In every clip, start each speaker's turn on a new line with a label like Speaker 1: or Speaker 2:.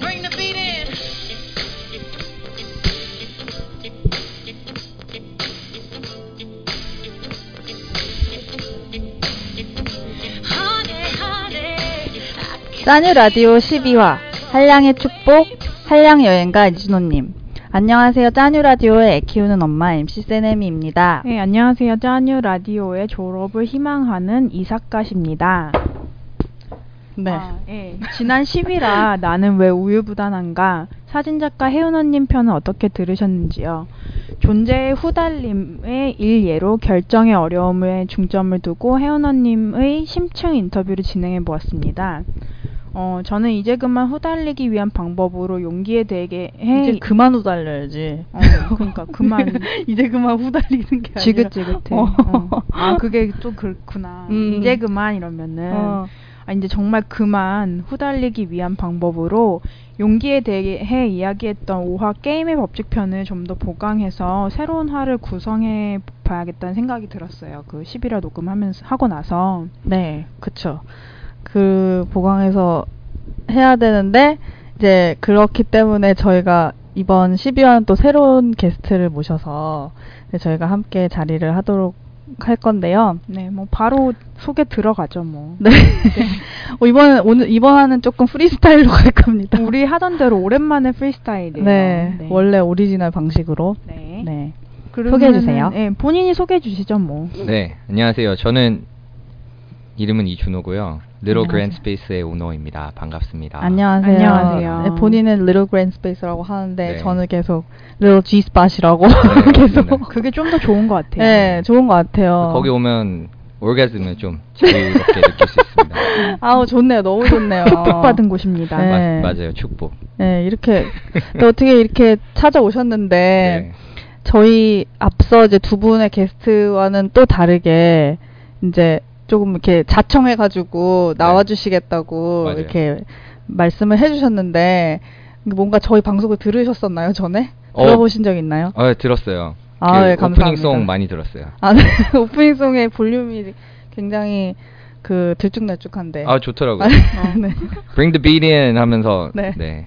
Speaker 1: Bring the beat in. Honey, honey, I can't
Speaker 2: 싸뉴 라디오 12화 한량의 축복 한량 여행가 이준호님 안녕하세요 짜뉴 라디오의 애 키우는 엄마 MC 세네미입니다.
Speaker 3: 네, 안녕하세요. 짜뉴 라디오의 졸업을 희망하는 이삭가십니다.
Speaker 2: 네.
Speaker 3: 아, 예. 지난 10일아 나는 왜 우유부단한가 사진작가 혜은 언님 편은 어떻게 들으셨는지요? 존재의 후달림의 일예로 결정의 어려움에 중점을 두고 혜은 언님의 심층 인터뷰를 진행해 보았습니다. 어, 저는 이제 그만 후달리기 위한 방법으로 용기에 대해
Speaker 2: 이제 그만 후달려야지.
Speaker 3: 어, 그러니까 그만
Speaker 2: 이제 그만 후달리는 게 아니라.
Speaker 3: 지긋지긋해.
Speaker 2: 어.
Speaker 3: 어. 아 그게 또 그렇구나.
Speaker 2: 음.
Speaker 3: 이제 그만 이러면은
Speaker 2: 어.
Speaker 3: 아 이제 정말 그만 후달리기 위한 방법으로 용기에 대해 이야기했던 5화 게임의 법칙 편을 좀 더 보강해서 새로운 화를 구성해 봐야겠다는 생각이 들었어요. 그 11화 녹음하면서 하고 나서
Speaker 2: 네, 그쵸. 그 보강해서 해야 되는데 이제 그렇기 때문에 저희가 이번 12화는 또 새로운 게스트를 모셔서 이제 저희가 함께 자리를 하도록 할 건데요.
Speaker 3: 네, 뭐 바로 속에 들어가죠, 뭐.
Speaker 2: 네. 어, 이번 오늘 이번 화는 조금 프리스타일로 갈 겁니다.
Speaker 3: 우리 하던 대로 오랜만에 프리스타일이에요.
Speaker 2: 네, 원래 오리지널 방식으로.
Speaker 3: 네.
Speaker 2: 네.
Speaker 3: 그러면은,
Speaker 2: 소개해주세요.
Speaker 3: 네, 본인이 소개해 주시죠, 뭐.
Speaker 4: 네, 안녕하세요. 저는 이름은 이준호고요.
Speaker 2: 안녕하세요.
Speaker 4: 리로 그랜드 스페이스의 오너입니다. 반갑습니다.
Speaker 2: 아, 안녕하세요.
Speaker 3: 안녕하세요.
Speaker 2: 네, 본인은 Little Grand Space라고 하는데
Speaker 4: 네.
Speaker 2: 저는 계속 Little G Spot이라고
Speaker 4: 네,
Speaker 2: 계속.
Speaker 4: 맞습니다.
Speaker 3: 그게 좀 더 좋은 것 같아요.
Speaker 2: 네, 좋은 것 같아요.
Speaker 4: 거기 오면 orgasm을 좀 자유롭게 느낄 수 있습니다.
Speaker 2: 아우 좋네요. 너무 좋네요.
Speaker 3: 축복받은 곳입니다.
Speaker 2: 네.
Speaker 4: 맞- 맞아요, 축복.
Speaker 2: 네, 이렇게 또 어떻게 이렇게 찾아오셨는데
Speaker 4: 네.
Speaker 2: 저희 앞서 이제 두 분의 게스트와는 또 다르게 이제 조금 이렇게 자청해 가지고
Speaker 4: 네.
Speaker 2: 나와 주시겠다고
Speaker 4: 맞아요.
Speaker 2: 이렇게 말씀을 해 주셨는데 뭔가 저희 방송을 들으셨었나요, 전에?
Speaker 4: 어.
Speaker 2: 들어보신 적 있나요?
Speaker 4: 어, 들었어요.
Speaker 2: 아,
Speaker 4: 그
Speaker 2: 네, 감사합니다.
Speaker 4: 오프닝송 많이 들었어요.
Speaker 2: 아, 네. 오프닝송의 볼륨이 굉장히 그 들쭉날쭉한데.
Speaker 4: 아, 좋더라고요.
Speaker 2: 네.
Speaker 4: Bring the beat in 하면서
Speaker 2: 네.
Speaker 4: 네.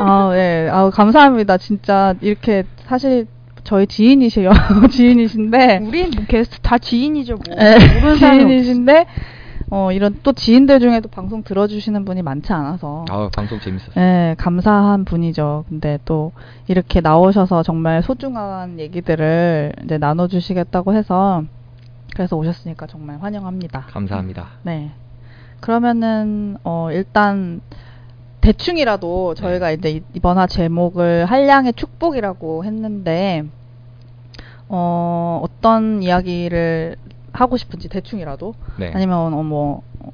Speaker 2: 아, 네. 아, 감사합니다. 진짜 이렇게 사실 저희 지인이세요. 지인이신데
Speaker 3: 우린 뭐 게스트 다 지인이죠 뭐.
Speaker 2: 예,
Speaker 3: 모르는 사람이
Speaker 2: 지인이신데 어, 이런 또 지인들 중에도 방송 들어주시는 분이 많지 않아서
Speaker 4: 아, 방송 재밌었어요.
Speaker 2: 예, 감사한 분이죠. 근데 또 이렇게 나오셔서 정말 소중한 얘기들을 이제 나눠주시겠다고 해서 그래서 오셨으니까 정말
Speaker 4: 아.
Speaker 2: 환영합니다.
Speaker 4: 감사합니다.
Speaker 2: 네. 그러면은 어, 일단 대충이라도 저희가 이제 이- 이번 화 제목을 한량의 축복이라고 했는데 어, 어떤 이야기를 하고 싶은지 대충이라도
Speaker 4: 네.
Speaker 2: 아니면 어, 뭐 어,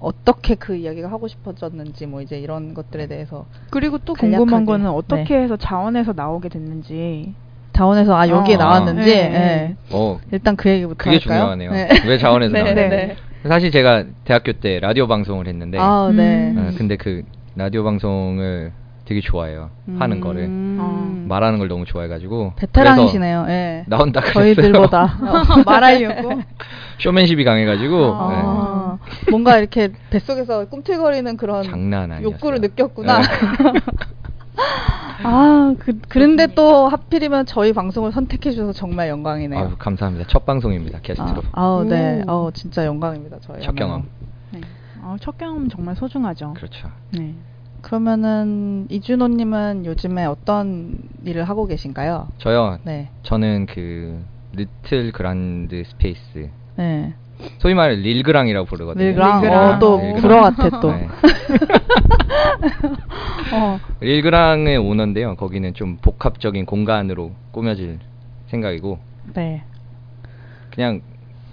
Speaker 2: 어떻게 그 이야기가 하고 싶어졌는지 뭐 이제 이런 것들에 대해서
Speaker 3: 그리고 또
Speaker 2: 간략하게.
Speaker 3: 궁금한 거는 어떻게 네. 해서 자원에서 나오게 됐는지.
Speaker 2: 자원에서 아 여기에
Speaker 4: 어,
Speaker 2: 나왔는지 예.
Speaker 3: 네,
Speaker 4: 어,
Speaker 2: 일단 그 얘기부터
Speaker 4: 그게
Speaker 2: 할까요?
Speaker 4: 중요하네요.
Speaker 2: 네.
Speaker 4: 왜 자원에서
Speaker 2: 네,
Speaker 4: 나왔는지.
Speaker 2: 네.
Speaker 4: 사실 제가 대학교 때 라디오 방송을 했는데
Speaker 2: 아, 네.
Speaker 3: 음.
Speaker 4: 어, 근데 그 라디오 방송을 되게 좋아해요. 네. 하는 거를.
Speaker 2: 음.
Speaker 4: 말하는 걸 너무 좋아해가지고
Speaker 2: 베테랑이시네요. 예.
Speaker 4: 그래서 나온다 그랬어요. 네.
Speaker 2: 저희들보다
Speaker 3: 어, 말하려고.
Speaker 4: 쇼맨십이 강해가지고
Speaker 2: 아. 뭔가 이렇게 뱃속에서 꿈틀거리는 그런
Speaker 4: 네. 장난 아니었어요.
Speaker 2: 욕구를 느꼈구나.
Speaker 4: 네.
Speaker 2: 아, 그, 그런데 또 하필이면 저희 방송을 선택해 주셔서 정말 영광이네요.
Speaker 4: 예. 아유, 감사합니다. 첫 방송입니다 게스트로.
Speaker 2: 아, 아우, 네.
Speaker 3: 오.
Speaker 2: 아우, 진짜 영광입니다. 저희.
Speaker 4: 첫 경험.
Speaker 3: 네. 어, 첫 경험 정말 소중하죠.
Speaker 4: 그렇죠.
Speaker 3: 네.
Speaker 2: 그러면은 이준호님은 요즘에 어떤 일을 하고 계신가요?
Speaker 4: 저요.
Speaker 2: 네.
Speaker 4: 저는 그 리틀 그란드 스페이스
Speaker 2: 네.
Speaker 4: 소위 말해 릴그랑이라고 부르거든요.
Speaker 2: 밀그랑,
Speaker 3: 밀그랑.
Speaker 2: 어, 또
Speaker 4: 밀그랑.
Speaker 2: 불어 같아 또.
Speaker 4: 네.
Speaker 2: 어.
Speaker 4: 릴그랑의 오너인데요. 거기는 좀 복합적인 공간으로 꾸며질 생각이고
Speaker 2: 네.
Speaker 4: 그냥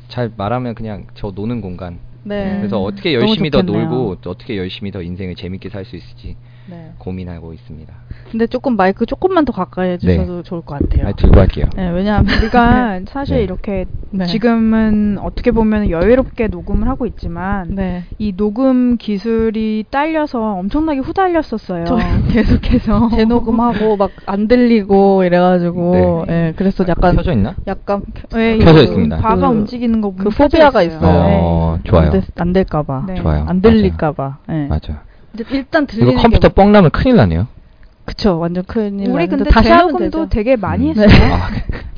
Speaker 4: 잘 말하면 그냥 저 노는 공간
Speaker 2: 네.
Speaker 4: 그래서 어떻게
Speaker 3: 너무
Speaker 4: 열심히 더
Speaker 3: 좋겠네요.
Speaker 4: 놀고 또 어떻게 열심히 더 인생을 재밌게 살 수 있을지
Speaker 2: 네.
Speaker 4: 고민하고 있습니다.
Speaker 2: 근데 조금 마이크 조금만 더 가까이 해주셔도 좋을 것 같아요.
Speaker 4: 아, 들고 할게요.
Speaker 2: 네, 왜냐하면
Speaker 3: 우리가 사실
Speaker 4: 네.
Speaker 3: 이렇게
Speaker 2: 네.
Speaker 3: 지금은 어떻게 보면 여유롭게 녹음을 하고 있지만
Speaker 2: 네.
Speaker 3: 이 녹음 기술이 딸려서 엄청나게 후달렸었어요.
Speaker 2: 저
Speaker 3: 계속해서
Speaker 2: 재녹음하고 막 안 들리고 이래가지고
Speaker 4: 네.
Speaker 2: 예 그래서 약간
Speaker 4: 펴져 있나?
Speaker 2: 약간
Speaker 3: 네,
Speaker 4: 켜져
Speaker 3: 그
Speaker 4: 있습니다.
Speaker 3: 바가
Speaker 2: 그-
Speaker 3: 움직이는 거 보면 네.
Speaker 2: 그 포비아가
Speaker 3: 켜져
Speaker 2: 있어요.
Speaker 4: 어, 좋아요.
Speaker 2: 안, 됐- 안 될까봐 예,
Speaker 3: 네.
Speaker 4: 좋아요.
Speaker 2: 안 들릴까봐 예
Speaker 4: 맞아.
Speaker 2: 이제 일단 들리는
Speaker 4: 이거 컴퓨터
Speaker 2: 게...
Speaker 3: 뭐-
Speaker 4: 뻥 나면 큰일 나네요.
Speaker 2: 그쵸 완전 큰일
Speaker 3: 우리
Speaker 2: 나는데
Speaker 3: 근데
Speaker 2: 다시 하면 되죠
Speaker 3: 재녹음도 되게 많이
Speaker 4: 음.
Speaker 3: 했어요.
Speaker 4: 아,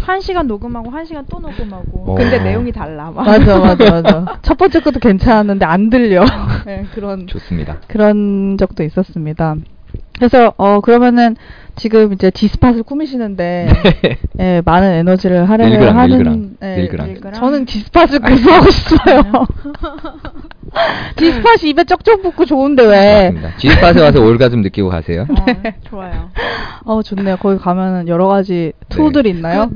Speaker 3: 한 시간 녹음하고 한 시간 또 녹음하고.
Speaker 4: 어.
Speaker 3: 근데 내용이 달라. 막.
Speaker 2: 맞아 맞아 맞아 첫 번째 것도 괜찮았는데 안 들려 예 그런
Speaker 4: 좋습니다.
Speaker 2: 그런 적도 있었습니다 그래서 어 그러면은 지금 이제 디스팟을 꾸미시는데 예 많은 에너지를 할애를
Speaker 4: 릴그랑,
Speaker 2: 하는
Speaker 4: 릴그랑,
Speaker 2: 예,
Speaker 4: 릴그랑.
Speaker 3: 릴그랑.
Speaker 2: 저는 디스팟을 구수하고 싶어요. 디스팟이 입에 쩍쩍 붙고 좋은데
Speaker 3: 네.
Speaker 2: 왜?
Speaker 4: 맞습니다. 지지밭에 와서 올가즘 느끼고 가세요.
Speaker 3: 어, 좋아요.
Speaker 2: 어 좋네요. 거기 가면은 여러 가지
Speaker 4: 네.
Speaker 2: 투어들이 있나요?
Speaker 3: 아,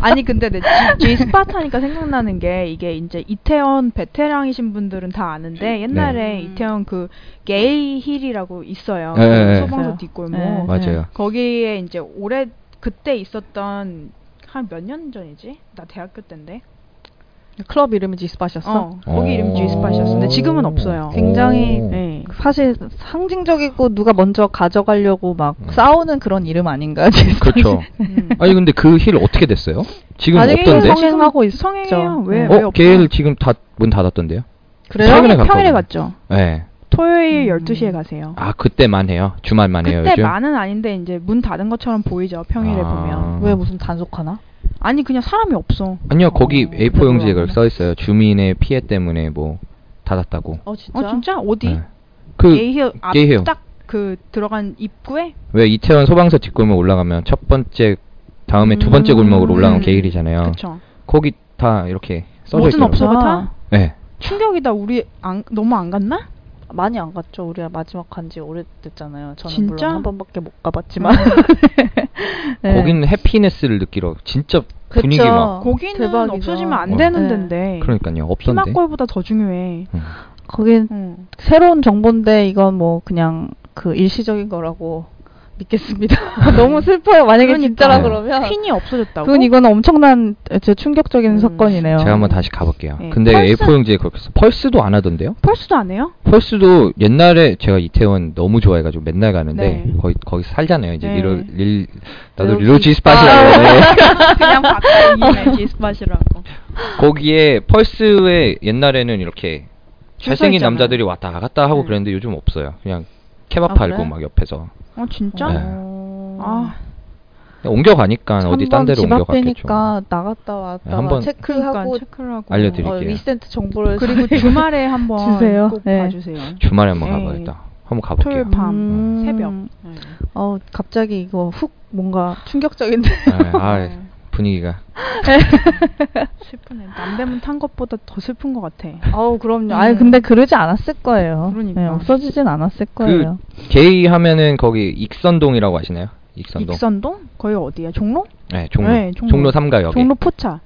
Speaker 3: 아니 근데 내 G 스팟 하니까 생각나는 게 이게 이제 이태원 베테랑이신 분들은 다 아는데 옛날에 이태원 그 게이 힐이라고 있어요.
Speaker 4: 네, 네, 네.
Speaker 3: 소방서
Speaker 2: 있어요.
Speaker 3: 뒷골목.
Speaker 2: 네.
Speaker 4: 맞아요.
Speaker 3: 거기에 이제 올해 그때 있었던 한 몇 년 전이지? 나 대학교 때인데.
Speaker 2: 그 클럽 이름이 디스팟이었어.
Speaker 3: 어. 거기 이름 G 스팟이었어. 근데 지금은 없어요.
Speaker 2: 굉장히,
Speaker 4: 오.
Speaker 3: 네.
Speaker 2: 사실 상징적이고 누가 먼저 가져가려고 막
Speaker 4: 음.
Speaker 2: 싸우는 그런 이름 아닌가요? 디스팟이?
Speaker 4: 그렇죠.
Speaker 3: 음.
Speaker 4: 아니 근데 그 힐 어떻게 됐어요? 지금
Speaker 2: 아니,
Speaker 4: 없던데?
Speaker 2: 성인- 성행하고
Speaker 3: 지금 성행해요.
Speaker 2: 있죠.
Speaker 3: 왜? 왜
Speaker 4: 어?
Speaker 3: 없어?
Speaker 4: 걔일 지금 다 문 닫았던데요?
Speaker 2: 그래요?
Speaker 4: 평일에
Speaker 3: 평일에, 평일에
Speaker 4: 갔거든요.
Speaker 3: 갔죠.
Speaker 4: 네.
Speaker 3: 토요일
Speaker 2: 음.
Speaker 3: 12시에 가세요.
Speaker 4: 아 그때만 해요. 주말만 해요
Speaker 3: 그때
Speaker 4: 요즘.
Speaker 3: 만은 아닌데 이제 문 닫은 것처럼 보이죠. 평일에
Speaker 4: 아.
Speaker 3: 보면.
Speaker 2: 왜 무슨 단속하나?
Speaker 3: 아니 그냥 사람이 없어.
Speaker 4: 아니요 거기
Speaker 2: 어,
Speaker 4: A4 용지에
Speaker 2: 몰라.
Speaker 4: 그걸 써 있어요. 주민의 피해 때문에 뭐 닫았다고.
Speaker 2: 어
Speaker 3: 어 진짜 어디?
Speaker 4: 네. 그
Speaker 3: 예휴
Speaker 4: 예휴.
Speaker 3: 앞딱그 들어간 입구에
Speaker 4: 왜 이태원 소방서 뒷골목 올라가면 첫 번째 다음에 두 번째
Speaker 3: 음.
Speaker 4: 골목으로 올라가면 게일이잖아요.
Speaker 3: 그쵸.
Speaker 4: 거기 다 이렇게 써져
Speaker 3: 뭐든
Speaker 4: 있더라고요.
Speaker 3: 없어 같아.
Speaker 4: 네.
Speaker 3: 충격이다. 우리 안 너무 안 갔나?
Speaker 2: 많이 안 갔죠. 우리가 마지막 간 지 오래됐잖아요. 저는
Speaker 3: 진짜?
Speaker 2: 물론 한 번밖에 못 가봤지만. 네.
Speaker 4: 거기는 해피네스를 느끼러 진짜
Speaker 2: 그쵸.
Speaker 4: 분위기 막
Speaker 3: 거기는
Speaker 2: 어, 대박이죠.
Speaker 3: 없어지면 안
Speaker 4: 어.
Speaker 3: 되는
Speaker 2: 네.
Speaker 3: 데인데.
Speaker 4: 그러니까요 없던데.
Speaker 3: 피막골보다 더 중요해. 어.
Speaker 4: 음.
Speaker 2: 거긴
Speaker 3: 응.
Speaker 2: 새로운 정보인데 이건 뭐 그냥 그 일시적인 거라고 믿겠습니다. 너무 슬퍼요. 만약에
Speaker 3: 그러니까.
Speaker 2: 진짜라
Speaker 4: 네.
Speaker 2: 그러면
Speaker 3: 퀸이 없어졌다고?
Speaker 2: 그건 이건 엄청난 제 충격적인
Speaker 3: 음,
Speaker 2: 사건이네요.
Speaker 4: 제가 한번 다시 가볼게요.
Speaker 3: 네.
Speaker 4: 근데
Speaker 3: 펄스-
Speaker 4: A4 용지에 그렇게 써. 펄스도 안 하던데요?
Speaker 3: 펄스도 안 해요?
Speaker 4: 펄스도 옛날에 제가 이태원 너무 좋아해가지고 맨날 가는데
Speaker 3: 네.
Speaker 4: 거기 거기 살잖아요. 이제
Speaker 3: 네.
Speaker 4: 리로 릴 나도
Speaker 3: 리로
Speaker 4: 리로 지스팟이라고 해.
Speaker 3: 그냥 바꿔 이름에 디스팟이라고.
Speaker 4: 거기에 펄스에 옛날에는 이렇게
Speaker 3: 줄
Speaker 4: 잘생긴
Speaker 3: 서 있잖아요.
Speaker 4: 남자들이 왔다 갔다 하고
Speaker 3: 네.
Speaker 4: 그랬는데 요즘 없어요. 그냥 케밥
Speaker 2: 아,
Speaker 4: 팔고
Speaker 2: 그래요?
Speaker 4: 막 옆에서
Speaker 3: 어 진짜?
Speaker 4: 네.
Speaker 3: 아
Speaker 4: 그냥 옮겨가니까 어디 딴 데로
Speaker 2: 아, 집
Speaker 4: 옮겨갔겠죠.
Speaker 2: 앞이니까 나갔다 왔다
Speaker 4: 네, 한번
Speaker 3: 그러니까
Speaker 2: 체크하고
Speaker 3: 체크를 하고
Speaker 4: 알려드릴게요.
Speaker 2: 어, 리센트 정보를
Speaker 3: 그리고
Speaker 2: 사서-
Speaker 3: 아, 네. 주말에 한번
Speaker 2: 주세요.
Speaker 3: 꼭
Speaker 2: 네.
Speaker 3: 봐주세요.
Speaker 4: 주말에 한번
Speaker 3: 네.
Speaker 4: 가봐야겠다. 한번
Speaker 3: 토요일
Speaker 4: 가볼게요.
Speaker 3: 밤
Speaker 2: 음.
Speaker 3: 새벽.
Speaker 2: 어 갑자기 이거 훅 뭔가 충격적인데
Speaker 4: 네, 아 분위기가
Speaker 3: 10분에 남대문 탄 것보다 더 슬픈 것 같아.
Speaker 2: 아우 그럼요. 아니 근데 음. 그러지 않았을 거예요.
Speaker 3: 그러니까.
Speaker 2: 네, 없어지진 않았을 거예요.
Speaker 4: 게이 하면은 거기 익선동이라고 아시나요? 익선동.
Speaker 3: 익선동? 거기 어디야? 종로?
Speaker 4: 네, 종로.
Speaker 3: 네, 종로.
Speaker 4: 종로. 3가역에.
Speaker 3: 종로
Speaker 4: 종로,
Speaker 3: 포차.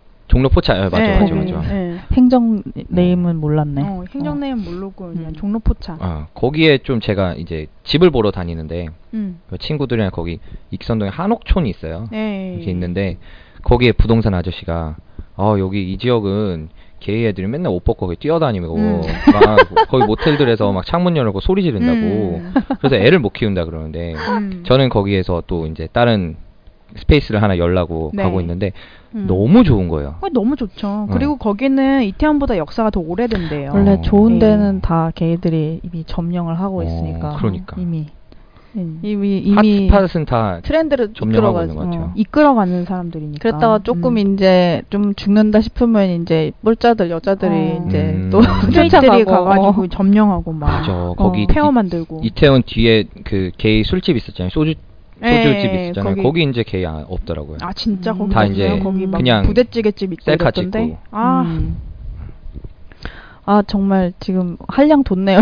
Speaker 4: 포차. 네, 맞아,
Speaker 3: 예,
Speaker 4: 맞아,
Speaker 3: 거기.
Speaker 4: 맞아.
Speaker 3: 예.
Speaker 2: 행정 네임은 몰랐네.
Speaker 3: 어, 행정내는 모르고 그냥
Speaker 2: 음.
Speaker 3: 종로 포차.
Speaker 4: 아, 거기에 좀 제가 이제 집을 보러 다니는데
Speaker 3: 음.
Speaker 4: 그 친구들이랑 거기 익선동에 한옥촌이 있어요.
Speaker 3: 예.
Speaker 4: 이렇게 있는데 거기에 부동산 아저씨가 아 여기 이 지역은 게이 애들이 맨날 옷 벗고 거기 뛰어다니고
Speaker 3: 음.
Speaker 4: 막 거기 모텔들에서 막 창문 열고 소리 지른다고
Speaker 3: 음.
Speaker 4: 그래서 애를 못 키운다 그러는데
Speaker 3: 음.
Speaker 4: 저는 거기에서 또 이제 다른 스페이스를 하나 열라고
Speaker 3: 네.
Speaker 4: 가고 있는데
Speaker 3: 음.
Speaker 4: 너무 좋은 거예요.
Speaker 3: 거기 너무 좋죠. 그리고 거기는 이태원보다 역사가 더 오래된대요.
Speaker 2: 원래
Speaker 4: 어.
Speaker 2: 좋은
Speaker 3: 예.
Speaker 2: 데는 다 게이들이 이미 점령을 하고
Speaker 4: 어,
Speaker 2: 있으니까.
Speaker 4: 그러니까.
Speaker 2: 이미
Speaker 3: 음.
Speaker 2: 이미 이미
Speaker 4: 핫스팟은 다
Speaker 2: 트렌드를
Speaker 4: 점령하고
Speaker 2: 이끌어가지고.
Speaker 4: 있는 것 같아요.
Speaker 3: 이끌어가는 사람들이니까. 음.
Speaker 2: 그랬다가 조금 이제 좀 죽는다 싶으면 이제 뿔자들 여자들이
Speaker 3: 어.
Speaker 2: 이제
Speaker 4: 음.
Speaker 2: 또
Speaker 3: 스트레이트들이
Speaker 2: 쫓아가고
Speaker 3: 가가지고
Speaker 2: 어.
Speaker 3: 점령하고 막.
Speaker 4: 맞아. 거기 이-
Speaker 3: 폐허 만들고.
Speaker 4: 이태원 뒤에 그 게이 술집 있었잖아요. 소주
Speaker 3: 예,
Speaker 4: 소주집
Speaker 3: 예,
Speaker 4: 있었잖아요.
Speaker 3: 거기-
Speaker 4: 거기, 이제 게이 아- 없더라고요.
Speaker 3: 아 진짜
Speaker 2: 음.
Speaker 3: 거기
Speaker 4: 다
Speaker 3: 없어요?
Speaker 4: 이제
Speaker 3: 거기 막
Speaker 4: 그냥
Speaker 3: 부대찌개집 있고
Speaker 4: 셀카
Speaker 3: 이랬던데?
Speaker 4: 찍고.
Speaker 3: 아
Speaker 2: 음. 아 정말 지금 한량 돋네요.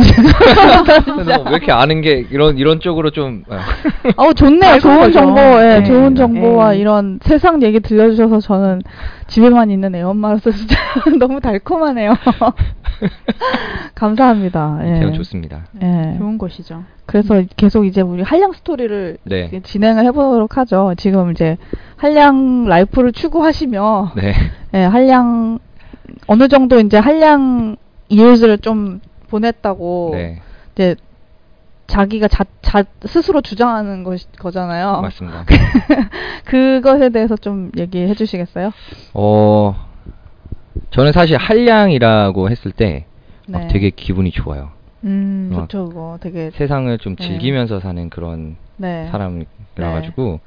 Speaker 4: 그래서 왜 이렇게 아는 게 이런 이런 쪽으로 좀 어,
Speaker 2: 어우 좋네요.
Speaker 3: 밝은
Speaker 2: 아, 좋은
Speaker 3: 아, 거죠.
Speaker 2: 정보, 예,
Speaker 3: 네.
Speaker 2: 좋은 정보와
Speaker 3: 네.
Speaker 2: 이런 세상 얘기 들려주셔서 저는 집에만 있는 애 엄마로서 진짜 너무 달콤하네요. 감사합니다. 예.
Speaker 4: 제가 좋습니다.
Speaker 2: 예.
Speaker 3: 좋은 곳이죠.
Speaker 2: 그래서 계속 이제 우리 한량 스토리를
Speaker 4: 네.
Speaker 2: 이제 진행을 해보도록 하죠. 지금 이제 한량 라이프를 추구하시며
Speaker 4: 네.
Speaker 2: 예, 한량 어느 정도 이제 한량 이웃을 좀 보냈다고
Speaker 4: 네.
Speaker 2: 이제 자기가 자, 자 스스로 주장하는 것 거잖아요.
Speaker 4: 맞습니다.
Speaker 2: 그것에 대해서 좀 얘기해 주시겠어요?
Speaker 4: 어, 저는 사실 한량이라고 했을 때 막
Speaker 2: 네.
Speaker 4: 되게 기분이 좋아요.
Speaker 2: 음
Speaker 4: 어.
Speaker 2: 좋죠 그거 되게
Speaker 4: 세상을 좀
Speaker 2: 네.
Speaker 4: 즐기면서 사는 그런
Speaker 2: 네
Speaker 4: 사람이라
Speaker 2: 네.
Speaker 4: 가지고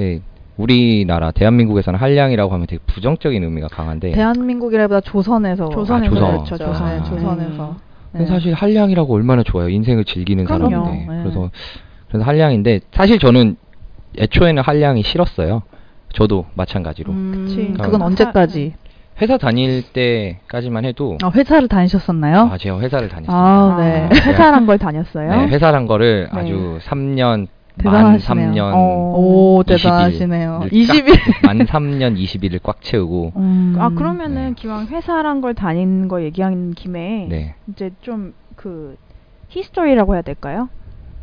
Speaker 4: 예, 우리나라 대한민국에서는 한량이라고 하면 되게 부정적인 의미가 강한데
Speaker 2: 네. 대한민국이라보다 조선에서
Speaker 3: 조선에서
Speaker 4: 조선.
Speaker 2: 그렇죠 조선
Speaker 4: 네. 아.
Speaker 2: 네, 조선에서
Speaker 3: 음.
Speaker 4: 근데
Speaker 2: 네.
Speaker 4: 사실 한량이라고 얼마나 좋아요 인생을 즐기는
Speaker 2: 그럼요.
Speaker 4: 사람인데
Speaker 2: 네.
Speaker 4: 그래서 그래서 한량인데 사실 저는 애초에는 한량이 싫었어요 저도 마찬가지로
Speaker 2: 음.
Speaker 3: 그치.
Speaker 2: 그건
Speaker 4: 아.
Speaker 2: 언제까지
Speaker 4: 회사 다닐 때까지만 해도
Speaker 2: 아, 회사를 다니셨었나요?
Speaker 4: 어. 아 제가 회사를 다녔어요
Speaker 2: 아, 네.
Speaker 4: 네.
Speaker 3: 회사란 걸 다녔어요.
Speaker 4: 네, 회사란 거를
Speaker 3: 네.
Speaker 4: 아주 3년 만
Speaker 2: 대단하시네요.
Speaker 4: 3년
Speaker 3: 어.
Speaker 2: 오
Speaker 4: 20일. 아,
Speaker 2: 대단하시네요.
Speaker 4: 늘 딱-
Speaker 2: 20일.
Speaker 4: 만 3년 20일을 꽉 채우고
Speaker 2: 음.
Speaker 3: 아 그러면은
Speaker 4: 네.
Speaker 3: 기왕 회사란 걸 다닌 거 얘기한
Speaker 2: 어.
Speaker 3: 김에
Speaker 4: 네.
Speaker 3: 이제 좀 그 히스토리라고 해야 될까요?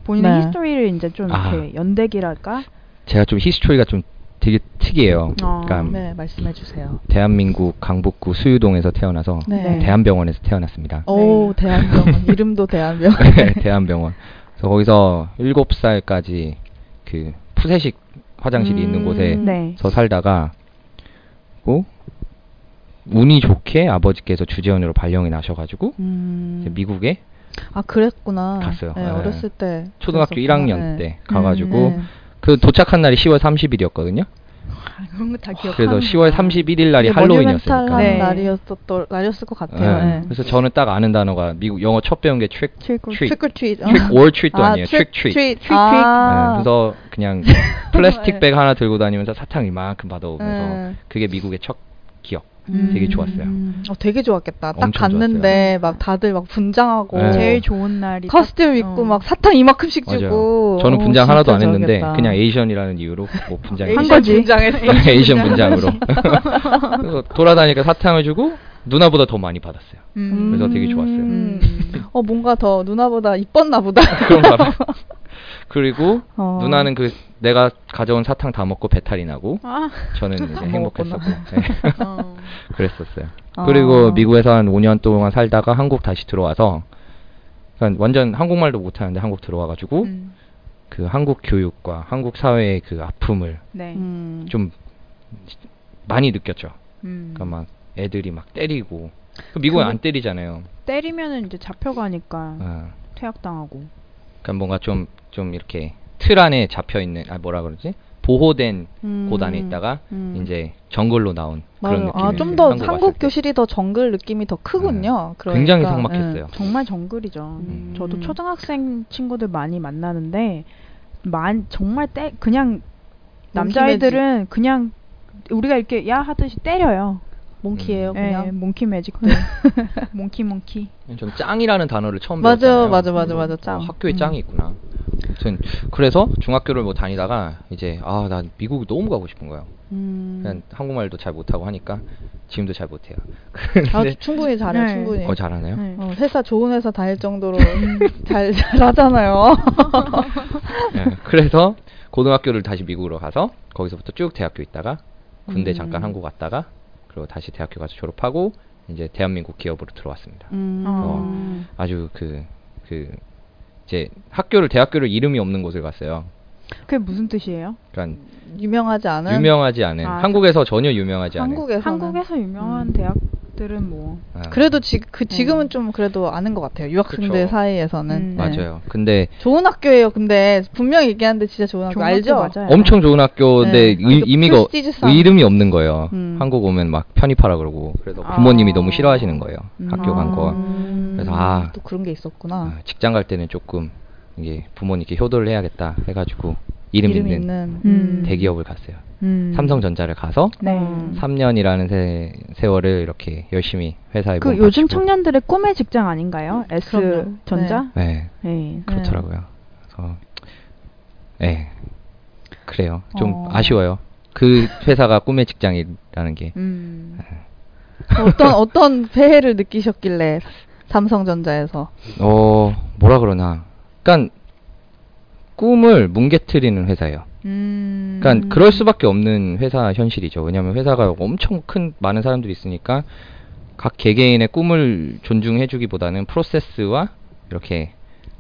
Speaker 3: 본인의
Speaker 2: 네.
Speaker 3: 히스토리를 이제 좀
Speaker 4: 아.
Speaker 3: 이렇게 연대기랄까?
Speaker 4: 제가 좀 히스토리가 좀 되게 특이해요.
Speaker 3: 어,
Speaker 4: 그러니까
Speaker 2: 네 말씀해 주세요.
Speaker 4: 대한민국 강북구 수유동에서 태어나서
Speaker 3: 네.
Speaker 4: 대한병원에서 태어났습니다.
Speaker 2: 오 대한병원 이름도 대한병.
Speaker 4: 네, 대한병원. 그래서 거기서 7살까지 그 푸세식 화장실이 있는
Speaker 2: 음.
Speaker 4: 곳에서
Speaker 3: 네.
Speaker 4: 살다가 고 운이 좋게 아버지께서 주재원으로 발령이 나셔가지고
Speaker 2: 음.
Speaker 4: 이제 미국에
Speaker 2: 아 그랬구나.
Speaker 4: 갔어요.
Speaker 2: 네,
Speaker 4: 네.
Speaker 2: 어렸을 때.
Speaker 4: 초등학교
Speaker 2: 그랬었구나.
Speaker 4: 1학년
Speaker 2: 네.
Speaker 4: 때
Speaker 2: 네.
Speaker 4: 가가지고 그 도착한 날이 10월 30일이었거든요.
Speaker 2: 아,
Speaker 3: 그런 거 다 기억.
Speaker 4: 아, 그래서 10월 31일 날이
Speaker 2: 되게
Speaker 4: 할로윈이었으니까.
Speaker 2: 머니멘탈한
Speaker 3: 네.
Speaker 2: 날이었었던 날이었을 것 같아요.
Speaker 4: 예.
Speaker 2: 네.
Speaker 4: 그래서 저는 딱 아는 단어가 미국 영어 첫 배운 게 trick,
Speaker 3: 칠구.
Speaker 4: trick,
Speaker 2: 트릭 트윗.
Speaker 4: trick or treat도 아니에요. trick,
Speaker 2: 어.
Speaker 4: treat.
Speaker 2: 트윗.
Speaker 3: 트릭,
Speaker 2: 아.
Speaker 4: 예, 그래서 그냥
Speaker 2: 네.
Speaker 4: 플라스틱 백 하나 들고 다니면서 사탕 이만큼 받아오면서 그게 미국의 첫 기억. 네. 되게 좋았어요.
Speaker 2: 네. 어, 되게 좋았겠다. 딱
Speaker 4: 엄청
Speaker 2: 갔는데 막 다들 막 분장하고
Speaker 4: 네.
Speaker 3: 제일 좋은 날이
Speaker 2: 커스튬 입고
Speaker 3: 어.
Speaker 2: 막 사탕 이만큼씩
Speaker 4: 맞아요.
Speaker 2: 주고.
Speaker 4: 저는
Speaker 2: 어,
Speaker 4: 분장 하나도 안
Speaker 2: 진짜
Speaker 4: 했는데
Speaker 2: 좋았겠다.
Speaker 4: 그냥 에이션이라는 이유로 뭐 분장
Speaker 3: 한
Speaker 2: 에이션
Speaker 3: 거지.
Speaker 2: 분장했어.
Speaker 4: 에이션 분장으로 그래서 돌아다니니까 사탕을 주고 누나보다 더 많이 받았어요.
Speaker 3: 음.
Speaker 4: 그래서 되게 좋았어요.
Speaker 2: 음. 어 뭔가 더 누나보다 이뻤나 보다.
Speaker 4: 그런가 봐요. 그리고
Speaker 2: 어.
Speaker 4: 누나는 그 내가 가져온 사탕 다 먹고 배탈이 나고
Speaker 3: 아,
Speaker 4: 저는 이제 행복했었고 네.
Speaker 3: 어.
Speaker 4: 그랬었어요. 그리고 미국에서 한 5년 동안 살다가 한국 다시 들어와서 그러니까 완전 한국말도 못하는데 한국 들어와가지고
Speaker 3: 음.
Speaker 4: 그 한국 교육과 한국 사회의 그 아픔을
Speaker 3: 네.
Speaker 2: 음.
Speaker 4: 좀 많이 느꼈죠.
Speaker 3: 음.
Speaker 4: 그러니까 막 애들이 막 때리고 그 미국은
Speaker 3: 그거-
Speaker 4: 안 때리잖아요.
Speaker 3: 때리면은 이제 잡혀가니까
Speaker 4: 어.
Speaker 3: 퇴학당하고.
Speaker 4: 그러니까 뭔가 좀 좀 이렇게 틀 안에 잡혀 있는 아 뭐라 그러지 보호된
Speaker 2: 음.
Speaker 4: 곳 안에 있다가
Speaker 2: 음.
Speaker 4: 이제 정글로 나온 그런
Speaker 2: 맞아요.
Speaker 4: 느낌.
Speaker 2: 아, 좀 더 한국 교실이 더 정글 느낌이 더 크군요. 그러니까.
Speaker 4: 네. 굉장히
Speaker 2: 예.
Speaker 4: 성막했어요.
Speaker 3: 정말 정글이죠.
Speaker 2: 음.
Speaker 3: 저도 초등학생 친구들 많이 만나는데 만 정말 때 그냥 남자애들은 그냥 우리가 이렇게 야 하듯이 때려요.
Speaker 2: 몽키예요, 네.
Speaker 3: 예,
Speaker 2: 그냥.
Speaker 3: 몽키 매직들. 몽키 몽키.
Speaker 4: 전 짱이라는 단어를 처음
Speaker 2: 예. 맞아,
Speaker 4: 배웠잖아요.
Speaker 2: 맞아, 맞아, 맞아. 짱. 음.
Speaker 4: 어, 학교에 짱이 있구나. 아무튼 그래서 중학교를 뭐 다니다가 이제 아 난 미국 너무 가고 싶은 거예요.
Speaker 2: 음.
Speaker 4: 그냥 한국말도 잘 못하고 하니까 지금도 잘 못해요.
Speaker 2: 아,
Speaker 4: 근데
Speaker 2: 충분히 잘해, 요
Speaker 3: 네.
Speaker 2: 충분히.
Speaker 4: 어 잘하나요?
Speaker 3: 네. 음.
Speaker 2: 어, 회사 좋은 회사 다닐 정도로 잘 잘하잖아요.
Speaker 4: 예, 그래서 고등학교를 다시 미국으로 가서 거기서부터 쭉 대학교 있다가 군대
Speaker 2: 음.
Speaker 4: 잠깐 한국 왔다가 그리고 다시 대학교 가서 졸업하고 이제 대한민국 기업으로 들어왔습니다.
Speaker 2: 음.
Speaker 3: 어.
Speaker 4: 아주 그 그 이제 학교를 대학교를 이름이 없는 곳을 갔어요.
Speaker 3: 그게 무슨 뜻이에요?
Speaker 4: 그러니까
Speaker 2: 유명하지 않은
Speaker 4: 유명하지 않은
Speaker 3: 아,
Speaker 4: 한국에서 전혀 유명하지 않은
Speaker 2: 한국에서
Speaker 3: 한국에서 유명한
Speaker 2: 음.
Speaker 3: 대학들은 뭐
Speaker 4: 아,
Speaker 2: 그래도 지, 그 지금은
Speaker 3: 네.
Speaker 2: 좀 그래도 아는 것 같아요. 유학생들
Speaker 4: 그쵸.
Speaker 2: 사이에서는 네.
Speaker 3: 음.
Speaker 4: 맞아요. 근데
Speaker 2: 좋은 학교예요. 근데 분명히 얘기하는데 진짜 좋은 학교
Speaker 3: 좋은
Speaker 2: 알죠?
Speaker 3: 학교 맞아요.
Speaker 4: 엄청 좋은 학교인데
Speaker 2: 네.
Speaker 4: 어, 의,
Speaker 2: 그
Speaker 4: 의미가
Speaker 2: 프레스티지상.
Speaker 4: 이름이 없는 거예요.
Speaker 2: 음.
Speaker 4: 한국 오면 막 편입하라 그러고 그래서
Speaker 3: 아.
Speaker 4: 부모님이 너무 싫어하시는 거예요.
Speaker 2: 음.
Speaker 4: 학교 간 거.
Speaker 2: 음.
Speaker 4: 그래서 아.
Speaker 2: 또 그런 게
Speaker 3: 어.
Speaker 2: 있었구나.
Speaker 4: 아, 직장 갈 때는 조금 이게 부모님께 효도를 해야겠다 해가지고 이름,
Speaker 2: 이름
Speaker 4: 있는
Speaker 2: 있는
Speaker 3: 음.
Speaker 4: 대기업을 갔어요.
Speaker 3: 음.
Speaker 4: 삼성전자를 가서
Speaker 3: 네.
Speaker 2: 음.
Speaker 4: 3년이라는 세, 세월을 이렇게 열심히 회사에
Speaker 3: 그
Speaker 4: 몸
Speaker 3: 요즘
Speaker 4: 바치고.
Speaker 3: 청년들의 꿈의 직장 아닌가요? S
Speaker 2: 그럼요.
Speaker 3: 전자?
Speaker 4: 네
Speaker 3: 네.
Speaker 4: 그렇더라고요. 그래서 네 그래요. 좀
Speaker 3: 어.
Speaker 4: 아쉬워요. 그 회사가 꿈의 직장이라는 게
Speaker 3: 음.
Speaker 2: 어떤 어떤 폐해를 느끼셨길래 삼성전자에서
Speaker 4: 어 뭐라 그러나 그러니까 꿈을 뭉개트리는 회사예요.
Speaker 2: 음.
Speaker 4: 그러니까 그럴 수밖에 없는 회사 현실이죠. 왜냐하면 회사가 엄청 큰 많은 사람들이 있으니까 각 개개인의 꿈을 존중해주기보다는 프로세스와 이렇게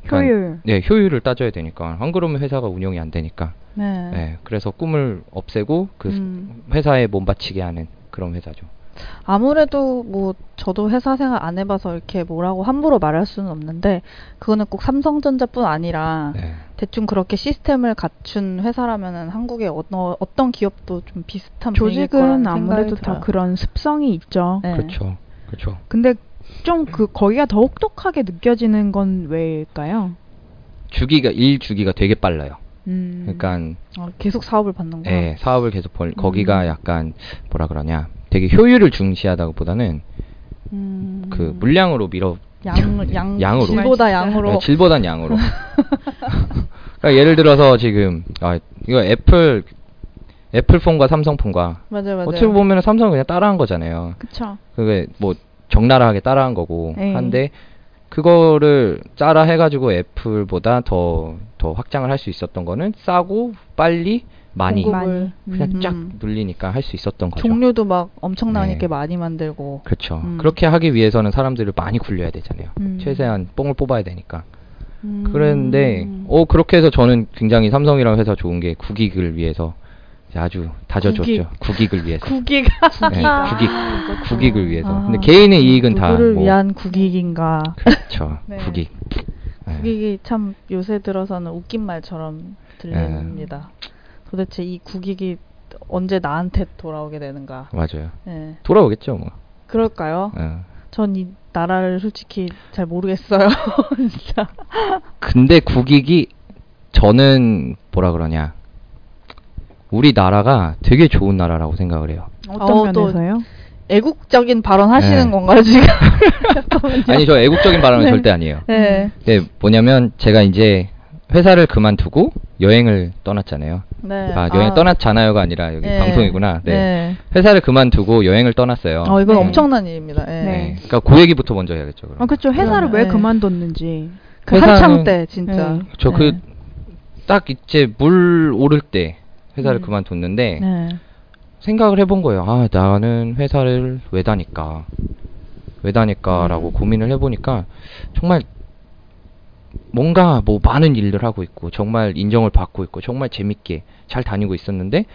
Speaker 4: 약간,
Speaker 3: 효율.
Speaker 4: 네 효율을 따져야 되니까 안 그러면 회사가 운영이 안 되니까
Speaker 2: 네.
Speaker 4: 네, 그래서 꿈을 없애고 그
Speaker 2: 음.
Speaker 4: 회사에 몸 바치게 하는 그런 회사죠.
Speaker 2: 아무래도 뭐 저도 회사 생활 안 해봐서 이렇게 뭐라고 함부로 말할 수는 없는데 그거는 꼭 삼성전자뿐 아니라
Speaker 4: 네.
Speaker 2: 대충 그렇게 시스템을 갖춘 회사라면은 한국의 어느, 어떤 기업도 좀 비슷한 분위기일 거라는
Speaker 3: 조직은
Speaker 2: 생각이
Speaker 3: 아무래도 다 그렇죠.
Speaker 2: 들어요.
Speaker 3: 그런 습성이 있죠.
Speaker 2: 네.
Speaker 4: 그렇죠, 그렇죠.
Speaker 3: 근데 좀 그 거기가 더 혹독하게 느껴지는 건 왜일까요?
Speaker 4: 주기가 일 주기가 되게 빨라요.
Speaker 3: 음.
Speaker 4: 그러니까
Speaker 2: 어, 계속 사업을 받는구나.
Speaker 4: 예, 사업을 계속 벌
Speaker 2: 음.
Speaker 4: 거기가 약간 뭐라 그러냐 되게 효율을 중시하다기보다는
Speaker 3: 음.
Speaker 4: 그 물량으로 밀어
Speaker 2: 양, 양,
Speaker 4: 양으로.
Speaker 2: 질보다 양으로.
Speaker 4: 네, 질보단 양으로. 그러니까 예를 들어서 지금 아, 이거 애플 애플폰과 삼성폰과
Speaker 2: 맞아요, 맞아요.
Speaker 4: 어떻게 보면 삼성은 그냥 따라한 거잖아요.
Speaker 3: 그쵸.
Speaker 4: 그게 뭐 적나라하게 따라한 거고
Speaker 3: 네.
Speaker 4: 한데 그거를 짜라 해가지고 애플보다 더 더 확장을 할 수 있었던 거는 싸고 빨리 많이
Speaker 2: 공급을
Speaker 4: 그냥 쫙
Speaker 2: 음.
Speaker 4: 눌리니까 할 수 있었던 거죠.
Speaker 2: 종류도 막 엄청나게
Speaker 4: 네.
Speaker 2: 많이 만들고.
Speaker 4: 그렇죠.
Speaker 2: 음.
Speaker 4: 그렇게 하기 위해서는 사람들을 많이 굴려야 되잖아요.
Speaker 2: 음.
Speaker 4: 최대한 뽕을 뽑아야 되니까.
Speaker 3: 음.
Speaker 4: 그랬는데, 어, 그렇게 해서 저는 굉장히 삼성이랑 회사 좋은 게 국익을 위해서 이제 아주 다져줬죠. 국익. 을 위해서.
Speaker 2: 국익.
Speaker 4: 네, 국익. 국익을 위해서.
Speaker 2: 아.
Speaker 4: 근데 개인의 이익은 다.
Speaker 2: 누구를
Speaker 4: 뭐,
Speaker 2: 위한 국익인가.
Speaker 4: 그렇죠.
Speaker 2: 네.
Speaker 4: 국익. 네.
Speaker 2: 국익이 참 요새 들어서는 웃긴 말처럼 들립니다.
Speaker 4: 네.
Speaker 2: 도대체 이 국익이 언제 나한테 돌아오게 되는가.
Speaker 4: 맞아요.
Speaker 2: 예.
Speaker 4: 돌아오겠죠, 뭐.
Speaker 2: 그럴까요?
Speaker 4: 어.
Speaker 2: 전 이 나라를 솔직히 잘 모르겠어요. 진짜.
Speaker 4: 근데 국익이 저는 뭐라 그러냐. 우리나라가 되게 좋은 나라라고 생각을 해요.
Speaker 3: 어떤
Speaker 2: 어, 또-
Speaker 3: 면에서요?
Speaker 2: 애국적인 발언 하시는
Speaker 4: 네.
Speaker 2: 건가요, 지금?
Speaker 4: 아니, 저 애국적인 바람은 절대 아니에요.
Speaker 2: 네.
Speaker 4: 네, 뭐냐면 제가 이제 회사를 그만두고 여행을 떠났잖아요.
Speaker 2: 네.
Speaker 4: 아, 여행 떠났잖아요가 아니라 여기
Speaker 2: 예.
Speaker 4: 방송이구나. 네.
Speaker 2: 네.
Speaker 4: 회사를 그만두고 여행을 떠났어요.
Speaker 2: 어, 이건
Speaker 4: 네.
Speaker 2: 엄청난 일입니다. 예.
Speaker 4: 네. 그러니까 그 얘기부터 먼저 해야겠죠. 그럼.
Speaker 3: 아, 그쵸. 회사를
Speaker 2: 네.
Speaker 3: 왜
Speaker 2: 네.
Speaker 3: 그만뒀는지.
Speaker 2: 그
Speaker 4: 회사는-
Speaker 2: 한창 때 진짜.
Speaker 3: 네.
Speaker 4: 저 그
Speaker 2: 네.
Speaker 4: 딱 이제 물 오를 때 회사를
Speaker 2: 음.
Speaker 4: 그만뒀는데
Speaker 3: 네.
Speaker 4: 생각을 해본 거예요. 아, 나는 회사를 왜 다닐까?
Speaker 3: 음.
Speaker 4: 왜 다닐까라고 고민을 해보니까 정말 뭔가 뭐 많은 일을 하고 있고 정말 인정을 받고 있고 정말 재밌게 잘 다니고 있었는데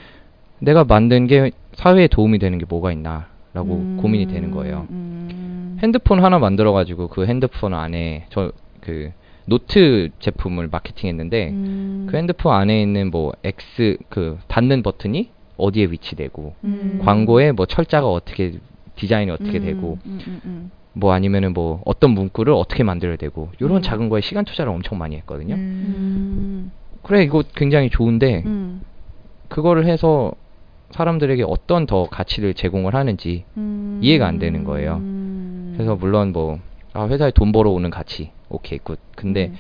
Speaker 4: 내가 만든 게 사회에 도움이 되는 게 뭐가 있나라고
Speaker 3: 음,
Speaker 4: 고민이 되는 거예요.
Speaker 3: 음.
Speaker 4: 핸드폰 하나 만들어 가지고 그 핸드폰 안에 저 그 노트 제품을 마케팅했는데
Speaker 3: 음.
Speaker 4: 그 핸드폰 안에 있는 뭐 X 그 닫는 버튼이 어디에 위치되고
Speaker 3: 음.
Speaker 4: 광고에 뭐 철자가 어떻게 디자인이 어떻게
Speaker 3: 음,
Speaker 4: 되고
Speaker 3: 음, 음, 음.
Speaker 4: 뭐 아니면은 뭐 어떤 문구를 어떻게 만들어야 되고 이런
Speaker 3: 음.
Speaker 4: 작은 거에 시간 투자를 엄청 많이 했거든요.
Speaker 3: 음.
Speaker 4: 그래 이거 굉장히 좋은데
Speaker 3: 음.
Speaker 4: 그거를 해서 사람들에게 어떤 더 가치를 제공을 하는지
Speaker 3: 음.
Speaker 4: 이해가 안 되는 거예요.
Speaker 3: 음.
Speaker 4: 그래서 물론 뭐 아, 회사에 돈 벌어오는 가치 오케이 굿 근데
Speaker 3: 음.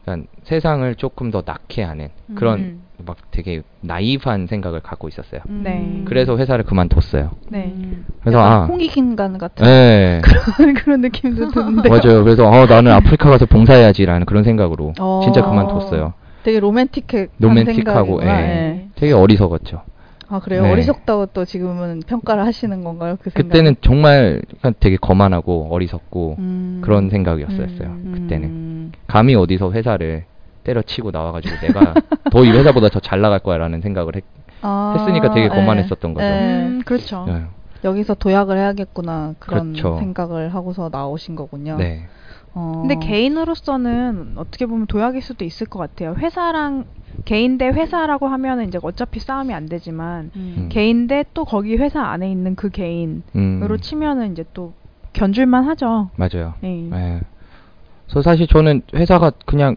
Speaker 4: 약간 세상을 조금 더 낙해 하는 그런 막 되게 나이브한 생각을 갖고 있었어요.
Speaker 3: 음. 네.
Speaker 4: 그래서 회사를 그만뒀어요.
Speaker 3: 네.
Speaker 2: 음.
Speaker 4: 그래서
Speaker 2: 약간
Speaker 4: 아
Speaker 2: 홍익인간 같은.
Speaker 4: 예.
Speaker 3: 그런 느낌도 드는데.
Speaker 4: 맞아요. 그래서 어, 나는
Speaker 3: 음.
Speaker 4: 아프리카 가서 봉사해야지라는 그런 생각으로
Speaker 2: 어.
Speaker 4: 진짜 그만뒀어요.
Speaker 2: 되게 로맨틱해.
Speaker 4: 로맨틱하고,
Speaker 2: 생각이구나.
Speaker 4: 예.
Speaker 2: 예.
Speaker 4: 되게
Speaker 3: 음.
Speaker 4: 어리석었죠.
Speaker 2: 아 그래요.
Speaker 4: 네.
Speaker 2: 어리석다고 또 지금은 평가를 하시는 건가요? 그 생각.
Speaker 4: 그때는 정말 약간 되게 거만하고 어리석고
Speaker 3: 음.
Speaker 4: 그런 생각이었어요.
Speaker 3: 음.
Speaker 4: 그때는
Speaker 3: 음.
Speaker 4: 감히 어디서 회사를 때려치고 나와가지고 내가 더 이 회사보다 더 잘 나갈 거야라는 생각을 했.
Speaker 2: 아,
Speaker 4: 했으니까 되게
Speaker 2: 예.
Speaker 4: 거만했었던 거죠.
Speaker 2: 예.
Speaker 3: 음, 그렇죠.
Speaker 4: 네.
Speaker 2: 여기서 도약을 해야겠구나 그런
Speaker 4: 그렇죠.
Speaker 2: 생각을 하고서 나오신 거군요.
Speaker 4: 네.
Speaker 2: 어.
Speaker 3: 근데 개인으로서는 어떻게 보면 도약일 수도 있을 것 같아요. 회사랑 개인 대 회사라고 하면은 이제 어차피 싸움이 안 되지만
Speaker 2: 음.
Speaker 3: 개인 대 또 거기 회사 안에 있는 그 개인으로
Speaker 4: 음,
Speaker 3: 치면은 이제 또 견줄만 하죠.
Speaker 4: 맞아요.
Speaker 3: 예.
Speaker 4: 네. 그래서 사실 저는 회사가 그냥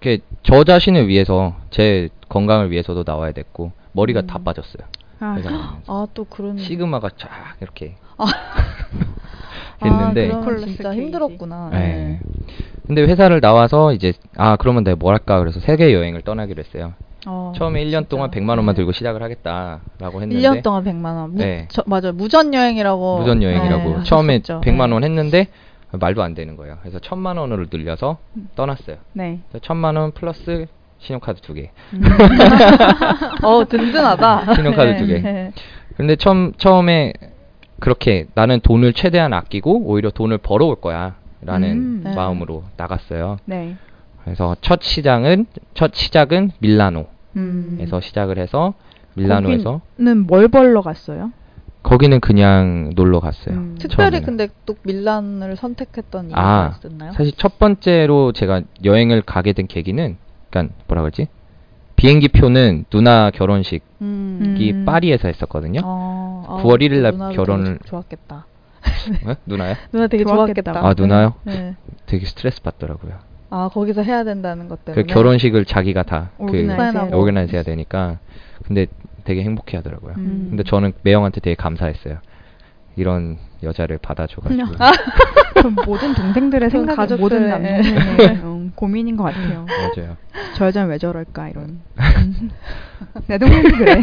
Speaker 4: 이렇게 저 자신을 위해서 제 건강을 위해서도 나와야 됐고 머리가 다
Speaker 2: 음.
Speaker 4: 빠졌어요.
Speaker 3: 아,
Speaker 4: 회사 다니면서.
Speaker 2: 아또 그런.
Speaker 4: 시그마가 쫙
Speaker 2: 음.
Speaker 4: 이렇게
Speaker 2: 아. 아, 네.
Speaker 4: 됐는데 네.
Speaker 2: 그러면
Speaker 3: 콜라스
Speaker 2: 진짜
Speaker 3: 케이지.
Speaker 2: 힘들었구나.
Speaker 4: 예. 근데 회사를 나와서 이제 아 그러면 내가 뭘 할까 그래서 세계 여행을 떠나기로 했어요.
Speaker 3: 어,
Speaker 4: 처음에 1년 동안
Speaker 3: 진짜.
Speaker 4: 100만 원만 들고 시작을 하겠다라고 했는데
Speaker 2: 1년 동안 100만 원. 무,
Speaker 4: 네.
Speaker 2: 저, 맞아요. 무전 여행이라고.
Speaker 4: 무전 여행이라고
Speaker 2: 네,
Speaker 4: 처음에
Speaker 2: 하셨었죠.
Speaker 4: 100만 원 했는데 말도 안 되는 거예요. 그래서 1000만 원으로 늘려서
Speaker 2: 음.
Speaker 4: 떠났어요.
Speaker 3: 네.
Speaker 4: 그래서 1000만 원 플러스 신용카드 두 개.
Speaker 2: 음. 어, 든든하다.
Speaker 4: 신용카드 두 개.
Speaker 2: 네.
Speaker 4: 근데 처음 처음에 그렇게 나는 돈을 최대한 아끼고 오히려 돈을 벌어올 거야라는
Speaker 3: 음, 네.
Speaker 4: 마음으로 나갔어요.
Speaker 3: 네.
Speaker 4: 그래서 첫 시장은 첫 시작은 밀라노에서
Speaker 3: 음.
Speaker 4: 시작을 해서 밀라노에서
Speaker 3: 거기는 뭘 벌러 갔어요?
Speaker 4: 거기는 그냥 놀러 갔어요.
Speaker 3: 음.
Speaker 2: 특별히
Speaker 4: 처음에는.
Speaker 2: 근데 또 밀란을 선택했던 이유가
Speaker 4: 아,
Speaker 2: 있었나요?
Speaker 4: 사실 첫 번째로 제가 여행을 가게 된 계기는 그러니까 뭐라 그러지? 비행기 표는 누나 결혼식이
Speaker 2: 음.
Speaker 3: 음.
Speaker 4: 파리에서 했었거든요.
Speaker 2: 어, 어,
Speaker 4: 9월 1일 날
Speaker 2: 누나도 되게
Speaker 4: 결혼을-
Speaker 2: 좋- 좋았겠다.
Speaker 4: 어? 누나요?
Speaker 2: 누나 되게 좋았겠다.
Speaker 3: 좋았겠다.
Speaker 4: 아, 누나요?
Speaker 2: 네.
Speaker 4: 되게 스트레스 받더라고요.
Speaker 2: 아 거기서 해야 된다는 것
Speaker 4: 그
Speaker 2: 때문에.
Speaker 4: 결혼식을 자기가 다그
Speaker 3: 오그나이즈.
Speaker 2: 사인하고.
Speaker 4: 오게나이즈 해야 되니까 근데 되게 행복해 하더라고요.
Speaker 3: 음.
Speaker 4: 근데 저는 매형한테 되게 감사했어요. 이런 여자를 받아줘가지고
Speaker 3: 그럼 모든 동생들의
Speaker 2: 그건
Speaker 3: 생각,
Speaker 2: 가족들의-
Speaker 3: 모든 남동생의 어, 고민인 것 같아요.
Speaker 4: 맞아요.
Speaker 3: 저 여자는 왜 저럴까 이런. 내 동생도 그래.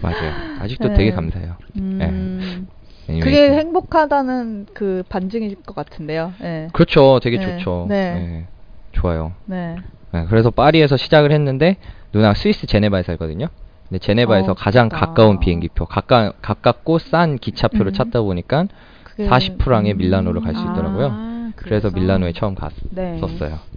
Speaker 4: 맞아요. 아직도
Speaker 2: 네.
Speaker 4: 되게 감사해요.
Speaker 3: 음.
Speaker 4: 네. 애니메이션.
Speaker 2: 그게 행복하다는 그 반증일 것 같은데요. 네.
Speaker 4: 그렇죠. 되게
Speaker 2: 네.
Speaker 4: 좋죠.
Speaker 2: 네.
Speaker 4: 네. 좋아요.
Speaker 2: 네.
Speaker 4: 네, 그래서 파리에서 시작을 했는데 누나 스위스 제네바에 살거든요. 근데 제네바에서
Speaker 2: 어,
Speaker 4: 가장
Speaker 2: 좋다.
Speaker 4: 가까운 비행기표, 가까 가깝고 싼 기차표를
Speaker 3: 음.
Speaker 4: 찾다 보니까
Speaker 2: 그게-
Speaker 4: 40프랑에 밀라노로 갈 수
Speaker 3: 음.
Speaker 4: 있더라고요.
Speaker 3: 아,
Speaker 4: 그래서, 밀라노에 처음 갔었어요.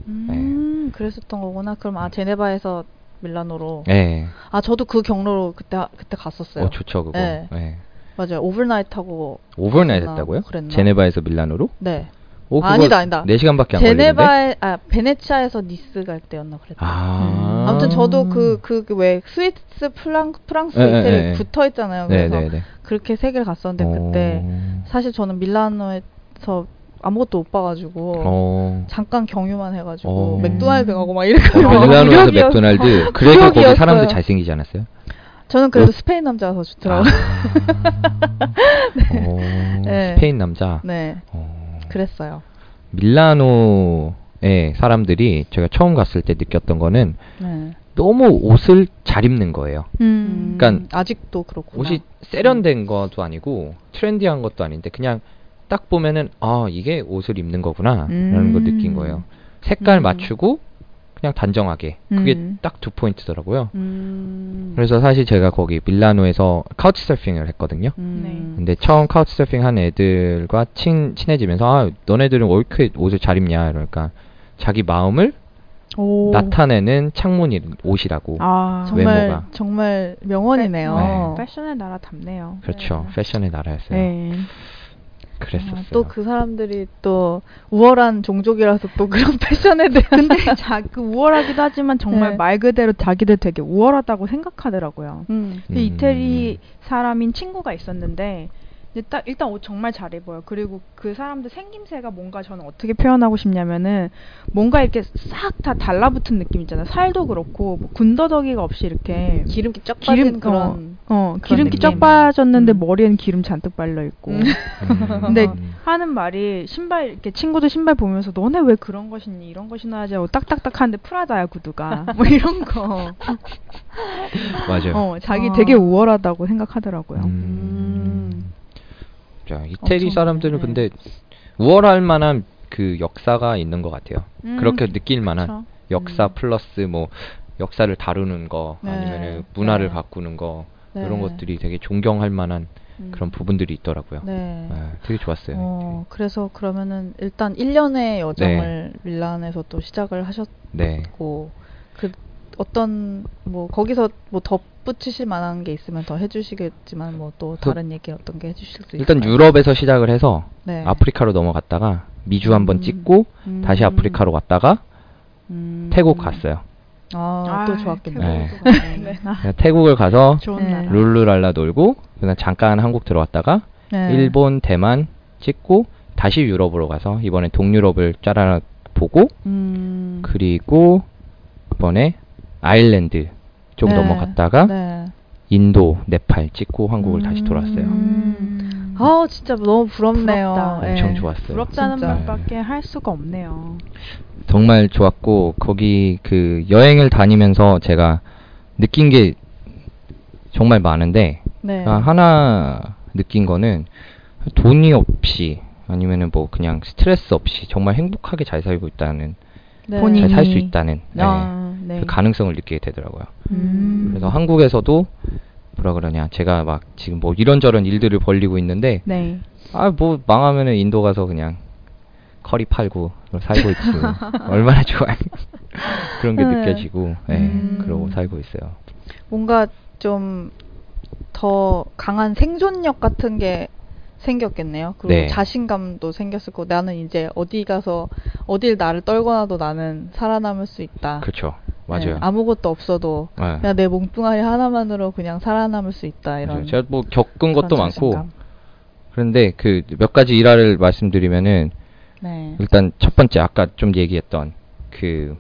Speaker 3: 네.
Speaker 2: 음, 그랬었던 거구나. 그럼 아 제네바에서 밀라노로.
Speaker 4: 네.
Speaker 2: 아 저도 그 경로로 그때 그때 갔었어요.
Speaker 4: 어, 좋죠 그거.
Speaker 2: 네.
Speaker 4: 네.
Speaker 2: 맞아요. 오버나이트 하고.
Speaker 4: 오버나잇
Speaker 2: 그랬나?
Speaker 4: 했다고요?
Speaker 2: 그랬나?
Speaker 4: 제네바에서 밀라노로?
Speaker 2: 네.
Speaker 4: 오, 그거
Speaker 2: 아니다, 아니다.
Speaker 4: 4시간밖에 안 걸리는데.
Speaker 2: 제네바에 아 베네치아에서 니스 갈 때였나 그랬다.
Speaker 4: 아.
Speaker 2: 음, 아무튼 저도 그 그 왜 스위스 프랑 프랑스
Speaker 4: 예,
Speaker 2: 이태리
Speaker 4: 예, 예.
Speaker 2: 붙어 있잖아요.
Speaker 4: 네, 어.
Speaker 2: 그래서
Speaker 4: 네, 네.
Speaker 2: 그렇게 세 개를 갔었는데 그때 사실 저는 밀라노에서 아무것도 못 봐가지고
Speaker 4: 어.
Speaker 2: 잠깐 경유만 해가지고
Speaker 4: 어.
Speaker 2: 맥도날드 가고 막 이렇게
Speaker 4: 어,
Speaker 2: 막
Speaker 4: 밀라노에서
Speaker 2: 무력이었-
Speaker 4: 맥도날드. 그래도 거기
Speaker 2: 무력이었어요.
Speaker 4: 사람들 잘생기지 않았어요? 아.
Speaker 2: 저는
Speaker 4: 어?
Speaker 2: 그래도 스페인 남자라서 좋더라고요.
Speaker 4: 오,
Speaker 2: 네.
Speaker 4: 어, 스페인 남자.
Speaker 2: 네,
Speaker 4: 어,
Speaker 2: 그랬어요.
Speaker 4: 밀라노의 사람들이 제가 처음 갔을 때 느꼈던 거는
Speaker 2: 네.
Speaker 4: 너무 옷을 잘 입는 거예요.
Speaker 3: 음.
Speaker 4: 그러니까
Speaker 2: 아직도 그렇고
Speaker 4: 옷이 세련된 것도 아니고 트렌디한 것도 아닌데 그냥 딱 보면은 아 이게 옷을 입는 거구나라는 걸
Speaker 3: 음.
Speaker 4: 느낀 거예요. 색깔
Speaker 2: 음.
Speaker 4: 맞추고 그냥 단정하게 그게
Speaker 3: 음.
Speaker 4: 딱 두 포인트더라고요.
Speaker 2: 음.
Speaker 4: 그래서 사실 제가 거기 밀라노에서 카우치 서핑을 했거든요.
Speaker 3: 네.
Speaker 4: 근데 처음 카우치서핑 한 애들과 친, 친해지면서 아 너네들은 왜 이렇게 옷을 잘 입냐 이러니까 자기 마음을
Speaker 3: 오.
Speaker 4: 나타내는 창문이 옷이라고
Speaker 3: 아,
Speaker 2: 정말
Speaker 4: 외모가.
Speaker 2: 정말 명언이네요.
Speaker 4: 네.
Speaker 3: 패션의 나라 답네요.
Speaker 4: 그렇죠
Speaker 2: 네.
Speaker 4: 패션의 나라였어요
Speaker 3: 네. 아,
Speaker 4: 그랬었어요
Speaker 2: 또 그 사람들이 또 우월한 종족이라서 또 그런 패션에 대한
Speaker 3: 근데 자, 그 우월하기도 하지만 정말
Speaker 2: 네.
Speaker 3: 말 그대로 자기들 되게 우월하다고 생각하더라고요.
Speaker 2: 음.
Speaker 3: 그 이태리 사람인 친구가 있었는데 이제 딱 일단 옷 정말 잘 입어요. 그리고 그 사람들 생김새가 뭔가 저는 어떻게 표현하고 싶냐면은 뭔가 이렇게 싹 다 달라붙은 느낌 있잖아요. 살도 그렇고 뭐 군더더기가 없이 이렇게
Speaker 2: 기름기 쫙 빠진
Speaker 3: 기름
Speaker 2: 그런
Speaker 4: 네.
Speaker 3: 어, 어
Speaker 2: 그런
Speaker 3: 기름기
Speaker 2: 느낌.
Speaker 3: 쫙 빠졌는데
Speaker 2: 음.
Speaker 3: 머리엔 기름 잔뜩 발려 있고
Speaker 2: 음.
Speaker 3: 근데 하는 말이 신발 이렇게 친구들 신발 보면서 너네 왜 그런 것이니 이런 것이나 하지 하고 딱딱딱 하는데 프라다야 구두가 뭐 이런 거
Speaker 4: 맞아요
Speaker 3: 어, 자기
Speaker 2: 아.
Speaker 3: 되게 우월하다고 생각하더라고요.
Speaker 4: 음. 자 이태리
Speaker 2: 엄청-
Speaker 4: 사람들은
Speaker 2: 네.
Speaker 4: 근데 우월할 만한 그 역사가 있는 것 같아요
Speaker 3: 음,
Speaker 4: 그렇게 느낄 만한
Speaker 3: 그쵸.
Speaker 4: 역사 플러스 뭐 역사를 다루는 거
Speaker 2: 음. 네.
Speaker 4: 아니면 문화를
Speaker 2: 네.
Speaker 4: 바꾸는 거
Speaker 2: 네.
Speaker 4: 이런 것들이 되게 존경할 만한
Speaker 2: 음.
Speaker 4: 그런 부분들이 있더라고요.
Speaker 2: 네.
Speaker 4: 네, 되게 좋았어요.
Speaker 2: 어, 그래서 그러면은 일단 1년의 여정을 밀란에서 또 시작을 하셨고
Speaker 4: 네.
Speaker 2: 그 어떤 뭐 거기서 뭐 덧붙이실 만한 게 있으면 더 해주시겠지만 뭐 또
Speaker 4: 그-
Speaker 2: 다른 얘기 어떤 게 해주실 수
Speaker 4: 일단
Speaker 2: 있을까요?
Speaker 4: 유럽에서 시작을 해서
Speaker 2: 네.
Speaker 4: 아프리카로 넘어갔다가 미주 한번
Speaker 2: 음.
Speaker 4: 찍고
Speaker 2: 음.
Speaker 4: 다시 아프리카로 갔다가
Speaker 2: 음.
Speaker 4: 태국 갔어요.
Speaker 2: 아, 또 좋았겠네요.
Speaker 3: 태국도
Speaker 4: 태국.
Speaker 3: 가네.
Speaker 4: 그냥 태국을 가서
Speaker 3: 좋은
Speaker 2: 네.
Speaker 3: 나라.
Speaker 4: 룰루랄라 놀고 그다음 잠깐 한국 들어왔다가
Speaker 2: 네.
Speaker 4: 일본, 대만 찍고 다시 유럽으로 가서 이번엔 동유럽을 짜라 보고
Speaker 2: 음.
Speaker 4: 그리고 이번에 아일랜드 쪽
Speaker 2: 네.
Speaker 4: 넘어갔다가
Speaker 2: 네.
Speaker 3: 음.
Speaker 4: 인도, 네팔 찍고 한국을 다시 돌아왔어요.
Speaker 2: 음. 아 진짜 너무 부럽네요.
Speaker 3: 부럽다.
Speaker 2: 예.
Speaker 4: 엄청 좋았어요. 네.
Speaker 3: 부럽다는
Speaker 2: 진짜.
Speaker 3: 말밖에 할 수가 없네요.
Speaker 4: 정말 좋았고 거기 그 여행을 다니면서 제가 느낀 게 정말 많은데
Speaker 2: 네.
Speaker 4: 아, 하나 느낀 거는 돈이 없이 아니면은 뭐 그냥 스트레스 없이 정말 행복하게 잘 살고 있다는
Speaker 2: 네.
Speaker 3: 본인이-
Speaker 4: 잘 살 수 있다는 네,
Speaker 3: 아, 네.
Speaker 4: 그 가능성을 느끼게 되더라고요.
Speaker 3: 음.
Speaker 4: 그래서 한국에서도 뭐라 그러냐 제가 막 지금 뭐 이런저런 일들을 벌리고 있는데
Speaker 3: 네.
Speaker 4: 아 뭐 망하면은 인도 가서 그냥 커리 팔고 살고 있지 얼마나 좋아요 그런 게
Speaker 2: 네.
Speaker 4: 느껴지고 예
Speaker 3: 음.
Speaker 4: 그러고 살고 있어요
Speaker 2: 뭔가 좀 더 강한 생존력 같은 게 생겼겠네요. 그리고
Speaker 4: 네.
Speaker 2: 자신감도 생겼을 거고 나는 이제 어디 가서 어딜 나를 떨거나도 나는 살아남을 수 있다.
Speaker 4: 그렇죠
Speaker 2: 네,
Speaker 4: 맞아요
Speaker 2: 아무것도 없어도
Speaker 4: 예.
Speaker 2: 그냥 내 몽뚱아리 하나만으로 그냥 살아남을 수 있다 이런.
Speaker 4: 맞아요. 제가 뭐 겪은 것도
Speaker 2: 그런
Speaker 4: 많고
Speaker 2: 자신감.
Speaker 4: 그런데 그 몇 가지 일화를 말씀드리면은
Speaker 2: 네.
Speaker 4: 일단 첫 번째 아까 좀 얘기했던 그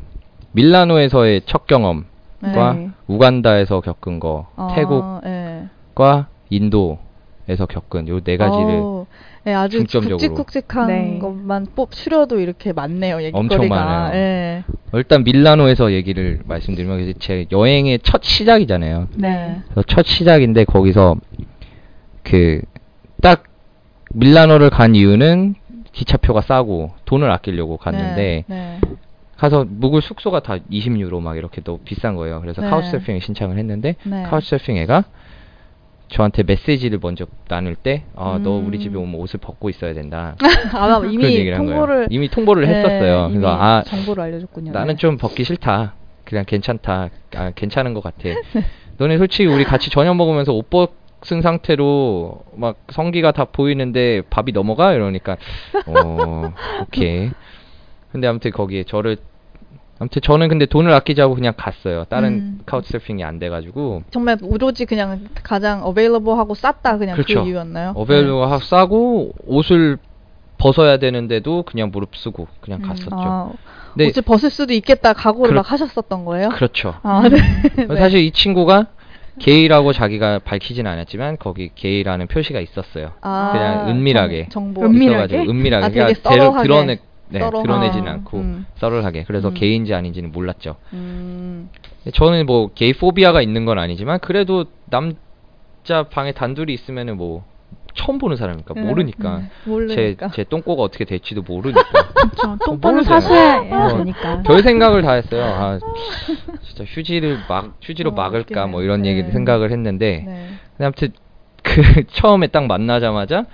Speaker 4: 밀라노에서의 첫 경험과
Speaker 3: 네.
Speaker 4: 우간다에서 겪은 거
Speaker 2: 아, 예.
Speaker 4: 태국과 인도에서 겪은 요 네 가지를
Speaker 2: 어우, 네, 아주
Speaker 4: 중점적으로.
Speaker 2: 굵직굵직한
Speaker 3: 네.
Speaker 2: 것만 뽑 추려도 이렇게 많네요. 얘기거리가.
Speaker 4: 엄청 많아요.
Speaker 2: 예.
Speaker 4: 일단 밀라노에서 얘기를 말씀드리면 이제 제 여행의 첫 시작이잖아요.
Speaker 2: 네.
Speaker 4: 그래서 첫 시작인데 거기서 그 딱 밀라노를 간 이유는 기차표가 싸고 돈을 아끼려고 갔는데
Speaker 2: 네.
Speaker 4: 가서 묵을 숙소가 다 20유로 막 이렇게 너무 비싼 거예요. 그래서
Speaker 2: 네.
Speaker 4: 카우치sur핑 신청을 했는데
Speaker 2: 네.
Speaker 4: 카우치sur핑 애가 저한테 메시지를 먼저 나눌 때 아, 너 우리 집에 오면 옷을 벗고 있어야 된다.
Speaker 2: 아마
Speaker 4: 그런
Speaker 2: 음. 이미
Speaker 4: 얘기를 한 거예요.
Speaker 2: 통보를
Speaker 4: 이미 통보를
Speaker 2: 네,
Speaker 4: 했었어요.
Speaker 2: 이미
Speaker 4: 그래서 아,
Speaker 2: 정보를 알려줬군요. 네.
Speaker 4: 나는 좀 벗기 싫다. 그냥 괜찮다. 아, 괜찮은 것 같아. 너네 솔직히 우리 같이 저녁 먹으면서 옷 벗은 상태로 막 성기가 다 보이는데 밥이 넘어가 이러니까 어 오케이. 근데 아무튼 거기에 저를 아무튼 저는 근데 돈을 아끼자고 그냥 갔어요. 다른
Speaker 2: 음.
Speaker 4: 카우치서핑이 안 돼가지고
Speaker 2: 정말 오로지 그냥 가장 어베일러블하고 쌌다 그냥 그
Speaker 4: 그렇죠.
Speaker 2: 이유였나요?
Speaker 4: 어벨로가 싸고 옷을 벗어야 되는데도 그냥 무릎 쓰고 그냥
Speaker 3: 음,
Speaker 4: 갔었죠.
Speaker 2: 아,
Speaker 4: 근데
Speaker 2: 옷을 벗을 수도 있겠다 각오를
Speaker 4: 그렇-
Speaker 2: 막 하셨었던 거예요?
Speaker 4: 그렇죠.
Speaker 2: 아, 네.
Speaker 4: 사실 이 친구가 게이라고 자기가 밝히진 않았지만 거기 게이라는 표시가 있었어요.
Speaker 2: 아,
Speaker 4: 그냥 은밀하게.
Speaker 2: 정, 보
Speaker 3: 은밀- 은밀하게?
Speaker 4: 있어가지고 은밀하게
Speaker 2: 아, 되게
Speaker 4: 그러니까 대로
Speaker 2: 썰어하게.
Speaker 4: 드러내 네,
Speaker 2: 썰어하-
Speaker 4: 드러내진
Speaker 2: 아,
Speaker 4: 않고
Speaker 2: 음.
Speaker 4: 썰을하게. 그래서
Speaker 2: 음.
Speaker 4: 게이인지 아닌지는 몰랐죠.
Speaker 2: 음,
Speaker 4: 저는 뭐 게이 포비아가 있는 건 아니지만 그래도 남자 방에 단둘이 있으면은 뭐 처음 보는 사람이니까
Speaker 2: 음,
Speaker 4: 모르니까 제
Speaker 2: 모르니까.
Speaker 4: 제 똥꼬가 어떻게 될지도 모르니까
Speaker 3: 그렇죠. 똥꼬는
Speaker 4: 모르세요.
Speaker 3: 사수해야
Speaker 4: 어.
Speaker 3: 되니까.
Speaker 4: 별 생각을 다 했어요. 아 진짜 휴지를 막 휴지로
Speaker 2: 어,
Speaker 4: 막을까 뭐 이런
Speaker 2: 웃기네.
Speaker 4: 얘기를 생각을 했는데
Speaker 2: 네.
Speaker 4: 근데 아무튼 그 처음에 딱 만나자마자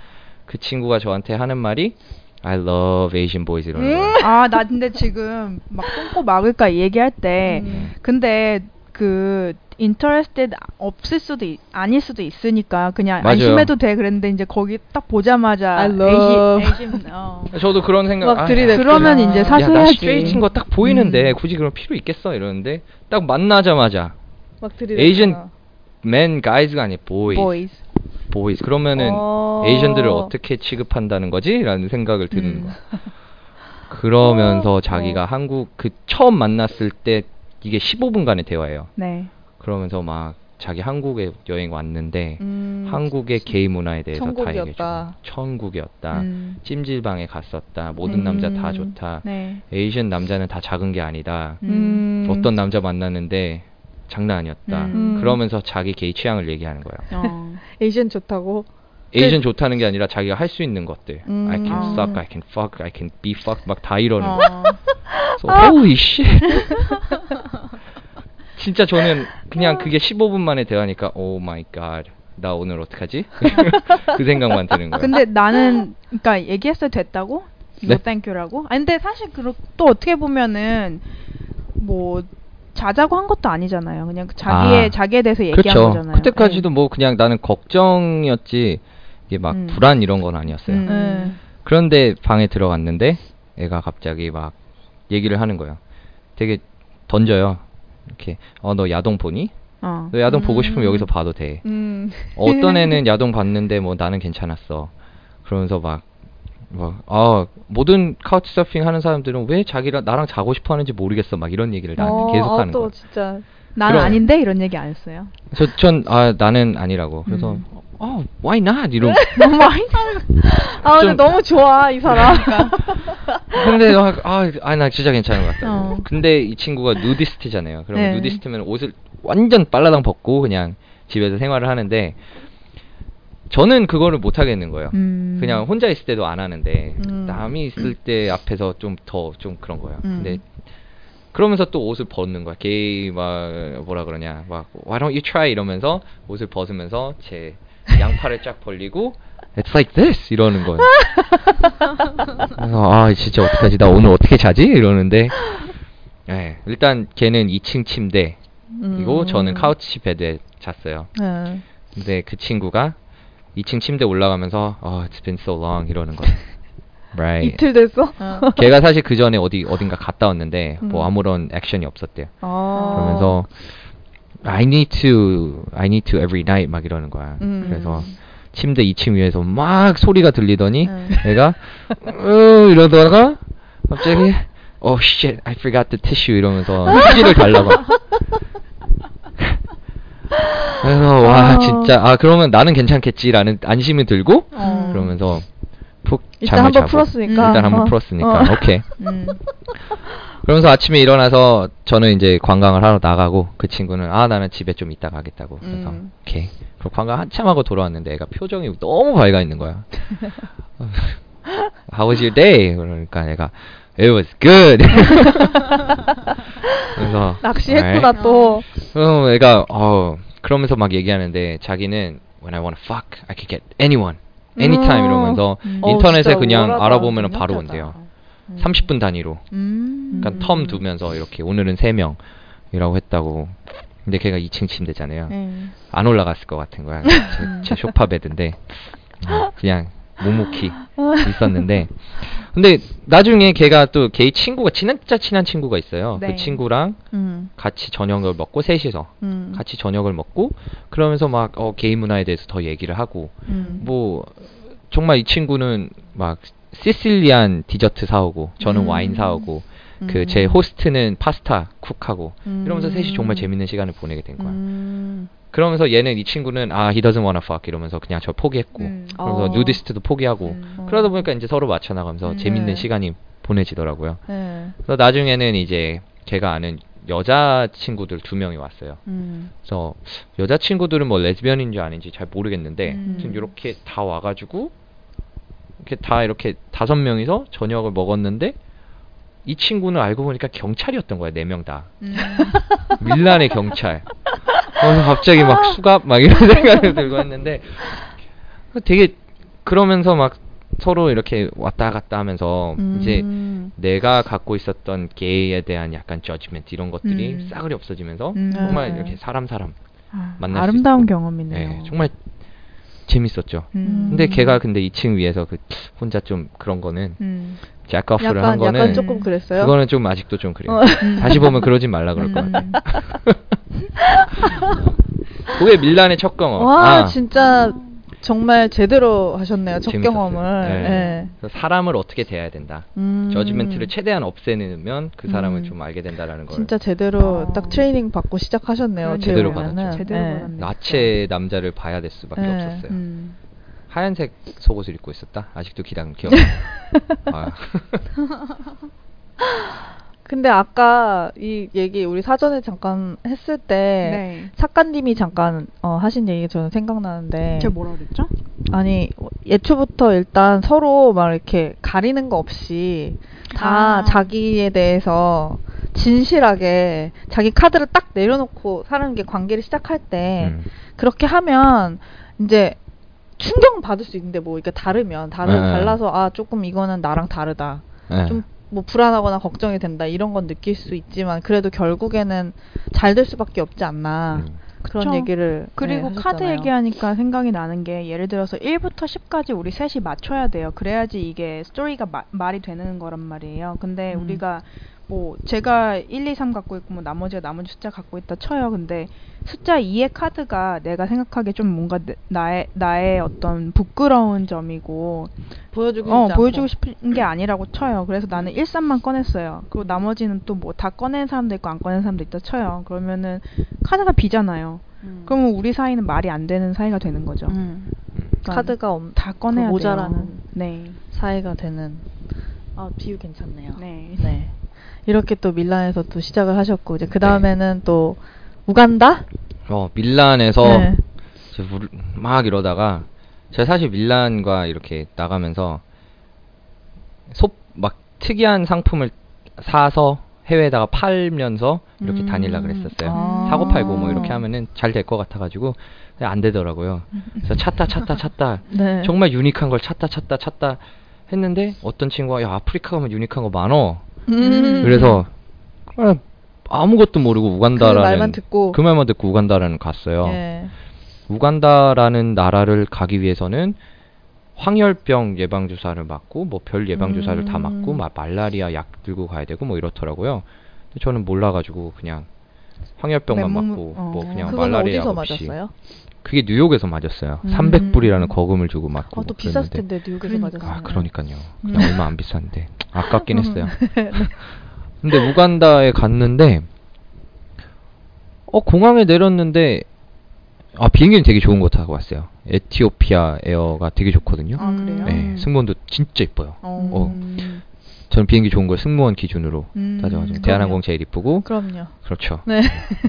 Speaker 4: 그 친구가 저한테 하는 말이 I love Asian boys 이러는
Speaker 2: 음.
Speaker 4: 거예요.
Speaker 3: 아, 나 근데 지금 막 똥꼬 막을까 얘기할 때
Speaker 2: 음.
Speaker 4: 네.
Speaker 3: 근데 그 interested 없을 수도 있- 아닐 수도 있으니까 그냥
Speaker 4: 맞아요.
Speaker 3: 안심해도 돼 그랬는데 이제 거기 딱 보자마자
Speaker 2: I love.
Speaker 3: 애심, 애심 어.
Speaker 4: 저도 그런 생각. 아,
Speaker 2: 막 들이댔구나.
Speaker 3: 그러면 이제
Speaker 2: 야,
Speaker 4: 야나
Speaker 3: 사수해야지. 음.
Speaker 4: 스트레이트인 거 딱 보이는데 굳이 그런 필요 있겠어 이러는데 딱 만나자마자
Speaker 2: 막 들이대.
Speaker 4: Asian men guys가 아니 boys
Speaker 3: boys.
Speaker 4: boys 그러면은
Speaker 2: 어.
Speaker 4: 에이션들을 어떻게 취급한다는 거지라는 생각을 드는
Speaker 3: 음.
Speaker 4: 거야. 그러면서
Speaker 2: 어.
Speaker 4: 자기가 한국 그 처음 만났을 때 이게 15분간의 대화예요.
Speaker 3: 네.
Speaker 4: 그러면서 막 자기 한국에 여행 왔는데
Speaker 2: 음,
Speaker 4: 한국의 게이 문화에 대해서 다
Speaker 2: 천국이었다.
Speaker 4: 얘기해 줘. 천국이었다.
Speaker 3: 음.
Speaker 4: 찜질방에 갔었다. 모든
Speaker 3: 음.
Speaker 4: 남자 다 좋다.
Speaker 3: 네.
Speaker 4: 에이션 남자는 다 작은 게 아니다.
Speaker 2: 음.
Speaker 4: 어떤 남자 만났는데 장난 아니었다.
Speaker 3: 음.
Speaker 4: 그러면서 자기 게이 취향을 얘기하는 거야.
Speaker 3: 어.
Speaker 2: 에이션 좋다고.
Speaker 4: 에이전 좋다는 게 아니라 자기가 할 수 있는 것들.
Speaker 2: 음.
Speaker 4: I can
Speaker 3: 아.
Speaker 4: suck, I can fuck, I can be fucked 막 다 이러는
Speaker 3: 어.
Speaker 4: 거.
Speaker 2: 아.
Speaker 4: So, holy shit. 진짜 저는 그냥 그게 15분 만에 대화니까 oh my god. 나 오늘 어떡하지? 그 생각만 드는 거야.
Speaker 3: 아, 근데 나는 그러니까 얘기했어도 됐다고?
Speaker 4: 네?
Speaker 3: 노 땡큐라고? 아니 근데 사실 그렇 또 어떻게 보면은 뭐 자자고 한 것도 아니잖아요. 그냥 그 자기의
Speaker 4: 아.
Speaker 3: 자기에 대해서 얘기한
Speaker 4: 그렇죠.
Speaker 3: 거잖아요. 예.
Speaker 4: 그때까지도 뭐 그냥 나는 걱정이었지 이게 막
Speaker 3: 음.
Speaker 4: 불안 이런 건
Speaker 3: 네.
Speaker 4: 아니었어요.
Speaker 3: 음.
Speaker 2: 음.
Speaker 4: 그런데 방에 들어갔는데 애가 갑자기 막 얘기를 하는 거예요. 되게 던져요. 이렇게 어 너 야동 보니?
Speaker 3: 어.
Speaker 4: 너 야동 네, 보고 싶으면
Speaker 2: 음.
Speaker 4: 여기서 봐도 돼.
Speaker 2: 음.
Speaker 4: 어떤 애는 야동 봤는데 뭐 나는 괜찮았어. 그러면서 막, 막, 아, 모든 카우치 서핑 하는 사람들은 왜 자기랑, 나랑 자고 싶어 하는지 모르겠어. 막 이런 얘기를 나한테
Speaker 2: 어,
Speaker 4: 계속 하는
Speaker 2: 아, 또
Speaker 4: 거야.
Speaker 2: 진짜
Speaker 3: 난
Speaker 4: 그럼.
Speaker 3: 아닌데 이런 얘기 안 했어요.
Speaker 4: 저, 전, 아, 나는 아니라고. 그래서,
Speaker 3: 음.
Speaker 4: 어, why not? 이런.
Speaker 3: 너무 아이 아 근데
Speaker 4: 좀-
Speaker 3: 너무 좋아 이 사람.
Speaker 4: 근데 막, 아, 아, 나 진짜 괜찮은 것 같다.
Speaker 3: 어.
Speaker 4: 근데 이 친구가 누디스트잖아요. 그럼
Speaker 3: 네.
Speaker 4: 누디스트면 옷을 완전 빨라당 벗고 그냥 집에서 생활을 하는데 저는 그거를 못 하겠는 거예요.
Speaker 3: 음.
Speaker 4: 그냥 혼자 있을 때도 안 하는데
Speaker 3: 음.
Speaker 4: 남이 있을 때 앞에서 좀 더 좀 그런 거야.
Speaker 3: 음.
Speaker 4: 근데 그러면서 또 옷을 벗는 거야. 게이 막 뭐라 그러냐 막 Why don't you try 이러면서 옷을 벗으면서 제 양팔을 쫙 벌리고 It's like this 이러는 거야. 그래서 아 진짜 어떡하지? 나 오늘 어떻게 자지? 이러는데 예, 일단 걔는 2층 침대 그리고
Speaker 3: 음.
Speaker 4: 저는 카우치 베드에 잤어요.
Speaker 3: 네.
Speaker 4: 근데 그 친구가 2층 침대 올라가면서 아, it's been so long 이러는 거야. Right.
Speaker 2: 이틀 됐어?
Speaker 4: 걔가 사실 그 전에 어디 어딘가 갔다 왔는데 뭐
Speaker 3: 음.
Speaker 4: 아무런 액션이 없었대요.
Speaker 3: 어.
Speaker 4: 그러면서 I need to I need to every night 막 이러는 거야.
Speaker 2: 음.
Speaker 4: 그래서 침대 2층 위에서 막 소리가 들리더니
Speaker 3: 음.
Speaker 4: 애가 으 이러다가 갑자기 oh shit I forgot the tissue 이러면서 휴지를 달라봐. 그래서 와
Speaker 3: 아.
Speaker 4: 진짜 아 그러면 나는 괜찮겠지라는 안심이 들고
Speaker 2: 음.
Speaker 3: 어.
Speaker 4: 그러면서 푹
Speaker 2: 일단
Speaker 4: 잠을
Speaker 2: 한번
Speaker 4: 자고
Speaker 2: 풀었으니까.
Speaker 4: 일단 한번
Speaker 2: 어.
Speaker 4: 풀었으니까
Speaker 2: 어.
Speaker 4: 오케이.
Speaker 3: 음.
Speaker 4: 그러면서 아침에 일어나서 저는 이제 관광을 하러 나가고 그 친구는 아 나는 집에 좀 있다 가겠다고 그래서
Speaker 3: 음.
Speaker 4: 오케이 그리고 관광 한참 하고 돌아왔는데 애가 표정이 너무 밝아 있는 거야 How was your day? 그러니까 애가 It was good 그래서
Speaker 2: 낚시했구나 또.
Speaker 4: 어, 애가 어 그러면서 막 얘기하는데 자기는 When I wanna fuck I can get anyone anytime
Speaker 3: 음.
Speaker 4: 이러면서
Speaker 3: 음.
Speaker 2: 어,
Speaker 4: 인터넷에
Speaker 2: 진짜
Speaker 4: 그냥
Speaker 2: 우월하다.
Speaker 4: 알아보면
Speaker 2: 능력자다.
Speaker 4: 바로 온대요 30분 단위로
Speaker 3: 음.
Speaker 4: 그러니까 텀 두면서 이렇게 오늘은 3명이라고 했다고 근데 걔가 2층 침대잖아요
Speaker 3: 음.
Speaker 4: 안 올라갔을 것 같은 거야 제, 제 쇼파 베드인데 어, 그냥 묵묵히 있었는데 근데 나중에 걔가 또 걔 친구가 진짜 친한 친구가 있어요
Speaker 3: 네.
Speaker 4: 그 친구랑
Speaker 3: 음.
Speaker 4: 같이 저녁을 먹고 셋이서
Speaker 3: 음.
Speaker 4: 같이 저녁을 먹고 그러면서 막 어, 게이 문화에 대해서 더 얘기를 하고
Speaker 3: 음.
Speaker 4: 뭐 정말 이 친구는 막 시실리안 디저트 사오고 저는
Speaker 3: 음.
Speaker 4: 와인 사오고 그
Speaker 3: 음.
Speaker 4: 제 호스트는 파스타 쿡하고 이러면서
Speaker 3: 음.
Speaker 4: 셋이 정말 재밌는 시간을 보내게 된 거야.
Speaker 3: 음.
Speaker 4: 그러면서 얘는 이 친구는 아 he doesn't wanna fuck 이러면서 그냥 저 포기했고
Speaker 3: 음.
Speaker 4: 그래서
Speaker 2: 아.
Speaker 3: 어.
Speaker 4: 누디스트도 포기하고
Speaker 3: 음.
Speaker 4: 그러다 보니까 이제 서로 맞춰나가면서
Speaker 3: 음.
Speaker 4: 재밌는
Speaker 3: 네.
Speaker 4: 시간이 보내지더라고요.
Speaker 3: 네.
Speaker 4: 그래서 나중에는 이제 걔가 아는 여자 친구들 두 명이 왔어요.
Speaker 3: 음.
Speaker 4: 그래서 여자 친구들은 뭐 레즈비언인지 아닌지 잘 모르겠는데
Speaker 3: 음.
Speaker 4: 네, 지금 이렇게 다 와가지고 이렇게 다 이렇게 다섯 명이서 저녁을 먹었는데 이 친구는 알고 보니까 경찰이었던 거야 네 명 다.
Speaker 2: 음.
Speaker 4: 밀란의 경찰. 어, 갑자기 막 수갑 막 이런 생각이 들고 했는데 되게 그러면서 막 서로 이렇게 왔다 갔다 하면서 이제
Speaker 3: 음.
Speaker 4: 내가 갖고 있었던 게이에 대한 약간 저지멘트 이런 것들이
Speaker 3: 음.
Speaker 4: 싸그리 없어지면서
Speaker 3: 음.
Speaker 4: 정말 이렇게 사람 사람
Speaker 3: 아,
Speaker 4: 만날 수
Speaker 3: 아름다운
Speaker 4: 있고.
Speaker 3: 경험이네요.
Speaker 4: 네, 정말 재밌었죠.
Speaker 3: 음.
Speaker 4: 근데 걔가 근데 2층 위에서 그 혼자 좀 그런 거는
Speaker 3: 음.
Speaker 4: 잭오프를 한
Speaker 2: 약간
Speaker 4: 거는
Speaker 2: 약간 조금 그랬어요. 음.
Speaker 4: 그거는 좀 아직도 좀 그래요.
Speaker 2: 어.
Speaker 4: 다시 보면 그러지 말라 그럴 것 같아. 그게 밀란의 첫 경험.
Speaker 2: 와
Speaker 4: 아,
Speaker 2: 진짜 정말 제대로 하셨네요 첫
Speaker 4: 재밌었어요.
Speaker 2: 경험을.
Speaker 4: 네.
Speaker 2: 예.
Speaker 4: 그래서 사람을 어떻게 대해야 된다.
Speaker 3: 음.
Speaker 4: 저지멘트를 최대한 없애면 그 사람을
Speaker 3: 음.
Speaker 4: 좀 알게 된다라는 걸.
Speaker 2: 진짜 제대로
Speaker 3: 어.
Speaker 2: 딱 트레이닝 받고 시작하셨네요. 어떻게
Speaker 4: 네. 제대로
Speaker 2: 보면은.
Speaker 4: 받았죠.
Speaker 3: 음, 제대로
Speaker 2: 예.
Speaker 3: 받았네.
Speaker 4: 나체 남자를 봐야 될 수밖에
Speaker 2: 네.
Speaker 4: 없었어요.
Speaker 3: 음.
Speaker 4: 하얀색 속옷을 입고 있었다. 아직도 기당 기억나. 아,
Speaker 2: 근데 아까 이 얘기 우리 사전에 잠깐 했을 때
Speaker 3: 네.
Speaker 2: 작가님이 잠깐 어, 하신 얘기 저는 생각나는데
Speaker 3: 제가 뭐라 그랬죠?
Speaker 2: 아니 예초부터 일단 서로 막 이렇게 가리는 거 없이 다
Speaker 3: 아.
Speaker 2: 자기에 대해서 진실하게 자기 카드를 딱 내려놓고 사람에게 관계를 시작할 때
Speaker 4: 음.
Speaker 2: 그렇게 하면 이제 충격 받을 수 있는데 뭐 이게 다르면 다르
Speaker 4: 네.
Speaker 2: 달라서 아 조금 이거는 나랑 다르다
Speaker 4: 네.
Speaker 2: 좀 뭐 불안하거나 걱정이 된다 이런 건 느낄 수 있지만 그래도 결국에는 잘 될 수밖에 없지 않나
Speaker 4: 음.
Speaker 2: 그런
Speaker 3: 그쵸.
Speaker 2: 얘기를
Speaker 3: 그리고
Speaker 2: 네,
Speaker 3: 카드
Speaker 2: 하셨잖아요.
Speaker 3: 얘기하니까 생각이 나는 게 예를 들어서 1부터 10까지 우리 셋이 맞춰야 돼요. 그래야지 이게 스토리가 마- 말이 되는 거란 말이에요. 근데
Speaker 2: 음.
Speaker 3: 우리가 뭐 제가 1, 2, 3 갖고 있고 뭐 나머지가 나머지 숫자 갖고 있다 쳐요. 근데 숫자 2의 카드가 내가 생각하기에 좀 뭔가 내- 나의 나의 어떤 부끄러운 점이고
Speaker 2: 보여주고
Speaker 3: 어,
Speaker 2: 싶지
Speaker 3: 보여주고
Speaker 2: 않고.
Speaker 3: 싶은 게 아니라고 쳐요. 그래서 나는 1, 3만 꺼냈어요. 그리고 나머지는 또 뭐 다 꺼낸 사람도 있고 안 꺼낸 사람도 있다 쳐요. 그러면은 카드가 비잖아요.
Speaker 2: 음.
Speaker 3: 그러면 우리 사이는 말이 안 되는 사이가 되는 거죠.
Speaker 2: 음.
Speaker 3: 그러니까
Speaker 2: 카드가 없,
Speaker 3: 다 꺼내야
Speaker 2: 그 모자라는
Speaker 3: 돼요. 네.
Speaker 2: 사이가 되는 아 비유 괜찮네요.
Speaker 3: 네.
Speaker 2: 네. 이렇게 또 밀란에서 또 시작을 하셨고 이제 그 다음에는 또 우간다.
Speaker 4: 어 밀란에서
Speaker 2: 네.
Speaker 4: 이제 물- 막 이러다가 제가 사실 밀란과 이렇게 나가면서 소 막 특이한 상품을 사서 해외에다가 팔면서 이렇게
Speaker 3: 음.
Speaker 4: 다닐라 그랬었어요.
Speaker 3: 아.
Speaker 4: 사고 팔고 뭐 이렇게 하면은 잘 될 것 같아가지고 근데 안 되더라고요. 그래서 찾다 찾다 찾다
Speaker 2: 네.
Speaker 4: 정말 유니크한 걸 찾다 찾다 찾다 했는데 어떤 친구가 야 아프리카 가면 뭐 유니크한 거 많어.
Speaker 2: 음.
Speaker 4: 그래서 그냥 아무것도 모르고 우간다라는
Speaker 2: 그 말만 듣고.
Speaker 4: 그 말만 듣고 우간다라는 갔어요.
Speaker 2: 예.
Speaker 4: 우간다라는 나라를 가기 위해서는 황열병 예방 주사를 맞고 뭐 별 예방 주사를 다 맞고
Speaker 2: 음.
Speaker 4: 막 말라리아 약 들고 가야 되고 뭐 이렇더라고요. 근데 저는 몰라 가지고 그냥 황열병만
Speaker 3: 맨몸-
Speaker 4: 맞고 뭐
Speaker 3: 어.
Speaker 4: 그냥
Speaker 2: 그건
Speaker 4: 말라리아
Speaker 2: 어디서
Speaker 4: 약 없이
Speaker 2: 맞았어요?
Speaker 4: 그게 뉴욕에서 맞았어요.
Speaker 3: 음.
Speaker 4: 300불이라는 거금을 주고 맞고
Speaker 2: 아 또
Speaker 4: 뭐
Speaker 2: 비쌌을
Speaker 4: 그랬는데.
Speaker 2: 텐데 뉴욕에서
Speaker 3: 그러니까.
Speaker 2: 맞았어요.
Speaker 4: 아, 그러니까요.
Speaker 3: 음.
Speaker 4: 그냥 얼마 안 비싼데 아깝긴 했어요.
Speaker 3: 네.
Speaker 4: 근데 우간다에 갔는데 어 공항에 내렸는데 아 비행기는 되게 좋은 거 타고 왔어요. 에티오피아 에어가 되게 좋거든요.
Speaker 3: 아 그래요?
Speaker 4: 네, 승무원도 진짜 이뻐요.
Speaker 3: 어.
Speaker 4: 어.
Speaker 2: 음,
Speaker 4: 저는 비행기 좋은 걸 승무원 기준으로
Speaker 3: 음,
Speaker 4: 따져가지고
Speaker 3: 그럼요.
Speaker 4: 대한항공 제일 이쁘고
Speaker 2: 그럼요.
Speaker 4: 그렇죠.
Speaker 2: 네.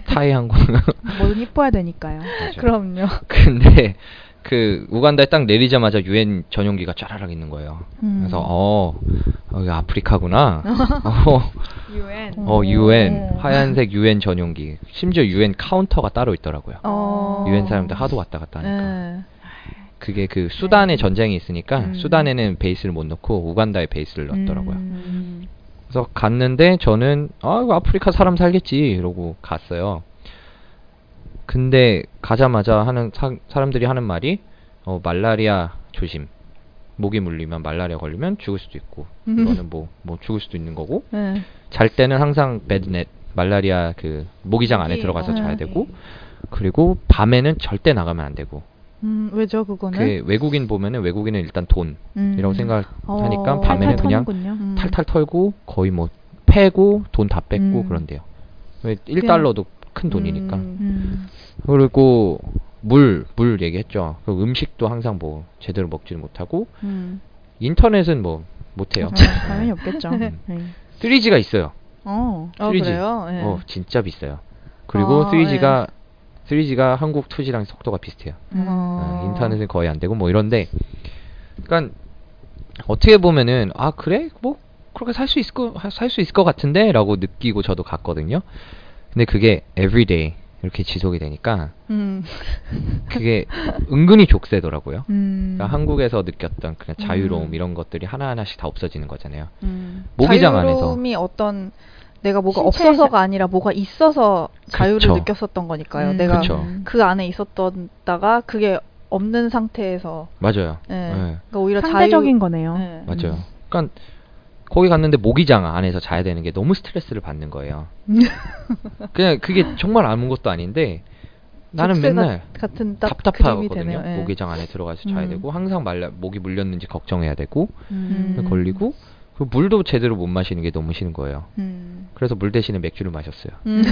Speaker 4: 타이 항공
Speaker 3: 뭐든 이뻐야 되니까요.
Speaker 4: 그렇죠.
Speaker 2: 그럼요.
Speaker 4: 근데 그 우간다에 딱 내리자마자 유엔 전용기가 쫘라락 있는 거예요.
Speaker 3: 음.
Speaker 4: 그래서 어 여기 아프리카구나. 어,
Speaker 3: UN.
Speaker 2: 음.
Speaker 4: 어 유엔
Speaker 2: 네.
Speaker 4: 하얀색 유엔 전용기. 심지어 유엔 카운터가 따로 있더라고요.
Speaker 2: 어.
Speaker 4: 유엔 사람들 하도 왔다 갔다 하니까.
Speaker 2: 예.
Speaker 4: 그게 그 수단의 전쟁이 있으니까
Speaker 3: 음.
Speaker 4: 수단에는 베이스를 못 넣고 우간다에 베이스를 넣었더라고요.
Speaker 3: 음.
Speaker 4: 그래서 갔는데 저는 아 이거 아프리카 사람 살겠지 이러고 갔어요. 근데 가자마자 하는 사, 람들이 하는 말이 어 말라리아 조심. 모기 물리면 말라리아 걸리면 죽을 수도 있고 이거는 뭐 뭐 죽을 수도 있는 거고
Speaker 2: 예.
Speaker 4: 잘 때는 항상 베드넷 말라리아 그 모기장 안에
Speaker 3: 모기,
Speaker 4: 들어가서
Speaker 2: 어,
Speaker 4: 자야
Speaker 2: 네.
Speaker 4: 되고 그리고 밤에는 절대 나가면 안 되고
Speaker 2: 음 왜죠 그거는?
Speaker 4: 그 외국인 보면은 외국인은 일단 돈이라고
Speaker 2: 음.
Speaker 4: 생각하니까
Speaker 2: 어,
Speaker 4: 밤에는
Speaker 3: 탈탈
Speaker 4: 그냥
Speaker 3: 터는군요.
Speaker 2: 음.
Speaker 4: 탈탈 털고 거의 뭐 패고 돈 다 뺏고
Speaker 3: 음.
Speaker 4: 그런대요. 왜 1달러도 큰 돈이니까.
Speaker 2: 음.
Speaker 3: 음.
Speaker 4: 그리고 물, 물 얘기했죠. 그 음식도 항상 뭐 제대로 먹지는 못하고
Speaker 3: 음.
Speaker 4: 인터넷은 뭐 못해요.
Speaker 3: 어, 당연히 없겠죠.
Speaker 4: 음.
Speaker 3: 네.
Speaker 4: 3G가 있어요.
Speaker 3: 어.
Speaker 2: 어
Speaker 4: 3G.
Speaker 2: 그래요? 예.
Speaker 4: 음. 어, 진짜 비싸요. 그리고
Speaker 2: 아,
Speaker 4: 3G가 3G가 한국 2G랑 속도가 비슷해요.
Speaker 2: 음.
Speaker 4: 아, 인터넷은 거의 안 되고 뭐 이런데 그러니까 어떻게 보면은 아 그래 뭐 그렇게 살 수 있을 거살수 있을 것 같은데라고 느끼고 저도 갔거든요. 근데 그게 everyday 이렇게 지속이 되니까
Speaker 2: 음.
Speaker 4: 그게 은근히 족쇄더라고요.
Speaker 3: 음.
Speaker 4: 그러니까 한국에서 느꼈던 그냥 자유로움
Speaker 2: 음.
Speaker 4: 이런 것들이 하나하나씩 다 없어지는 거잖아요.
Speaker 3: 음.
Speaker 4: 모기장 안에서
Speaker 2: 자유로움이 어떤 내가 뭐가
Speaker 3: 신체의
Speaker 2: 없어서가 아니라 뭐가 있어서 자유를
Speaker 4: 그쵸.
Speaker 2: 느꼈었던 거니까요.
Speaker 3: 음.
Speaker 2: 내가 그
Speaker 4: 그쵸.
Speaker 2: 안에 있었다가 그게 없는 상태에서
Speaker 4: 맞아요.
Speaker 2: 예.
Speaker 4: 네.
Speaker 2: 그러니까 오히려
Speaker 3: 상대적인
Speaker 2: 자유.
Speaker 3: 거네요.
Speaker 2: 예.
Speaker 4: 맞아요.
Speaker 3: 음.
Speaker 4: 그러니까 거기 갔는데 모기장 안에서 자야 되는 게 너무 스트레스를 받는 거예요. 그냥 그게 정말 아무것도 아닌데 나는
Speaker 2: 족쇄가
Speaker 4: 맨날
Speaker 2: 같은 딱 그림이 되네요.
Speaker 4: 답답하거든요.
Speaker 2: 예.
Speaker 4: 모기장 안에 들어가서 자야
Speaker 2: 음.
Speaker 4: 되고 항상 말라 모기 물렸는지 걱정해야 되고
Speaker 2: 음.
Speaker 4: 걸리고 그 물도 제대로 못 마시는 게 너무 싫은 거예요.
Speaker 2: 음.
Speaker 4: 그래서 물 대신에 맥주를 마셨어요.
Speaker 2: 음.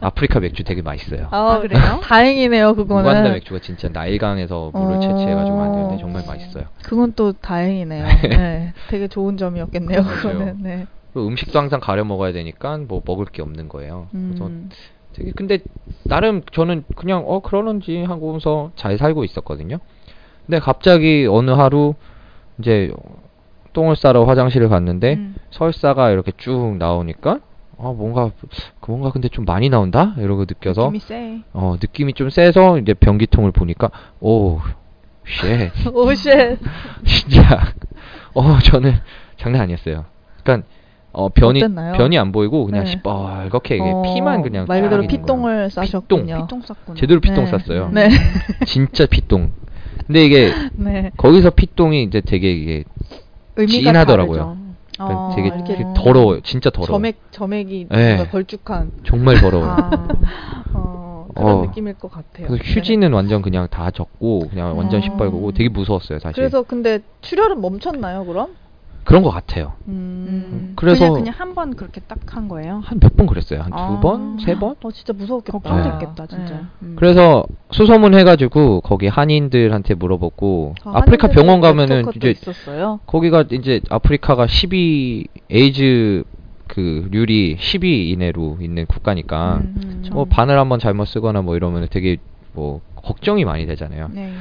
Speaker 4: 아프리카 맥주 되게 맛있어요.
Speaker 2: 아, 그래요? 다행이네요 그거는.
Speaker 4: 우간다 맥주가 진짜 나일강에서 물을
Speaker 2: 어.
Speaker 4: 채취해가지고 만드는데 정말 맛있어요.
Speaker 2: 그건 또 다행이네요. 네. 되게 좋은 점이었겠네요.
Speaker 4: 맞아요.
Speaker 2: 그거는. 네.
Speaker 4: 그 음식도 항상 가려 먹어야 되니까 뭐 먹을 게 없는 거예요. 그래서
Speaker 2: 음.
Speaker 4: 되게 근데 나름 저는 그냥 어 그러는지 하고서 잘 살고 있었거든요. 근데 갑자기 어느 하루 이제 똥을 싸러 화장실을 갔는데
Speaker 3: 음.
Speaker 4: 설사가 이렇게 쭉 나오니까 아 뭔가 그 뭔가 근데 좀 많이 나온다 이러고 느껴서
Speaker 3: 느낌이 세.
Speaker 4: 어 느낌이 좀 세서 이제 변기통을 보니까 오 쉣.
Speaker 2: 오쉣.
Speaker 4: 진짜 어 저는 장난 아니었어요. 그러니까 어 변이
Speaker 2: 어땠나요?
Speaker 4: 변이 안 보이고 그냥
Speaker 2: 네.
Speaker 4: 시뻘겋게 이게
Speaker 2: 어,
Speaker 4: 피만 그냥
Speaker 2: 말 그대로
Speaker 4: 쫙 있는 거예요.
Speaker 2: 피똥을 싸셨군요.
Speaker 3: 피똥 쌌구나.
Speaker 4: 제대로 피똥
Speaker 2: 네.
Speaker 4: 쌌어요.
Speaker 2: 네.
Speaker 4: 진짜 피똥. 근데 이게
Speaker 2: 네.
Speaker 4: 거기서 피똥이 이제 되게 이게
Speaker 3: 의미가
Speaker 4: 진하더라고요.
Speaker 3: 다르죠.
Speaker 4: 그러니까
Speaker 3: 어,
Speaker 4: 되게
Speaker 2: 이렇게
Speaker 4: 그 더러워요. 진짜 더러워.
Speaker 2: 점액 아, 점액이
Speaker 4: 네.
Speaker 2: 뭔가 걸쭉한
Speaker 4: 정말 더러워요.
Speaker 2: 어, 그런
Speaker 4: 아, 어.
Speaker 2: 느낌일 것 같아요.
Speaker 4: 그래서 휴지는 완전 그냥 다 젖고 그냥 완전
Speaker 2: 어. 네.
Speaker 4: 시뻘고 되게 무서웠어요 사실.
Speaker 2: 그래서 근데 출혈은 멈췄나요, 그럼?
Speaker 4: 그런 것 같아요.
Speaker 3: 음.
Speaker 4: 그래서-
Speaker 3: 그냥, 그냥 한 번 그렇게 딱 한 거예요.
Speaker 4: 한 몇 번 그랬어요. 한 두
Speaker 3: 아.
Speaker 4: 번, 세 번.
Speaker 2: 어 진짜 무서웠겠다.
Speaker 4: 아.
Speaker 3: 걱정됐겠다 진짜.
Speaker 2: 네.
Speaker 3: 음.
Speaker 4: 그래서 수소문 해가지고 거기 한인들한테 물어보고
Speaker 2: 아,
Speaker 4: 아, 프리카
Speaker 2: 한인들도
Speaker 4: 병원 가면은
Speaker 2: 네트워크가 또
Speaker 4: 이제
Speaker 2: 있었어요.
Speaker 4: 거기가 이제 아프리카가 10위 에이즈 그 률이 10위 이내로 있는 국가니까
Speaker 3: 음, 음.
Speaker 2: 그렇죠.
Speaker 4: 뭐 바늘 한번 잘못 쓰거나 뭐 이러면 되게 뭐 걱정이 많이
Speaker 2: 음.
Speaker 4: 되잖아요.
Speaker 3: 네.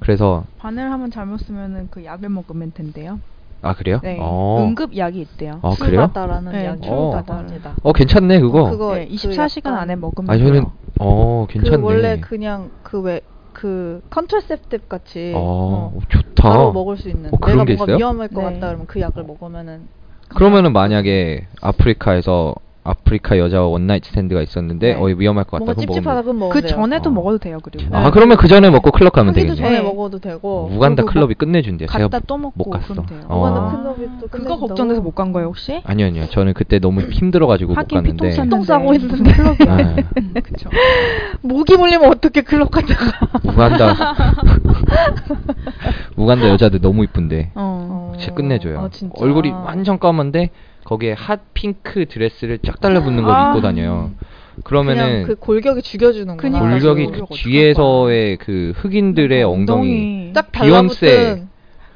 Speaker 4: 그래서
Speaker 3: 바늘 한번 잘못 쓰면은 그 약을 먹으면 된대요.
Speaker 4: 아 그래요?
Speaker 3: 네.
Speaker 4: 어.
Speaker 2: 음,
Speaker 3: 응급 약이 있대요.
Speaker 4: 아 그래요?
Speaker 2: 출바다라는
Speaker 3: 네,
Speaker 2: 약이
Speaker 4: 출바다.
Speaker 2: 합니다.
Speaker 4: 어 괜찮네 그거.
Speaker 2: 그거
Speaker 3: 네,
Speaker 2: 그
Speaker 3: 24시간
Speaker 2: 약간
Speaker 3: 안에 먹으면
Speaker 4: 아 저는
Speaker 3: 돼요.
Speaker 4: 어 괜찮네.
Speaker 2: 그 원래 그냥 그 왜 그 컨트라셉티브 같이
Speaker 4: 어,
Speaker 2: 어,
Speaker 4: 좋다.
Speaker 2: 바로 먹을 수 있는
Speaker 4: 어, 그런
Speaker 2: 내가
Speaker 4: 게
Speaker 2: 뭔가
Speaker 4: 있어요? 어.
Speaker 2: 위험할 것
Speaker 3: 네.
Speaker 2: 같다 그러면 그 약을 먹으면은
Speaker 4: 그러면은 만약에 아프리카에서 아프리카 여자와 원나잇 스탠드가 있었는데
Speaker 3: 네.
Speaker 4: 어이 위험할 것 같다.
Speaker 2: 뭔가
Speaker 4: 그럼 먹으면
Speaker 2: 찝찝하다면 먹으면
Speaker 3: 그 전에도
Speaker 4: 어.
Speaker 3: 먹어도 돼요. 그리고
Speaker 4: 아 그러면 그 전에 먹고 클럽 가면
Speaker 2: 하기도
Speaker 4: 되겠네.
Speaker 2: 전에
Speaker 3: 네.
Speaker 2: 먹어도 뭐 되고
Speaker 4: 우간다
Speaker 3: 그리고
Speaker 4: 클럽이 끝내준대요. 제가
Speaker 3: 갔다 또 먹고
Speaker 4: 못 갔어.
Speaker 3: 네. 그럼 돼요.
Speaker 4: 어.
Speaker 2: 우간다
Speaker 3: 아.
Speaker 2: 클럽이 또
Speaker 3: 그거
Speaker 2: 끝내준다고?
Speaker 3: 걱정돼서 못 간 거예요 혹시?
Speaker 4: 아니요 아니요. 저는 그때 너무 힘들어가지고 못
Speaker 3: 하긴 피똥
Speaker 4: 갔는데. 네.
Speaker 3: 쌌는데
Speaker 2: 피똥 싸고 있는데.
Speaker 4: 아,
Speaker 3: 그렇죠.
Speaker 2: 모기 물리면 어떻게 클럽 갔다가
Speaker 4: 우간다 우간다 여자들 너무 이쁜데.
Speaker 3: 어.
Speaker 4: 진짜 끝내줘요.
Speaker 2: 아, 진짜.
Speaker 4: 얼굴이 완전 까만데 거기에 핫 핑크 드레스를 쫙 달라붙는 걸
Speaker 3: 아.
Speaker 4: 입고 다녀요. 그러면은
Speaker 2: 그냥 그 골격이 죽여주는구나.
Speaker 3: 그니까.
Speaker 4: 골격이
Speaker 3: 골격
Speaker 4: 그
Speaker 3: 어떡할
Speaker 4: 뒤에서의 그 흑인들의 엉덩이
Speaker 2: 딱
Speaker 4: 비욘세.
Speaker 2: 달라붙은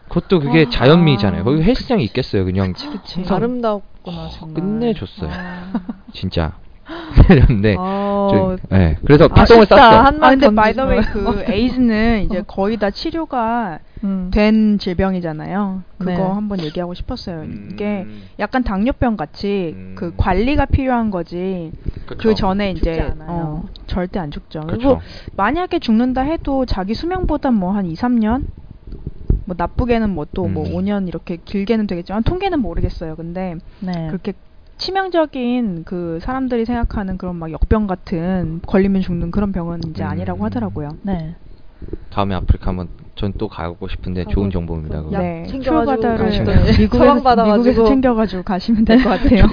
Speaker 4: 그것도 그게
Speaker 3: 아.
Speaker 4: 자연미잖아요. 거기 헬스장이 있겠어요. 그냥
Speaker 3: 그치.
Speaker 2: 아름답구나 정말.
Speaker 4: 끝내줬어요.
Speaker 3: 아. 어.
Speaker 4: 진짜. 그런데
Speaker 2: 아,
Speaker 4: 좀, 네. 그래서
Speaker 2: 아,
Speaker 4: 파송을
Speaker 2: 아쉽다.
Speaker 4: 쌌어요.
Speaker 2: 한마디
Speaker 3: 아 근데
Speaker 2: 던지지
Speaker 3: 바이더웨이
Speaker 2: 마요.
Speaker 3: 그 에이즈는 이제 거의 다 치료가
Speaker 2: 음.
Speaker 3: 된 질병이잖아요. 그거
Speaker 2: 네. 음.
Speaker 3: 한번 얘기하고 싶었어요. 이게 약간 당뇨병 같이
Speaker 4: 음.
Speaker 3: 그 관리가 필요한 거지. 그 전에
Speaker 2: 죽지
Speaker 3: 이제
Speaker 2: 않아요.
Speaker 3: 어, 절대 안 죽죠.
Speaker 4: 그
Speaker 3: 그리고 만약에 죽는다 해도 자기 수명보다 뭐 한 2, 3년? 뭐 나쁘게는 뭐 또 뭐
Speaker 4: 음.
Speaker 3: 5년 이렇게 길게는 되겠지만 통계는 모르겠어요. 근데
Speaker 2: 네.
Speaker 3: 그렇게 치명적인 그 사람들이 생각하는 그런 막 역병 같은 걸리면 죽는 그런 병은 이제
Speaker 4: 음.
Speaker 3: 아니라고 하더라고요.
Speaker 2: 네.
Speaker 4: 다음에 아프리카 한번 전 또 가고 싶은데 좋은
Speaker 2: 가고
Speaker 4: 정보입니다. 그거.
Speaker 2: 약
Speaker 3: 네,
Speaker 2: 챙겨가지고
Speaker 3: 출바다를 네,
Speaker 4: 가시면
Speaker 3: 미국에서,
Speaker 2: 처방받아가지고.
Speaker 3: 미국에서 챙겨가지고 가시면 될 것 같아요.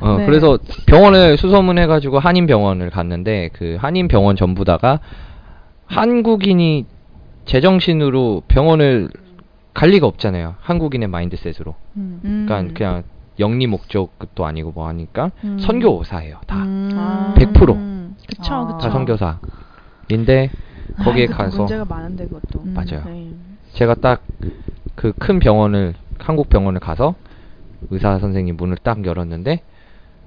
Speaker 4: 어,
Speaker 3: 네.
Speaker 4: 그래서 병원을 수소문해가지고 한인병원을 갔는데 그 한인병원 전부다가 한국인이 제정신으로 병원을 갈 리가 없잖아요. 한국인의 마인드셋으로. 그러니까 그냥 영리 목적도 아니고 뭐 하니까
Speaker 3: 음.
Speaker 4: 선교사예요. 다.
Speaker 3: 아.
Speaker 4: 100%.
Speaker 3: 그쵸,
Speaker 2: 아.
Speaker 3: 그쵸.
Speaker 4: 다 선교사인데
Speaker 3: 아,
Speaker 4: 거기에
Speaker 3: 그것도
Speaker 4: 가서
Speaker 3: 문제가 많은데 그것도.
Speaker 2: 음,
Speaker 4: 맞아요.
Speaker 3: 네.
Speaker 4: 제가 딱 그 큰 병원을 한국 병원을 가서 의사 선생님 문을 딱 열었는데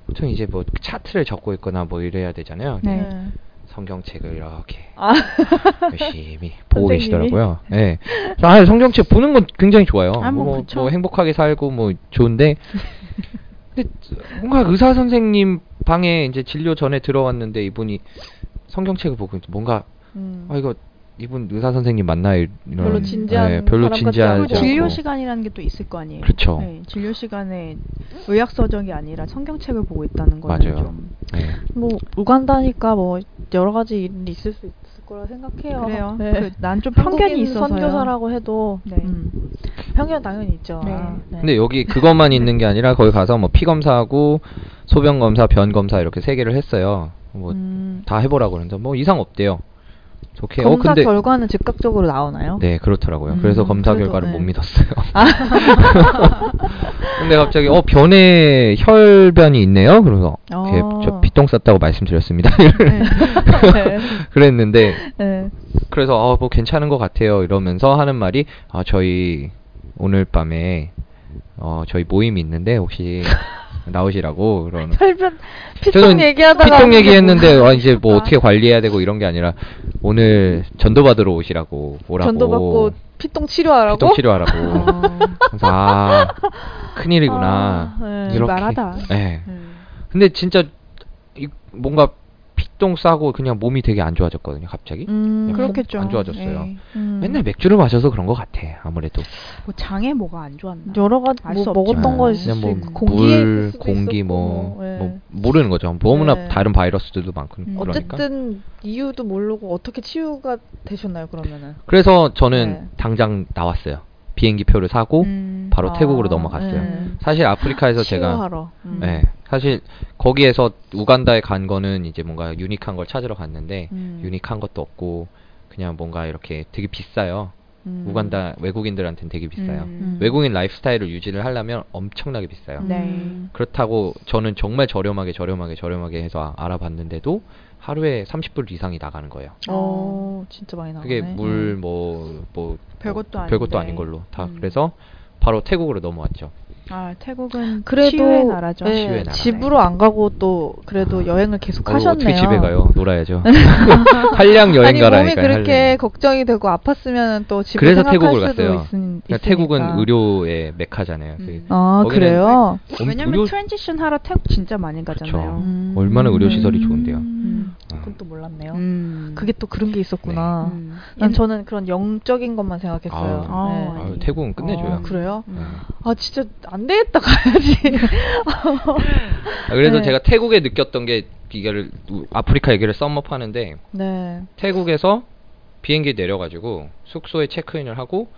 Speaker 4: 보통 이제 뭐 차트를 적고 있거나 뭐 이래야 되잖아요.
Speaker 3: 네.
Speaker 2: 네.
Speaker 4: 성경책을 이렇게
Speaker 2: 아.
Speaker 4: 열심히 보고
Speaker 2: 선생님이?
Speaker 4: 계시더라고요. 예. 아, 성경책 보는 건 굉장히 좋아요.
Speaker 3: 아, 뭐
Speaker 4: 뭐,
Speaker 3: 그쵸.
Speaker 4: 뭐 행복하게 살고 뭐 좋은데 근데 뭔가 의사 선생님 방에 이제 진료 전에 들어왔는데 이분이 성경책을 보고 있는데 뭔가
Speaker 2: 음.
Speaker 4: 아 이거 이분 의사 선생님 맞나 이런
Speaker 2: 별로 진지한
Speaker 4: 예, 별로
Speaker 2: 사람 같지
Speaker 4: 진지하지
Speaker 2: 않고.
Speaker 3: 그리고 진료
Speaker 4: 않고. 그렇죠.
Speaker 3: 시간이라는 게 또 있을 거 아니에요.
Speaker 4: 그쵸.
Speaker 3: 네, 진료 시간에 의학 서적이 아니라 성경책을 보고 있다는 거는
Speaker 4: 맞아요.
Speaker 3: 좀
Speaker 4: 예.
Speaker 2: 뭐 우간다니까 뭐 여러 가지 일이 있을 수 있을 거라 생각해요.
Speaker 3: 그래요.
Speaker 2: 네.
Speaker 3: 난 좀 편견이
Speaker 2: 한국인
Speaker 3: 있어서
Speaker 2: 선교사라고 해도
Speaker 3: 네.
Speaker 2: 음. 편견 당연히 있죠.
Speaker 3: 네.
Speaker 2: 아, 네.
Speaker 4: 근데 여기 그것만 있는 게 아니라 거기 가서 뭐 피 검사하고 소변 검사, 변 검사 이렇게 세 개를 했어요. 뭐 다
Speaker 2: 음,
Speaker 4: 해보라고 그러는데 뭐 이상 없대요. 좋게. 어
Speaker 2: 검사
Speaker 4: 근데
Speaker 2: 결과는 즉각적으로 나오나요?
Speaker 4: 네 그렇더라고요.
Speaker 2: 음,
Speaker 4: 그래서 검사
Speaker 2: 그래도,
Speaker 4: 결과를
Speaker 2: 네.
Speaker 4: 못 믿었어요. 근데 갑자기 어 변에 혈변이 있네요. 그래서
Speaker 2: 어.
Speaker 4: 예, 저 피똥 쌌다고 말씀드렸습니다. 그랬는데
Speaker 2: 네.
Speaker 4: 그래서 아, 뭐 괜찮은 것 같아요 이러면서 하는 말이 아, 저희 오늘 밤에 어, 저희 모임이 있는데 혹시 나오시라고 그러는
Speaker 2: 혈변
Speaker 4: 저는
Speaker 2: 피똥 얘기하다가
Speaker 4: 피똥 얘기했는데 아, 이제 뭐 어떻게 관리해야 되고 이런 게 아니라 오늘 전도 받으러 오시라고 오라고
Speaker 2: 전도 받고 피똥 치료하라고.
Speaker 4: 피똥 치료하라고
Speaker 3: 어,
Speaker 4: 그래서 아 큰일이구나
Speaker 2: 아, 네.
Speaker 4: 이렇게
Speaker 3: 말하다.
Speaker 4: 예.
Speaker 3: 음.
Speaker 4: 근데 진짜 이- 뭔가 피똥 싸고 그냥 몸이 되게 안 좋아졌거든요 갑자기
Speaker 2: 음,
Speaker 4: 그럼-
Speaker 3: 그렇겠죠.
Speaker 4: 안 좋아졌어요.
Speaker 3: 네.
Speaker 2: 음.
Speaker 4: 맨날 맥주를 마셔서 그런 것 같아 아무래도
Speaker 3: 뭐 장에 뭐가 안 좋았나?
Speaker 2: 여러 가지
Speaker 3: 알
Speaker 2: 뭐
Speaker 3: 수 없죠.
Speaker 2: 먹었던 거 있을
Speaker 4: 그냥
Speaker 2: 수
Speaker 4: 뭐
Speaker 2: 있고 공기에 있을
Speaker 4: 물,
Speaker 2: 수도
Speaker 4: 공기
Speaker 2: 있었고,
Speaker 4: 뭐,
Speaker 2: 예.
Speaker 4: 뭐 모르는 거죠. 너무나
Speaker 2: 네.
Speaker 4: 다른 바이러스들도 많고
Speaker 3: 음.
Speaker 4: 그러니까.
Speaker 2: 어쨌든 이유도 모르고 어떻게 치유가 되셨나요 그러면은?
Speaker 4: 어? 그래서 저는
Speaker 2: 네.
Speaker 4: 당장 나왔어요. 비행기 표를 사고
Speaker 3: 음.
Speaker 4: 바로
Speaker 2: 아,
Speaker 4: 태국으로 넘어갔어요.
Speaker 2: 네.
Speaker 4: 사실 아프리카에서 제가
Speaker 2: 치유하러. 음.
Speaker 4: 네, 사실 거기에서 우간다에 간 거는 이제 뭔가 유니크한 걸 찾으러 갔는데
Speaker 2: 음.
Speaker 4: 유니크한 것도 없고 그냥 뭔가 이렇게 되게 비싸요.
Speaker 2: 음.
Speaker 4: 우간다 외국인들한테는 되게 비싸요.
Speaker 3: 음.
Speaker 4: 외국인 라이프스타일을 유지를 하려면 엄청나게 비싸요.
Speaker 2: 음.
Speaker 3: 네.
Speaker 4: 그렇다고 저는 정말 저렴하게 저렴하게 저렴하게 해서 아- 알아봤는데도 하루에 30불 이상이 나가는 거예요.
Speaker 2: 어, 진짜 많이 나오네. 음.
Speaker 4: 그게 물 뭐 뭐
Speaker 3: 아, 음. 별것도 아닌데.
Speaker 4: 별것도 아닌 걸로 다
Speaker 3: 음.
Speaker 4: 그래서 바로 태국으로 넘어왔죠.
Speaker 3: 아 태국은
Speaker 2: 그래도
Speaker 3: 치유의 나라죠.
Speaker 2: 네,
Speaker 4: 치유의 나라.
Speaker 2: 집으로 안 가고 또 그래도 여행을 계속
Speaker 4: 어,
Speaker 2: 하셨네요.
Speaker 4: 어떻게 집에 가요? 놀아야죠. 한량 여행 그러니까
Speaker 2: 아니 몸이
Speaker 4: 가라니까.
Speaker 2: 그렇게 걱정이 되고 아팠으면 또 집에
Speaker 4: 그래서
Speaker 2: 생각할
Speaker 4: 태국을
Speaker 2: 수도
Speaker 4: 갔어요.
Speaker 2: 있으니,
Speaker 4: 그러니까 태국은
Speaker 2: 있으니까.
Speaker 4: 의료의 메카잖아요. 그
Speaker 3: 음.
Speaker 2: 아
Speaker 4: 거기는
Speaker 2: 그래요?
Speaker 4: 엄-
Speaker 3: 왜냐면
Speaker 4: 의료-
Speaker 3: 트랜지션 하러 태국 진짜 많이 가잖아요.
Speaker 4: 그쵸.
Speaker 2: 음.
Speaker 4: 얼마나 의료 시설이 좋은데요.
Speaker 2: 음.
Speaker 4: 어.
Speaker 2: 그건 또 몰랐네요.
Speaker 3: 음.
Speaker 2: 그게 또 그런 게 있었구나.
Speaker 3: 음.
Speaker 2: 난 저는 그런 영적인 것만 생각했어요.
Speaker 4: 네. 아우,
Speaker 2: 네.
Speaker 3: 아우,
Speaker 4: 아유, 태국은 끝내줘요.
Speaker 2: 아, 그래요?
Speaker 4: 네.
Speaker 2: 아 진짜 안 되겠다 가야지.
Speaker 4: 아, 그래서
Speaker 2: 네.
Speaker 4: 제가 태국에 느꼈던 게 이거를 우- 아프리카 얘기를 썸업하는데
Speaker 2: 네.
Speaker 4: 태국에서 비행기 내려가지고 숙소에 체크인을 하고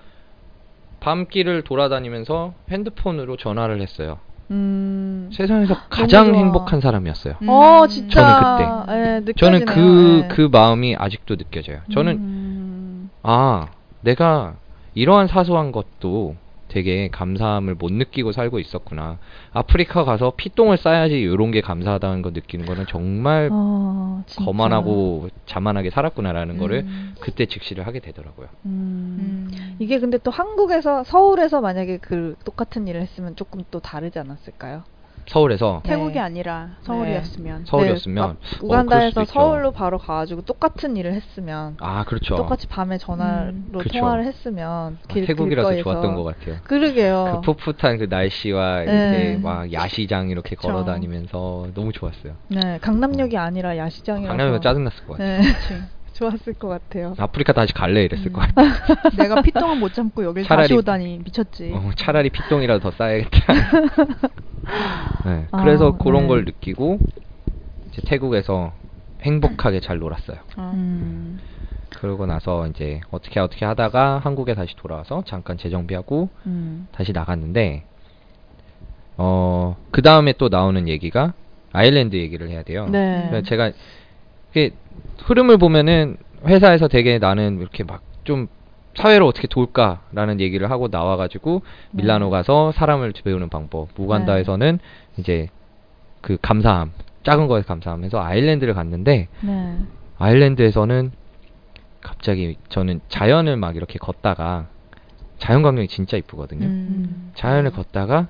Speaker 4: 밤길을 돌아다니면서 핸드폰으로 전화를 했어요.
Speaker 2: 음.
Speaker 4: 세상에서 가장
Speaker 2: 좋아.
Speaker 4: 행복한 사람이었어요.
Speaker 3: 음.
Speaker 2: 어 진짜.
Speaker 4: 저는
Speaker 2: 예,
Speaker 4: 저는
Speaker 2: 느껴지네요.
Speaker 4: 그
Speaker 2: 예.
Speaker 4: 그 마음이 아직도 느껴져요. 저는
Speaker 2: 음.
Speaker 4: 아 내가 이러한 사소한 것도 되게 감사함을 못 느끼고 살고 있었구나. 아프리카 가서 피똥을 싸야지 이런 게 감사하다는 거 느끼는 거는 정말
Speaker 2: 아, 진짜.
Speaker 4: 거만하고 자만하게 살았구나라는 거를
Speaker 2: 음.
Speaker 4: 그때 직시를 하게 되더라고요.
Speaker 2: 음.
Speaker 3: 음.
Speaker 2: 이게 근데 또 한국에서 서울에서 만약에 그 똑같은 일을 했으면 조금 또 다르지
Speaker 4: 어,
Speaker 2: 않았을까요?
Speaker 4: 서울에서
Speaker 3: 태국이
Speaker 2: 네.
Speaker 3: 아니라 서울이었으면.
Speaker 4: 서울이었으면
Speaker 2: 네, 막
Speaker 4: 어,
Speaker 2: 우간다에서
Speaker 4: 그럴 수도 있죠.
Speaker 2: 서울로 바로 가가지고 똑같은 일을 했으면
Speaker 4: 아 그렇죠.
Speaker 2: 똑같이 밤에 전화로
Speaker 3: 음,
Speaker 4: 그쵸.
Speaker 2: 통화를 했으면
Speaker 4: 아,
Speaker 2: 길,
Speaker 4: 태국이라서
Speaker 2: 길거리에서.
Speaker 4: 좋았던 것 같아요. 그
Speaker 2: 그러게요.
Speaker 4: 풋풋한 그 날씨와
Speaker 2: 네.
Speaker 4: 이렇게 막 야시장 이렇게
Speaker 2: 그쵸.
Speaker 4: 걸어 다니면서 너무 좋았어요.
Speaker 2: 네, 강남역이 아니라 야시장이라서.
Speaker 4: 강남이면 짜증났을 것 같아요.
Speaker 2: 네, 좋았을 것 같아요.
Speaker 4: 아프리카 다시 갈래 이랬을
Speaker 3: 음.
Speaker 4: 것 같아요.
Speaker 3: 내가 피똥을 못 참고 여길 다시
Speaker 4: 차라리-
Speaker 3: 오다니 미쳤지.
Speaker 2: 네.
Speaker 4: 어, 차라리 피똥이라도 더 싸야겠다. 네, 그래서
Speaker 2: 아,
Speaker 4: 그런
Speaker 2: 네.
Speaker 4: 걸 느끼고 이제 태국에서 행복하게 잘 놀았어요.
Speaker 2: 음.
Speaker 4: 그러고 나서 이제 어떻게 어떻게 하다가 한국에 다시 돌아와서 잠깐 재정비하고
Speaker 2: 음.
Speaker 4: 다시 나갔는데 어, 그 다음에 또 나오는 얘기가 아일랜드 얘기를 해야 돼요.
Speaker 2: 네.
Speaker 4: 그래서 그러니까 제가 이게 흐름을 보면은 회사에서 되게 나는 이렇게 막 좀 사회를 어떻게 도울까라는 얘기를 하고 나와가지고
Speaker 2: 네.
Speaker 4: 밀라노 가서 사람을 배우는 방법, 우간다에서는
Speaker 2: 네.
Speaker 4: 이제 그 감사함, 작은 거에 감사하면서 아일랜드를 갔는데
Speaker 2: 네.
Speaker 4: 아일랜드에서는 갑자기 저는 자연을 막 이렇게 걷다가 자연 광경이 진짜 이쁘거든요.
Speaker 2: 음.
Speaker 4: 자연을 걷다가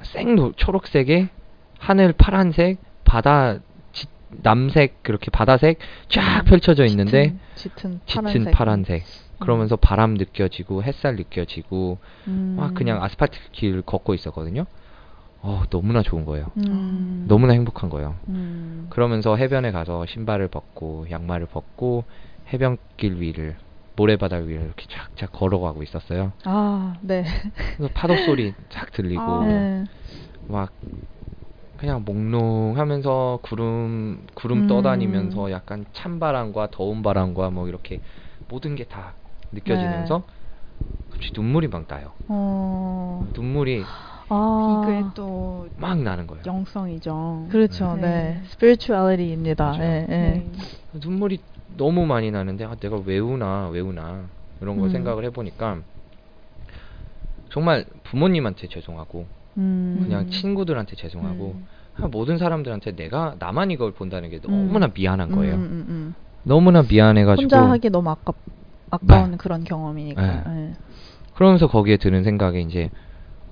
Speaker 4: 생 노- 초록색에 하늘 파란색 바다 지- 남색 그렇게 바다색 쫙 펼쳐져 있는데
Speaker 2: 짙은, 음,
Speaker 4: 짙은,
Speaker 2: 파란색.
Speaker 4: 파란색 그러면서 바람 느껴지고 햇살 느껴지고
Speaker 2: 음.
Speaker 4: 막 그냥 아스팔트 길 걷고 있었거든요. 어 너무나 좋은 거예요.
Speaker 2: 음.
Speaker 4: 너무나 행복한 거예요.
Speaker 2: 음.
Speaker 4: 그러면서 해변에 가서 신발을 벗고 양말을 벗고 해변길 위를 모래바다 위를 이렇게 쫙쫙 걸어가고 있었어요.
Speaker 2: 아, 네.
Speaker 4: 그래서 파도 소리 쫙 들리고
Speaker 3: 아,
Speaker 2: 네.
Speaker 4: 막 그냥 몽롱하면서 구름 구름
Speaker 2: 음.
Speaker 4: 떠다니면서 약간 찬 바람과 더운 바람과 뭐 이렇게 모든 게 다 느껴지면서
Speaker 2: 네.
Speaker 4: 갑자기 눈물이 막 나요.
Speaker 2: 어.
Speaker 4: 눈물이
Speaker 2: 아.
Speaker 3: 이게 또
Speaker 4: 막 나는 거예요.
Speaker 3: 영성이죠.
Speaker 2: 그렇죠.
Speaker 3: 네.
Speaker 2: 네. 스피리추얼리티입니다. 예. 예.
Speaker 3: 네.
Speaker 4: 눈물이 너무 많이 나는데 아, 내가 왜 우나 왜 우나 이런 거
Speaker 2: 음.
Speaker 4: 생각을 해보니까 정말 부모님한테 죄송하고
Speaker 2: 음.
Speaker 4: 그냥 친구들한테 죄송하고
Speaker 3: 음.
Speaker 4: 그냥 모든 사람들한테 내가 나만 이걸 본다는 게 너무나 미안한
Speaker 2: 음,
Speaker 4: 네. 거예요.
Speaker 2: 음, 음, 음.
Speaker 4: 너무나 미안해가지고 네.
Speaker 2: 혼자 하기 너무 아깝 아까운 그런 경험이니까. 예.
Speaker 4: 그러면서 거기에 드는 생각이 이제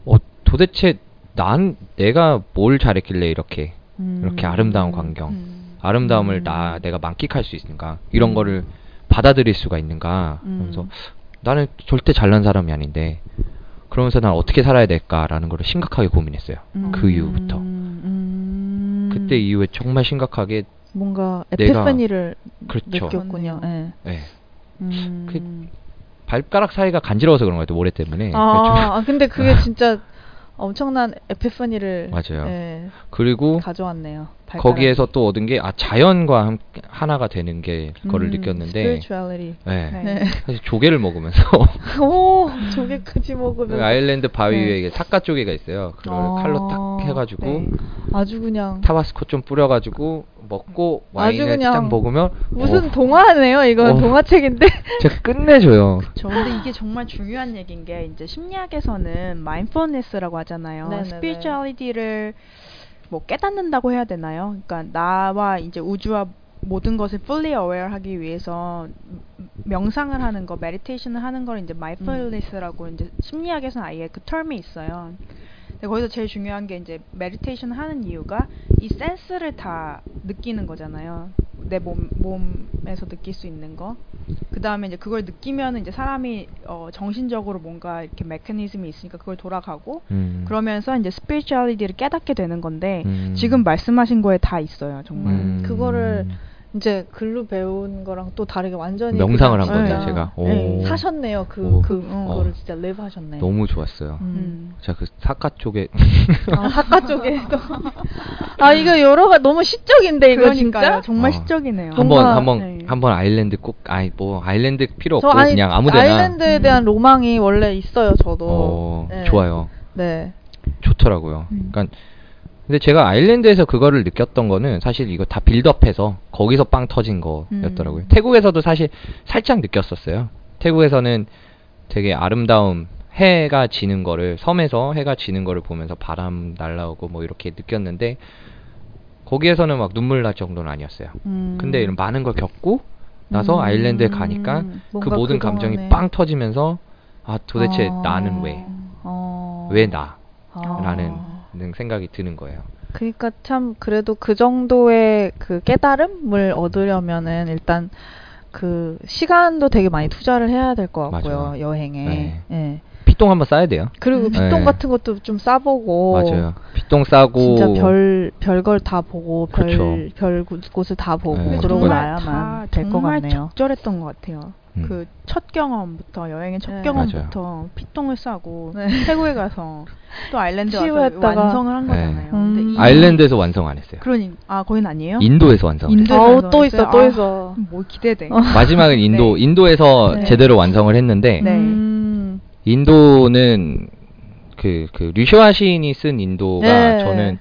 Speaker 4: 어 도대체 난 내가 뭘 잘했길래 이렇게
Speaker 2: 음.
Speaker 4: 이렇게 아름다운 광경
Speaker 3: 음.
Speaker 4: 어. 아름다움을
Speaker 2: 음.
Speaker 4: 나 내가 만끽할 수 있는가 이런 거를 받아들일 수가 있는가
Speaker 2: 음.
Speaker 4: 그러면서 나는 절대 잘난 사람이 아닌데 그러면서 난 어떻게 살아야 될까라는 거를 심각하게 고민했어요
Speaker 2: 음.
Speaker 4: 그 이후부터
Speaker 2: 음.
Speaker 4: 그때 이후에 정말 심각하게
Speaker 2: 뭔가
Speaker 4: 내가-
Speaker 2: 에피페니를
Speaker 4: 그렇죠
Speaker 2: 느꼈군요. 예.
Speaker 4: 예
Speaker 2: 음.
Speaker 4: 그, 발가락 사이가 간지러워서 예, 그런 것 같아요 모래 때문에 그렇죠.
Speaker 2: 아, 아, 근데 그게 진짜 엄청난 에피페니를
Speaker 4: 맞아요
Speaker 2: 예,
Speaker 4: 그리고
Speaker 2: 가져왔네요. 발가락.
Speaker 4: 거기에서 또 얻은 게 아 자연과 함- 하나가 되는 게 거를
Speaker 2: 음,
Speaker 4: 느꼈는데
Speaker 2: spirituality.
Speaker 4: 예.
Speaker 3: 네.
Speaker 4: 사실 조개를 먹으면서
Speaker 2: 오, 조개까지 먹으면
Speaker 4: 그 아일랜드 바위
Speaker 2: 네.
Speaker 4: 위에 이게 삭가 조개가 있어요. 그걸
Speaker 2: 아,
Speaker 4: 칼로 탁 해가지고
Speaker 2: 아주 그냥
Speaker 4: 타바스코 좀 뿌려가지고
Speaker 5: 먹고
Speaker 2: 아주
Speaker 5: 와인을
Speaker 2: 그냥
Speaker 5: 딱 먹으면
Speaker 2: 무슨
Speaker 5: 어,
Speaker 2: 동화네요? 이건
Speaker 5: 어.
Speaker 2: 동화책인데.
Speaker 5: 진짜 끝내줘요.
Speaker 3: 저 근데 이게 정말 중요한 얘기인 게 이제 심리학에서는 마인드풀니스라고 하잖아요.
Speaker 2: 네네네.
Speaker 3: 스피리추얼리티를 뭐 깨닫는다고 해야 되나요? 그러니까 나와 이제 우주와 모든 것을 fully aware하기 위해서 명상을 하는 거, 메디테이션을 하는 걸 이제 마인드풀니스라고
Speaker 5: 음.
Speaker 3: 이제 심리학에서는 아예 그 term이 있어요. 근데 거기서 제일 중요한 게 이제 메디테이션 하는 이유가 이 센스를 다 느끼는 거잖아요. 내 몸, 몸에서 느낄 수 있는 거. 그 다음에 이제 그걸 느끼면 이제 사람이 어, 정신적으로 뭔가 이렇게 메커니즘이 있으니까 그걸 돌아가고
Speaker 5: 음.
Speaker 3: 그러면서 이제 스피리추얼리티를 깨닫게 되는 건데
Speaker 5: 음.
Speaker 3: 지금 말씀하신 거에 다 있어요 정말.
Speaker 5: 음.
Speaker 2: 그거를 이제 글로 배운 거랑 또 다르게 완전히
Speaker 5: 명상을 한
Speaker 2: 그냥
Speaker 5: 거네요,
Speaker 2: 진짜,
Speaker 5: 제가. 오.
Speaker 2: 네, 사셨네요.
Speaker 5: 오.
Speaker 2: 그, 그
Speaker 3: 어.
Speaker 2: 그거를 진짜 랩 하셨네.
Speaker 4: 너무 좋았어요.
Speaker 3: 음.
Speaker 4: 자, 그 사카 쪽에
Speaker 2: 아, 사과 쪽에 또. 아, 이거 여러가 너무 시적인데 이거 진짜.
Speaker 3: 그러니까요, 아. 정말
Speaker 4: 어.
Speaker 3: 시적이네요.
Speaker 5: 한번
Speaker 2: 뭔가-
Speaker 5: 한번
Speaker 3: 네.
Speaker 4: 한번 아일랜드 꼭 아이 뭐 아일랜드 필요
Speaker 2: 저
Speaker 4: 없고
Speaker 2: 아이-
Speaker 4: 그냥 아무데나
Speaker 2: 아일랜드에 대한 로망이 원래 있어요, 저도.
Speaker 4: 어,
Speaker 2: 네.
Speaker 4: 좋아요.
Speaker 2: 네.
Speaker 4: 좋더라고요.
Speaker 3: 음.
Speaker 4: 그러니까 근데 제가 아일랜드에서 그거를 느꼈던 거는 사실 이거 다 빌드업해서 거기서 빵 터진 거였더라고요.
Speaker 3: 음.
Speaker 4: 태국에서도 사실 살짝 느꼈었어요. 태국에서는 되게 아름다움 해가 지는 거를 섬에서 해가 지는 거를 보면서 바람 날라오고 뭐 이렇게 느꼈는데 거기에서는 막 눈물 날 정도는 아니었어요.
Speaker 3: 음.
Speaker 4: 근데 이런 많은 걸 겪고 나서 아일랜드에 가니까 그
Speaker 2: 음. 뭔가
Speaker 4: 모든
Speaker 2: 그동안에-
Speaker 4: 감정이 빵 터지면서 아 도대체
Speaker 2: 어.
Speaker 4: 나는 왜?
Speaker 2: 어.
Speaker 4: 왜 나?
Speaker 2: 아.
Speaker 4: 라는 는 생각이 드는 거예요.
Speaker 2: 그러니까 참 그래도 그 정도의 그 깨달음을 얻으려면은 일단 그 시간도 되게 많이 투자를 해야 될 것 같고요
Speaker 4: 맞아요.
Speaker 2: 여행에
Speaker 4: 네.
Speaker 2: 예.
Speaker 4: 피똥 한번 싸야 돼요.
Speaker 2: 그리고
Speaker 3: 음.
Speaker 2: 빗동
Speaker 4: 네.
Speaker 2: 같은 것도 좀 싸보고
Speaker 4: 맞아요. 피똥 싸고
Speaker 2: 진짜 별 별 걸 다 보고 별별
Speaker 4: 그쵸.
Speaker 2: 곳을 다 보고
Speaker 4: 네.
Speaker 3: 근데
Speaker 2: 그러고
Speaker 3: 정말
Speaker 2: 나야만
Speaker 3: 다
Speaker 2: 될 것
Speaker 3: 정말
Speaker 2: 같네요.
Speaker 3: 적절했던 것 같아요.
Speaker 4: 음.
Speaker 3: 그 첫 경험부터 여행의 첫
Speaker 2: 네.
Speaker 3: 경험부터 피똥을 싸고
Speaker 2: 네.
Speaker 3: 태국에 가서 또 아일랜드 와서
Speaker 2: 치유했다가-
Speaker 3: 완성을 한
Speaker 4: 네.
Speaker 3: 거잖아요. 근데
Speaker 2: 음.
Speaker 3: 이-
Speaker 4: 아일랜드에서 완성 안 했어요.
Speaker 3: 그러니 아 거긴 아니에요?
Speaker 4: 인도에서 완성. 안
Speaker 3: 인도에서
Speaker 2: 어우 음. 또
Speaker 3: 완성했어요?
Speaker 2: 있어 또
Speaker 3: 아,
Speaker 2: 있어.
Speaker 3: 뭐 기대돼.
Speaker 4: 했어요. 마지막은 인도. 인도에서
Speaker 3: 네.
Speaker 4: 제대로 완성을 했는데
Speaker 3: 네.
Speaker 2: 음,
Speaker 4: 인도는 그 그 류시화 시인이 쓴 인도가
Speaker 2: 네.
Speaker 4: 저는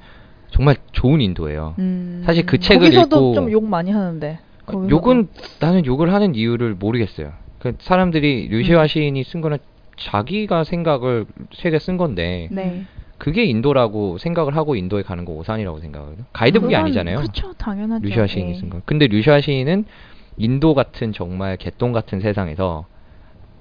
Speaker 4: 정말 좋은 인도예요.
Speaker 3: 음.
Speaker 4: 사실 그 책을
Speaker 2: 거기서도
Speaker 4: 읽고
Speaker 2: 좀 욕 많이 하는데.
Speaker 4: 아,
Speaker 2: 거기서도.
Speaker 4: 욕은 나는 욕을 하는 이유를 모르겠어요. 그 사람들이 류시화 시인이 쓴 거는 자기가 생각을 책에 쓴 건데
Speaker 2: 음.
Speaker 3: 네.
Speaker 4: 그게 인도라고 생각을 하고 인도에 가는 거 오산이라고 생각하거든요. 가이드북이
Speaker 3: 그건-
Speaker 4: 아니잖아요.
Speaker 3: 그쵸 당연하죠.
Speaker 4: 류시아 시인이 쓴 거. 근데 류시아 시인은 인도 같은 정말 개똥 같은 세상에서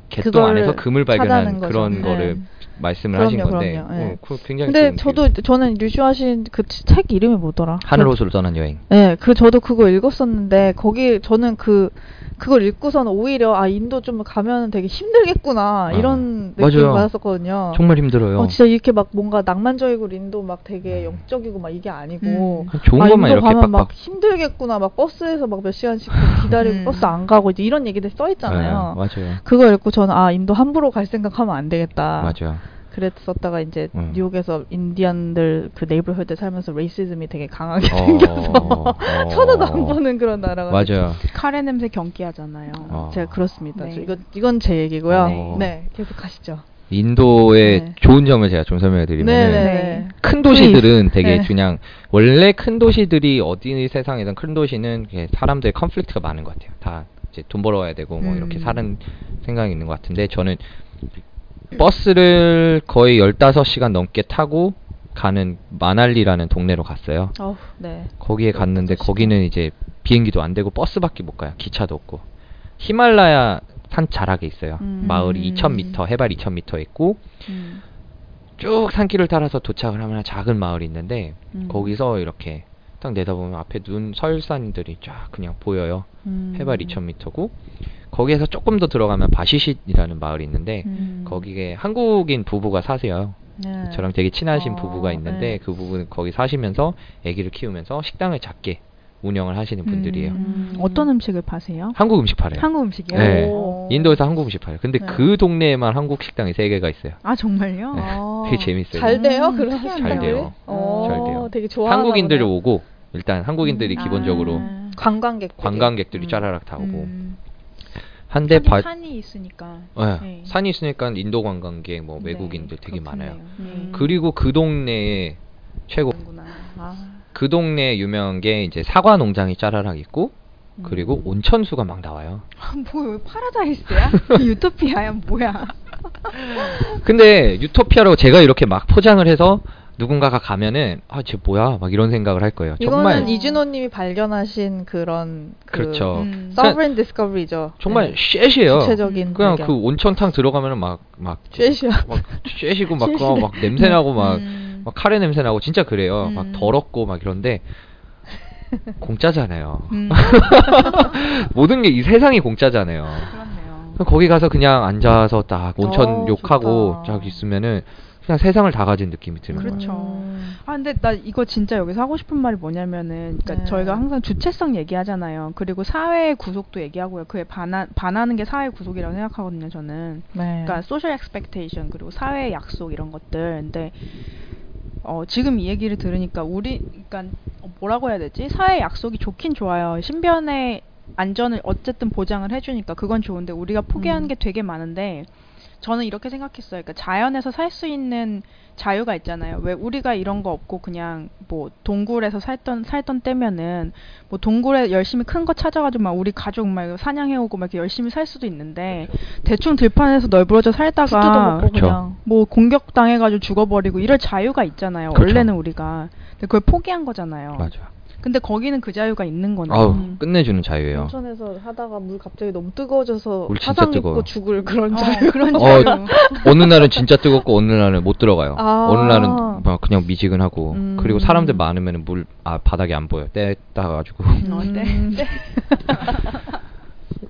Speaker 4: 개똥
Speaker 2: 그거를
Speaker 4: 안에서 금을
Speaker 2: 찾아낸
Speaker 4: 발견한
Speaker 2: 거죠.
Speaker 4: 그런
Speaker 2: 네.
Speaker 4: 거를 말씀을
Speaker 2: 그럼요,
Speaker 4: 하신 건데,
Speaker 2: 그럼요, 예.
Speaker 4: 어, 그거 굉장히
Speaker 2: 근데
Speaker 4: 좋은
Speaker 2: 저도
Speaker 4: 기억.
Speaker 2: 저는 류슈하신 그 책 이름이 뭐더라?
Speaker 4: 하늘 호수로 떠난 여행.
Speaker 2: 네, 그 저도 그거 읽었었는데 거기 저는 그 그걸 읽고선 오히려 아 인도 좀 가면 되게 힘들겠구나
Speaker 4: 아,
Speaker 2: 이런
Speaker 4: 맞아요.
Speaker 2: 느낌 을 받았었거든요.
Speaker 4: 정말 힘들어요.
Speaker 2: 어, 진짜 이렇게 막 뭔가 낭만적이고 인도 막 되게 영적이고 막 이게 아니고
Speaker 4: 어, 좋은
Speaker 2: 아,
Speaker 4: 것만
Speaker 2: 인도
Speaker 4: 음. 이렇게
Speaker 2: 가면
Speaker 4: 빡빡.
Speaker 2: 막 힘들겠구나 막 버스에서 막 몇 시간씩 기다리고
Speaker 3: 음.
Speaker 2: 버스 안 가고 이제 이런 얘기들 써
Speaker 4: 예,
Speaker 2: 있잖아요.
Speaker 4: 맞아요.
Speaker 2: 그거 읽고 저는 아 인도 함부로 갈 생각하면 안 되겠다.
Speaker 4: 맞아요.
Speaker 2: 그랬었다가 이제
Speaker 4: 음.
Speaker 2: 뉴욕에서 인디언들 그 네이버후드에 살면서 레이시즘이 되게 강하게
Speaker 4: 어,
Speaker 2: 생겨서
Speaker 4: 어.
Speaker 2: 쳐다도 안 보는 그런 나라가
Speaker 4: 맞아요.
Speaker 3: 카레 냄새 경기하잖아요.
Speaker 4: 어.
Speaker 2: 제가 그렇습니다.
Speaker 3: 네.
Speaker 2: 이건 이건 제 얘기고요.
Speaker 4: 네.
Speaker 2: 네, 계속 가시죠.
Speaker 4: 인도의
Speaker 2: 네.
Speaker 4: 좋은 점을 제가 좀 설명해 드리면
Speaker 2: 네, 네,
Speaker 3: 네.
Speaker 2: 네.
Speaker 4: 큰
Speaker 3: 음.
Speaker 4: 도시들은 되게
Speaker 2: 네.
Speaker 4: 그냥 원래 큰 도시들이 어디 세상이든 큰 도시는 이렇게 사람들의 컨플릭트가 많은 것 같아요. 다 이제 돈 벌어야 되고 뭐
Speaker 3: 음.
Speaker 4: 이렇게 사는 생각이 있는 것 같은데 저는 버스를 거의 15시간 넘게 타고 가는 마날리라는 동네로 갔어요.
Speaker 2: 어우, 네.
Speaker 4: 거기에 갔는데 거기는 이제 비행기도 안 되고 버스밖에 못 가요. 기차도 없고. 히말라야 산 자락에 있어요.
Speaker 3: 음.
Speaker 4: 마을이 2000m, 해발 2000m 있고
Speaker 3: 음.
Speaker 4: 쭉 산길을 따라서 도착을 하면 작은 마을이 있는데
Speaker 3: 음.
Speaker 4: 거기서 이렇게 딱 내다보면 앞에 눈 설산들이 쫙 그냥 보여요.
Speaker 3: 음.
Speaker 4: 해발 2000m고 거기에서 조금 더 들어가면 바시싯이라는 마을이 있는데
Speaker 3: 음.
Speaker 4: 거기에 한국인 부부가 사세요.
Speaker 2: 네.
Speaker 4: 저랑 되게 친하신
Speaker 2: 어,
Speaker 4: 부부가 있는데
Speaker 2: 네.
Speaker 4: 그 부부는 거기 사시면서 아기를 키우면서 식당을 작게 운영을 하시는 분들이에요.
Speaker 3: 음. 어떤 음식을 파세요?
Speaker 4: 한국 음식 팔아요.
Speaker 3: 한국 음식이요?
Speaker 4: 네.
Speaker 3: 오.
Speaker 4: 인도에서 한국 음식 팔아요. 근데
Speaker 2: 네.
Speaker 4: 그 동네에만 한국 식당이 세개가 있어요.
Speaker 3: 아 정말요?
Speaker 4: 네.
Speaker 2: 어.
Speaker 4: 되게 재밌어요.
Speaker 2: 잘 돼요?
Speaker 3: 음,
Speaker 2: 그런
Speaker 3: 특이하네요.
Speaker 2: 사람들이?
Speaker 4: 잘 돼요.
Speaker 2: 어,
Speaker 4: 잘 돼요.
Speaker 2: 되게 좋아.
Speaker 4: 한국인들이 오고 일단 한국인들이
Speaker 3: 음.
Speaker 4: 기본적으로
Speaker 3: 아.
Speaker 2: 관광객.
Speaker 4: 관광객들이
Speaker 2: 음.
Speaker 4: 짜라락 다 오고
Speaker 3: 음.
Speaker 4: 한데
Speaker 3: 하긴
Speaker 4: 바
Speaker 3: 산이 있으니까.
Speaker 4: 예,
Speaker 3: 네.
Speaker 4: 산이 있으니까 인도 관광객 뭐
Speaker 3: 네,
Speaker 4: 외국인들 되게
Speaker 6: 음.
Speaker 3: 그렇겠네요. 음.
Speaker 4: 많아요.
Speaker 3: 네.
Speaker 4: 그리고 그 동네에 최고
Speaker 3: 그렇구나. 아.
Speaker 7: 그 동네에 유명한 게 이제 사과 농장이 짜라락 있고
Speaker 6: 음.
Speaker 7: 그리고 온천수가 막 나와요.
Speaker 3: 아, 뭐왜 파라다이스야? 유토피아야 뭐야?
Speaker 7: 근데 유토피아로 제가 이렇게 막 포장을 해서 누군가가 가면은 아 쟤 뭐야 막 이런 생각을 할 거예요. 정말
Speaker 6: 이거는 이준호님이 발견하신 그런 그
Speaker 7: 그렇죠.
Speaker 3: 음.
Speaker 6: 서브린
Speaker 4: 그러니까
Speaker 6: 디스커버리죠.
Speaker 7: 정말 쉣이에요.
Speaker 6: 네. 구체적인 그러니까.
Speaker 7: 그냥
Speaker 6: 발견.
Speaker 7: 그 온천탕 들어가면은 막막
Speaker 4: 그
Speaker 6: 쉐시야.
Speaker 7: 막 쉐시고 막, 그거 막 냄새 나고 막,
Speaker 6: 음.
Speaker 7: 막 카레 냄새 나고 진짜 그래요. 막
Speaker 3: 음.
Speaker 7: 더럽고 막 이런데 공짜잖아요.
Speaker 3: 음,
Speaker 7: 모든 게 이 세상이 공짜잖아요.
Speaker 3: 그렇네요.
Speaker 7: 그럼 거기 가서 그냥 앉아서 딱 온천
Speaker 6: 어,
Speaker 7: 욕하고
Speaker 6: 좋다.
Speaker 7: 딱 있으면은 그냥 세상을 다 가진 느낌이
Speaker 4: 음.
Speaker 7: 드는 거예요.
Speaker 3: 그렇죠.
Speaker 6: 음.
Speaker 3: 아 근데 나 이거 진짜 여기서 하고 싶은 말이 뭐냐면은 그러니까
Speaker 6: 네.
Speaker 3: 저희가 항상 주체성 얘기하잖아요. 그리고 사회의 구속도 얘기하고요. 그에 반하, 반하는 게 사회 구속이라고 생각하거든요. 저는
Speaker 6: 네.
Speaker 3: 그러니까 소셜 expectation 그리고 사회의 약속 이런 것들. 근데 어, 지금 이 얘기를 들으니까 우리 그러니까 뭐라고 해야 되지? 사회 약속이 좋긴 좋아요. 신변의 안전을 어쨌든 보장을 해주니까 그건 좋은데 우리가 포기하는
Speaker 6: 음.
Speaker 3: 게 되게 많은데 저는 이렇게 생각했어요. 그러니까 자연에서 살 수 있는 자유가 있잖아요. 왜 우리가 이런 거 없고 그냥 뭐 동굴에서 살던 살던 때면은 뭐 동굴에 열심히 큰 거 찾아가지고 막 우리 가족 막 사냥해오고 막 이렇게 열심히 살 수도 있는데 대충 들판에서 널브러져
Speaker 6: 도
Speaker 3: 살다가
Speaker 6: 먹고
Speaker 4: 그렇죠.
Speaker 6: 그냥
Speaker 3: 뭐 공격당해가지고 죽어버리고 이럴 자유가 있잖아요.
Speaker 4: 그렇죠.
Speaker 3: 원래는 우리가 근데 그걸 포기한 거잖아요.
Speaker 4: 맞아.
Speaker 3: 근데 거기는 그 자유가 있는 거네.
Speaker 4: 아우
Speaker 3: 음.
Speaker 4: 끝내주는 자유예요.
Speaker 6: 온천에서 하다가 물 갑자기 너무 뜨거워져서
Speaker 4: 물 진짜
Speaker 6: 화상
Speaker 4: 뜨거워.
Speaker 6: 입고 죽을 그런
Speaker 3: 어,
Speaker 6: 자유.
Speaker 3: 그런
Speaker 4: 어,
Speaker 3: 자유.
Speaker 4: 어느 날은 진짜 뜨겁고 어느 날은 못 들어가요.
Speaker 6: 아.
Speaker 4: 어느 날은 막 그냥 미지근하고
Speaker 6: 음.
Speaker 4: 그리고 사람들 많으면 물 아, 바닥이 안 보여. 때 따가지고.
Speaker 3: 어때?
Speaker 6: 음.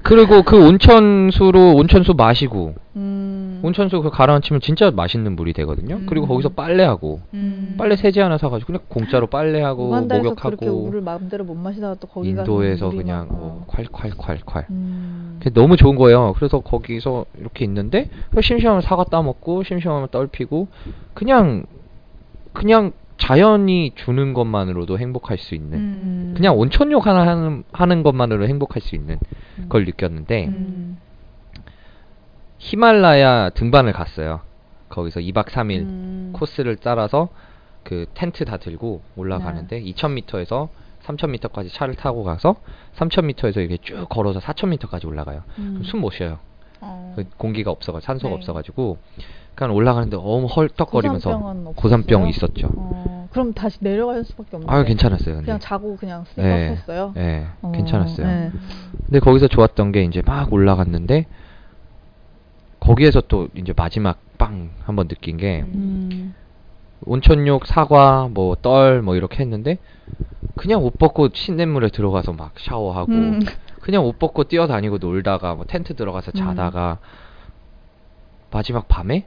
Speaker 4: 그리고 그 온천수로 온천수 마시고
Speaker 6: 음.
Speaker 4: 온천수 그 가라앉히면 진짜 맛있는 물이 되거든요. 그리고 거기서 빨래하고
Speaker 3: 음.
Speaker 4: 빨래 세제 하나 사가지고 그냥 공짜로 빨래하고
Speaker 6: 우간다에서 그렇게
Speaker 4: 목욕하고
Speaker 6: 물을 마음대로 못 마시다가 또 거기 가서
Speaker 4: 인도에서
Speaker 6: 물이
Speaker 4: 그냥
Speaker 6: 막-
Speaker 4: 어, 콸콸콸콸.
Speaker 6: 음.
Speaker 4: 그게 너무 좋은 거예요. 그래서 거기서 이렇게 있는데 그래서 심심하면 사과 따먹고 심심하면 떨피고 그냥 그냥 자연이 주는 것만으로도 행복할 수 있는
Speaker 3: 음.
Speaker 4: 그냥 온천욕 하나 하는, 하는 것만으로 행복할 수 있는 걸 느꼈는데
Speaker 3: 음.
Speaker 4: 히말라야 등반을 갔어요. 거기서 2박 3일
Speaker 6: 음.
Speaker 4: 코스를 따라서 그 텐트 다 들고
Speaker 6: 네.
Speaker 4: 올라가는데 2000m에서 3000m까지 차를 타고 가서 3000m에서 이렇게 쭉 걸어서 4000m까지 올라가요.
Speaker 6: 음. 네.
Speaker 4: 숨 못 쉬어요.
Speaker 3: 어.
Speaker 4: 그 공기가 없어가지고 산소가
Speaker 3: 네.
Speaker 4: 없어가지고 그냥 올라가는데 너무 헐떡거리면서
Speaker 6: 고산병은 없었어요?
Speaker 4: 고산병 이 있었죠.
Speaker 6: 어, 그럼 다시 내려갈 수밖에 없는데.
Speaker 4: 아유 괜찮았어요. 근데.
Speaker 6: 그냥 자고 그냥 스니커
Speaker 4: 예,
Speaker 6: 했어요.
Speaker 4: 예,
Speaker 6: 어,
Speaker 4: 괜찮았어요. 네.
Speaker 6: 예.
Speaker 4: 근데 거기서 좋았던 게 이제 막 올라갔는데 거기에서 또 이제 마지막 빵 한번 느낀 게
Speaker 6: 음.
Speaker 4: 온천욕 사과 뭐 떨 뭐 이렇게 했는데 그냥 옷 벗고 신냇물에 들어가서 막 샤워하고
Speaker 3: 음.
Speaker 4: 그냥 옷 벗고 뛰어다니고 놀다가 뭐 텐트 들어가서 자다가 마지막 밤에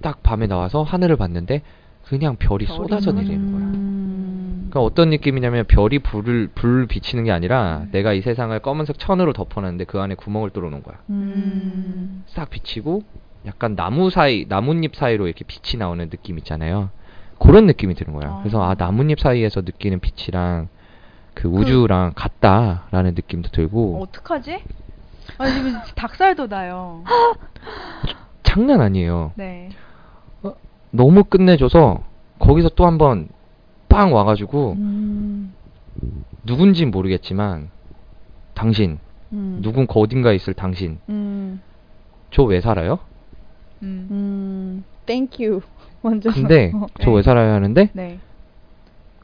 Speaker 4: 딱 밤에 나와서 하늘을 봤는데 그냥 별이 쏟아져 내리는 거야.
Speaker 3: 음.
Speaker 4: 그러니까 어떤 느낌이냐면 별이 불을 불 비치는 게 아니라 내가 이 세상을 검은색 천으로 덮어놨는데 그 안에 구멍을 뚫어놓은 거야.
Speaker 6: 음.
Speaker 4: 싹 비치고 약간 나무 사이 나뭇잎 사이로 이렇게 빛이 나오는 느낌 있잖아요. 그런 느낌이 드는 거야. 그래서 아 나뭇잎 사이에서 느끼는 빛이랑 그 우주랑 같다라는 느낌도 들고
Speaker 3: 어떡하지? 아니 지금 닭살도 나요.
Speaker 4: 장난 아니에요.
Speaker 3: 네.
Speaker 4: 너무 끝내줘서 거기서 또 한번 빵 와가지고
Speaker 6: 음.
Speaker 4: 누군진 모르겠지만 당신
Speaker 6: 음.
Speaker 4: 누군 가 어딘가 에 있을 당신
Speaker 6: 음.
Speaker 4: 저 왜 살아요?
Speaker 3: 음.
Speaker 6: 음. 땡큐. 먼저.
Speaker 4: 근데 저 왜 살아요 하는데
Speaker 3: 네.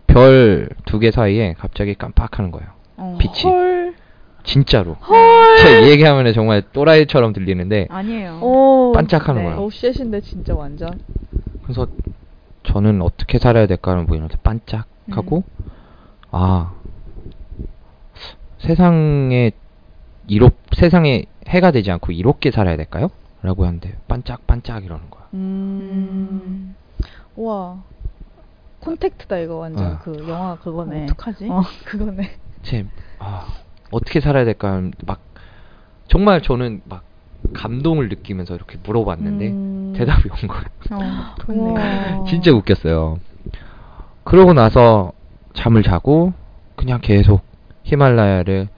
Speaker 4: 별 두 개 사이에 갑자기 깜빡하는 거예요.
Speaker 3: 어.
Speaker 4: 빛이
Speaker 6: 헐.
Speaker 4: 진짜로. 제가 이 얘기하면 정말 또라이처럼 들리는데
Speaker 3: 아니에요.
Speaker 6: 오.
Speaker 4: 반짝하는
Speaker 3: 어, 네.
Speaker 4: 거예요.
Speaker 6: 오 쉣인데 진짜 완전.
Speaker 4: 그래서 저는 어떻게 살아야 될까라는 부분에서 반짝하고 아 세상에 이롭 세상에 해가 되지 않고 이롭게 살아야 될까요? 라고 하는데 반짝반짝 이러는 거야.
Speaker 6: 음.
Speaker 3: 음.
Speaker 6: 우와. 콘택트다 이거 완전
Speaker 4: 어.
Speaker 6: 그 영화 그거네.
Speaker 3: 어떡하지?
Speaker 6: 어, 그거네.
Speaker 4: 제 아, 어떻게 살아야 될까 막 정말 저는 막 감동을 느끼면서 이렇게 물어봤는데
Speaker 6: 음.
Speaker 4: 대답이 온 거예요.
Speaker 3: 어, 그렇네.
Speaker 6: 우와.
Speaker 4: 진짜 웃겼어요. 그러고 나서 잠을 자고 그냥 계속 히말라야를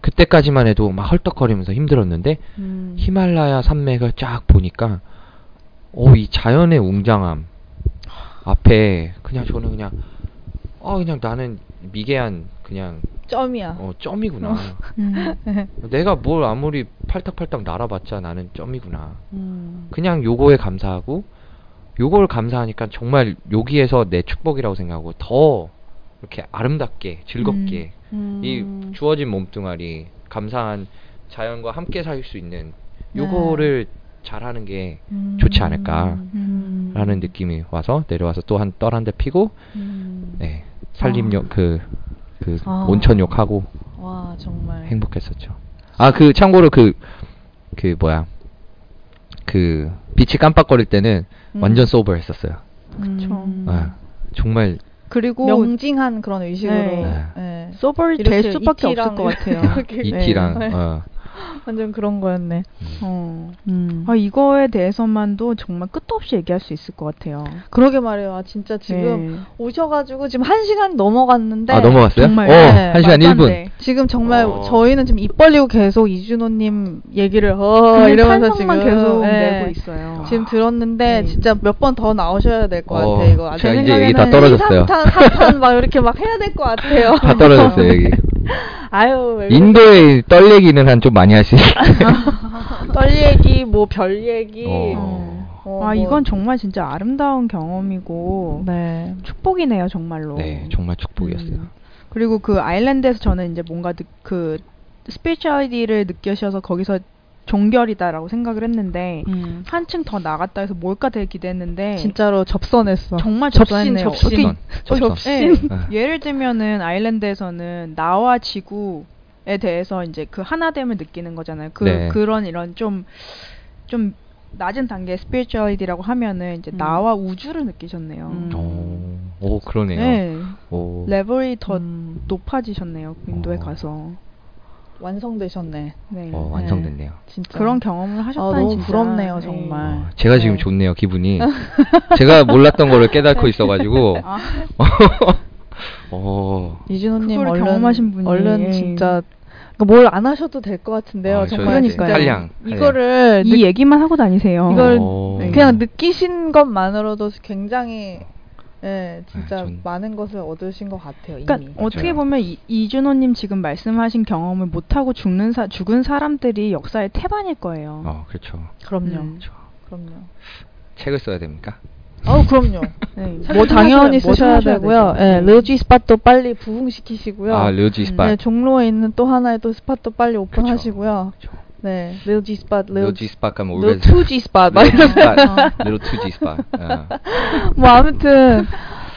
Speaker 4: 그때까지만 해도 막 헐떡거리면서 힘들었는데
Speaker 6: 음.
Speaker 4: 히말라야 산맥을 쫙 보니까 어, 오 이 자연의 웅장함 앞에 그냥 저는 그냥 아 그냥 나는 미개한 그냥
Speaker 2: 점이야.
Speaker 4: 어 점이구나.
Speaker 3: 음.
Speaker 4: 내가 뭘 아무리 팔딱팔딱 날아봤자 나는 점이구나.
Speaker 2: 음.
Speaker 4: 그냥 요거에 감사하고 요걸 감사하니까 정말 여기에서 내 축복이라고 생각하고 더 이렇게 아름답게 즐겁게
Speaker 2: 음.
Speaker 4: 이
Speaker 3: 음.
Speaker 4: 주어진 몸뚱아리 감사한 자연과 함께 살 수 있는
Speaker 2: 네.
Speaker 4: 요거를 잘하는 게 좋지 않을까라는
Speaker 3: 음.
Speaker 4: 느낌이 와서 내려와서 또 한 떨 한 대 피고 네 살림욕 그그
Speaker 2: 음. 아.
Speaker 4: 온천욕 하고
Speaker 2: 와 정말.
Speaker 4: 행복했었죠. 아 그 참고로 그 그 뭐야 그 빛이 깜빡거릴 때는 완전 소버했었어요.
Speaker 3: 그쵸.
Speaker 2: 음.
Speaker 4: 아, 정말
Speaker 3: 그리고
Speaker 2: 명징한 그런 의식으로.
Speaker 3: 네.
Speaker 2: 네.
Speaker 3: 소벌 될
Speaker 2: 이렇게
Speaker 3: 수밖에 없을
Speaker 2: 이티랑
Speaker 3: 것 같아요.
Speaker 2: 이렇게.
Speaker 4: 이티랑
Speaker 2: 네.
Speaker 4: 어,
Speaker 2: 완전 그런 거였네.
Speaker 3: 어.
Speaker 2: 음.
Speaker 3: 아, 이거에 대해서만도 정말 끝도 없이 얘기할 수 있을 것 같아요.
Speaker 2: 그러게 말이에요. 아, 진짜 지금
Speaker 3: 네.
Speaker 2: 오셔가지고 지금 한 시간 넘어갔는데.
Speaker 4: 아 넘어갔어요?
Speaker 3: 정말.
Speaker 4: 어,
Speaker 2: 네,
Speaker 4: 한 시간
Speaker 3: 말도 안
Speaker 4: 1분.
Speaker 3: 돼.
Speaker 2: 지금 정말
Speaker 4: 어.
Speaker 2: 저희는 지금 입 벌리고 계속 이준호님 얘기를 어
Speaker 3: 그냥
Speaker 2: 이러면서 지금
Speaker 3: 탄성만 계속
Speaker 2: 네.
Speaker 3: 내고 있어요.
Speaker 2: 지금 들었는데
Speaker 3: 네.
Speaker 2: 진짜 몇 번 더 나오셔야 될 것
Speaker 4: 어,
Speaker 2: 같아 이거.
Speaker 4: 제가 이제 얘기 다 떨어졌어요.
Speaker 2: 3탄, 4탄 막 이렇게 막 해야 될 것 같아요.
Speaker 4: 다 떨어졌어요 여기.
Speaker 2: 아유 왜 이렇게
Speaker 4: 인도의 떨 얘기는 한 좀 많이 하시.
Speaker 2: 떨 얘기 뭐 별 얘기.
Speaker 4: 어.
Speaker 2: 어, 뭐.
Speaker 3: 아 이건 정말 진짜 아름다운 경험이고
Speaker 2: 네.
Speaker 3: 축복이네요 정말로.
Speaker 8: 네, 정말 축복이었어요.
Speaker 3: 어. 음. 그리고 그 아일랜드에서 저는 이제 뭔가 느- 그 스피리추얼리티를 느껴셔서 거기서 종결이다라고 생각을 했는데 한층 더 나갔다 해서 뭘까 되게 기대했는데
Speaker 2: 음. 진짜로 접선했어.
Speaker 3: 네. 정말
Speaker 2: 접신,
Speaker 3: 접선했네요.
Speaker 2: 접신.
Speaker 3: 어떻게- 어,
Speaker 4: 접선.
Speaker 3: 접신.
Speaker 4: 어.
Speaker 3: 예를 들면은 아일랜드에서는 나와 지구에 대해서 이제 그 하나됨을 느끼는 거잖아요. 그
Speaker 4: 네.
Speaker 3: 그런 이런 좀 좀 낮은 단계 스피리추얼리티라고 하면은 이제
Speaker 2: 음.
Speaker 3: 나와 우주를 느끼셨네요.
Speaker 2: 음.
Speaker 4: 오, 어, 오 그러네요.
Speaker 3: 네.
Speaker 4: 오.
Speaker 3: 레벨이 더
Speaker 2: 음,
Speaker 3: 높아지셨네요. 인도에
Speaker 4: 어.
Speaker 3: 가서.
Speaker 2: 완성되셨네.
Speaker 3: 네.
Speaker 4: 어, 완성됐네요.
Speaker 2: 진짜. 아,
Speaker 3: 그런 경험을 하셨다니
Speaker 2: 너무
Speaker 3: 진짜.
Speaker 2: 부럽네요,
Speaker 3: 네.
Speaker 2: 정말.
Speaker 4: 어, 제가 지금
Speaker 2: 네.
Speaker 4: 좋네요 기분이. 제가 몰랐던 거를 깨닫고 있어가지고.
Speaker 3: 아.
Speaker 4: 어.
Speaker 2: 이준호님
Speaker 3: 그걸
Speaker 2: 얼른
Speaker 3: 경험하신 분이.
Speaker 2: 얼른
Speaker 3: 예.
Speaker 2: 진짜 그러니까 뭘 안 하셔도 될 것 같은데요.
Speaker 8: 어,
Speaker 4: 아,
Speaker 2: 정말
Speaker 4: 저희
Speaker 2: 진짜
Speaker 4: 한량,
Speaker 2: 네, 이거를
Speaker 3: 이 얘기만 하고 다니세요.
Speaker 2: 이걸
Speaker 4: 어.
Speaker 2: 느- 그냥 느끼신 것만으로도 굉장히 예 진짜
Speaker 8: 아, 전-
Speaker 2: 많은 것을 얻으신 것 같아요. 이미.
Speaker 3: 그러니까 어떻게
Speaker 4: 그렇죠.
Speaker 8: 맞아요.
Speaker 3: 보면 이, 이준호님 지금 말씀하신 경험을 못하고 죽는 사, 죽은 사람들이 역사의 태반일 거예요.
Speaker 4: 아.
Speaker 8: 어, 그렇죠.
Speaker 2: 그럼요.
Speaker 3: 음.
Speaker 2: 그럼요.
Speaker 8: 책을 써야 됩니까?
Speaker 2: 아우 그럼요.
Speaker 3: 네.
Speaker 2: 뭐 당연히
Speaker 3: 뭐든
Speaker 2: 쓰셔야
Speaker 3: 하셔야
Speaker 2: 되고요.
Speaker 3: 되죠. 네.
Speaker 2: 예, 르지 스팟도 빨리 부흥시키시고요.
Speaker 8: 아, 르지
Speaker 3: 음.
Speaker 8: 스팟.
Speaker 2: 네, 종로에 있는 또 하나의 또 스팟도 빨리 오픈하시고요.
Speaker 8: 그쵸.
Speaker 2: 네, 르지 스팟,
Speaker 8: 그렇죠. 르지
Speaker 2: 르지
Speaker 8: 스팟 가면 올베
Speaker 2: 르투지 스팟 막 이런
Speaker 8: 뭐 네, 스팟. 르투지 스팟. 어.
Speaker 2: 뭐 아무튼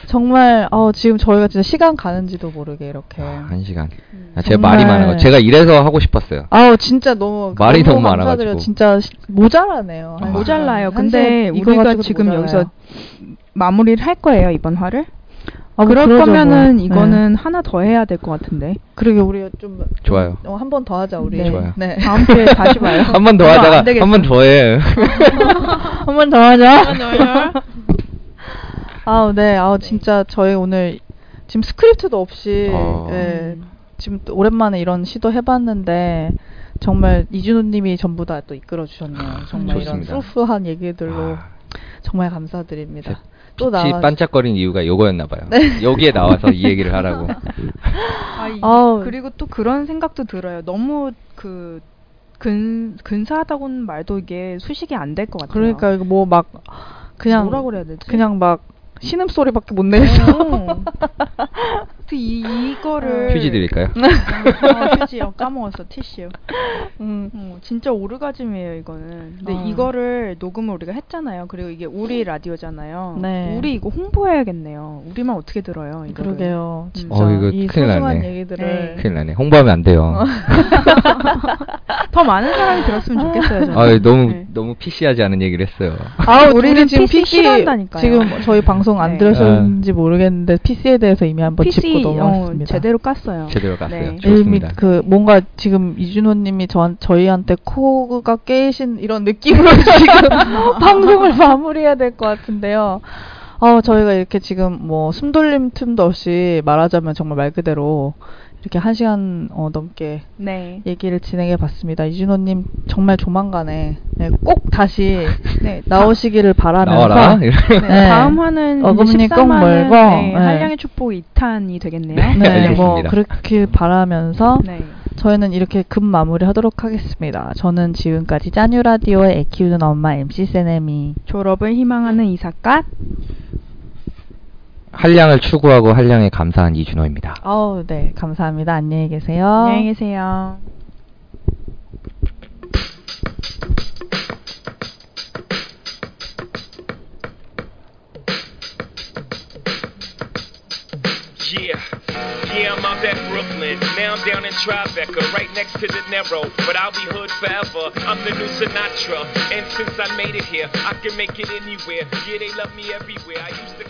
Speaker 2: 정말 어 지금 저희가 진짜 시간 가는지도 모르게 이렇게
Speaker 8: 아, 한 시간. 아, 제
Speaker 2: 네. 음, 정말.
Speaker 8: 말이 많아요. 제가 이래서 하고 싶었어요.
Speaker 2: 아우 진짜 너무
Speaker 8: 말이 너무
Speaker 2: 감사드려요.
Speaker 8: 많아가지고.
Speaker 2: 진짜 시- 모자라네요. 한
Speaker 8: 아.
Speaker 3: 모자라요.
Speaker 2: 시간. 한
Speaker 3: 근데
Speaker 2: 시간 어, 이거
Speaker 3: 우리가
Speaker 2: 가지고도
Speaker 3: 지금
Speaker 2: 모자라요.
Speaker 3: 여기서 마무리를 할 거예요 이번 화를.
Speaker 2: 아, 뭐
Speaker 3: 그럴
Speaker 2: 그러죠, 뭐.
Speaker 3: 거면은
Speaker 2: 네.
Speaker 3: 이거는 하나 더 해야 될 것 같은데.
Speaker 2: 그러게 우리 좀
Speaker 8: 좋아요.
Speaker 2: 어, 한 번 더 하자 우리.
Speaker 3: 네.
Speaker 8: 좋아요.
Speaker 2: 네.
Speaker 3: 다음 주에 다시 봐요.
Speaker 8: 한 번 더
Speaker 3: 이거 안
Speaker 8: 하다가
Speaker 3: 되겠어.
Speaker 8: 한 번 더 해.
Speaker 2: 한 번 더 하자. 아우 네, 아우 진짜 저희 오늘 지금 스크립트도 없이
Speaker 8: 어.
Speaker 2: 예, 지금 또 오랜만에 이런 시도 해봤는데 정말 이준호님이 전부 다 또 이끌어 주셨네요. 정말 이런
Speaker 8: 좋습니다.
Speaker 2: 소프한 얘기들로
Speaker 8: 아,
Speaker 2: 정말 감사드립니다. 또 네.
Speaker 8: 빛이
Speaker 2: 나와.
Speaker 8: 반짝거린 이유가 요거였나 봐요. 여기에 나와서 이 얘기를 하라고.
Speaker 3: 아, 이-
Speaker 2: 아우.
Speaker 3: 그리고 또 그런 생각도 들어요. 너무 그 근, 근사하다고는 말도 이게 수식이 안 될 것 같아요.
Speaker 2: 그러니까 이거 뭐 막 그냥
Speaker 3: 뭐라 그래야 되지?
Speaker 2: 그냥 막 신음 소리밖에 못 내서
Speaker 3: 어. 그 이, 이거를
Speaker 2: 네.
Speaker 8: 휴지 드릴까요?
Speaker 3: 어, 휴지요 까먹었어 티슈
Speaker 2: 음.
Speaker 3: 어, 진짜 오르가즘이에요 이거는 근데
Speaker 2: 어.
Speaker 3: 이거를 녹음을 우리가 했잖아요 그리고 이게 우리 라디오잖아요
Speaker 2: 네.
Speaker 3: 우리 이거 홍보해야겠네요 우리만 어떻게 들어요 음. 이거를
Speaker 2: 그러게요. 진짜
Speaker 8: 어, 이거
Speaker 2: 이
Speaker 8: 큰일
Speaker 2: 소중한
Speaker 8: 났네.
Speaker 2: 얘기들을
Speaker 8: 큰일 나네. 홍보하면 안 돼요.
Speaker 2: 어.
Speaker 3: 더 많은 사람이 들었으면 좋겠어요 저는.
Speaker 8: 아, 너무
Speaker 3: 네.
Speaker 8: 너무 PC하지 않은 얘기를 했어요.
Speaker 2: 아, 우리는
Speaker 3: 우리는
Speaker 2: 지금
Speaker 3: PC
Speaker 2: PC
Speaker 3: 싫어한다니까요.
Speaker 2: 지금 저희 방송 안
Speaker 3: 네.
Speaker 8: 아.
Speaker 2: 들으셨는지 모르겠는데 PC에 대해서 이미 한번 짚고
Speaker 3: PC 어,
Speaker 2: 넘어왔습니다.
Speaker 3: 제대로 깠어요
Speaker 8: 제대로 갔어요.
Speaker 3: 네.
Speaker 2: 이미
Speaker 8: 좋습니다.
Speaker 2: 그 뭔가 지금 이준호님이 저 저희한테 코가 어, 깨이신 이런 느낌으로 지금 방송을 마무리해야 될 것 같은데요. 어, 저희가 이렇게 지금 뭐 숨돌림 틈도 없이 말하자면 정말 말 그대로 이렇게 한 시간 어, 넘게
Speaker 3: 네.
Speaker 2: 얘기를 진행해 봤습니다. 이준호님 정말 조만간에 네, 꼭 다시
Speaker 3: 네.
Speaker 2: 나오시기를 바라면서
Speaker 7: 나와라.
Speaker 3: 네.
Speaker 2: 네.
Speaker 3: 다음 화는
Speaker 2: 어금니 꼭
Speaker 3: 13화는,
Speaker 2: 멀고,
Speaker 3: 네,
Speaker 2: 네.
Speaker 3: 한량의 축복 2탄이 되겠네요.
Speaker 7: 네.
Speaker 2: 네, 뭐
Speaker 7: 알겠습니다.
Speaker 2: 그렇게 바라면서
Speaker 3: 네.
Speaker 2: 저희는 이렇게 급 마무리하도록 하겠습니다. 저는 지금까지 짜뉴 라디오의 애 키우는 엄마 MC 세네미
Speaker 3: 졸업을 희망하는 이삭갓
Speaker 4: 한량을 추구하고 한량에 감사한 이준호입니다.
Speaker 2: 아우 네 감사합니다. 안녕히 계세요.
Speaker 3: 안녕히 계세요.
Speaker 9: Yeah, yeah, I'm out that Brooklyn. Now I'm down in Tribeca, right next to the Narrow. But I'll be hood forever. I'm the new Sinatra, and since I made it here, I can make it anywhere. Yeah, they love me everywhere. I used to.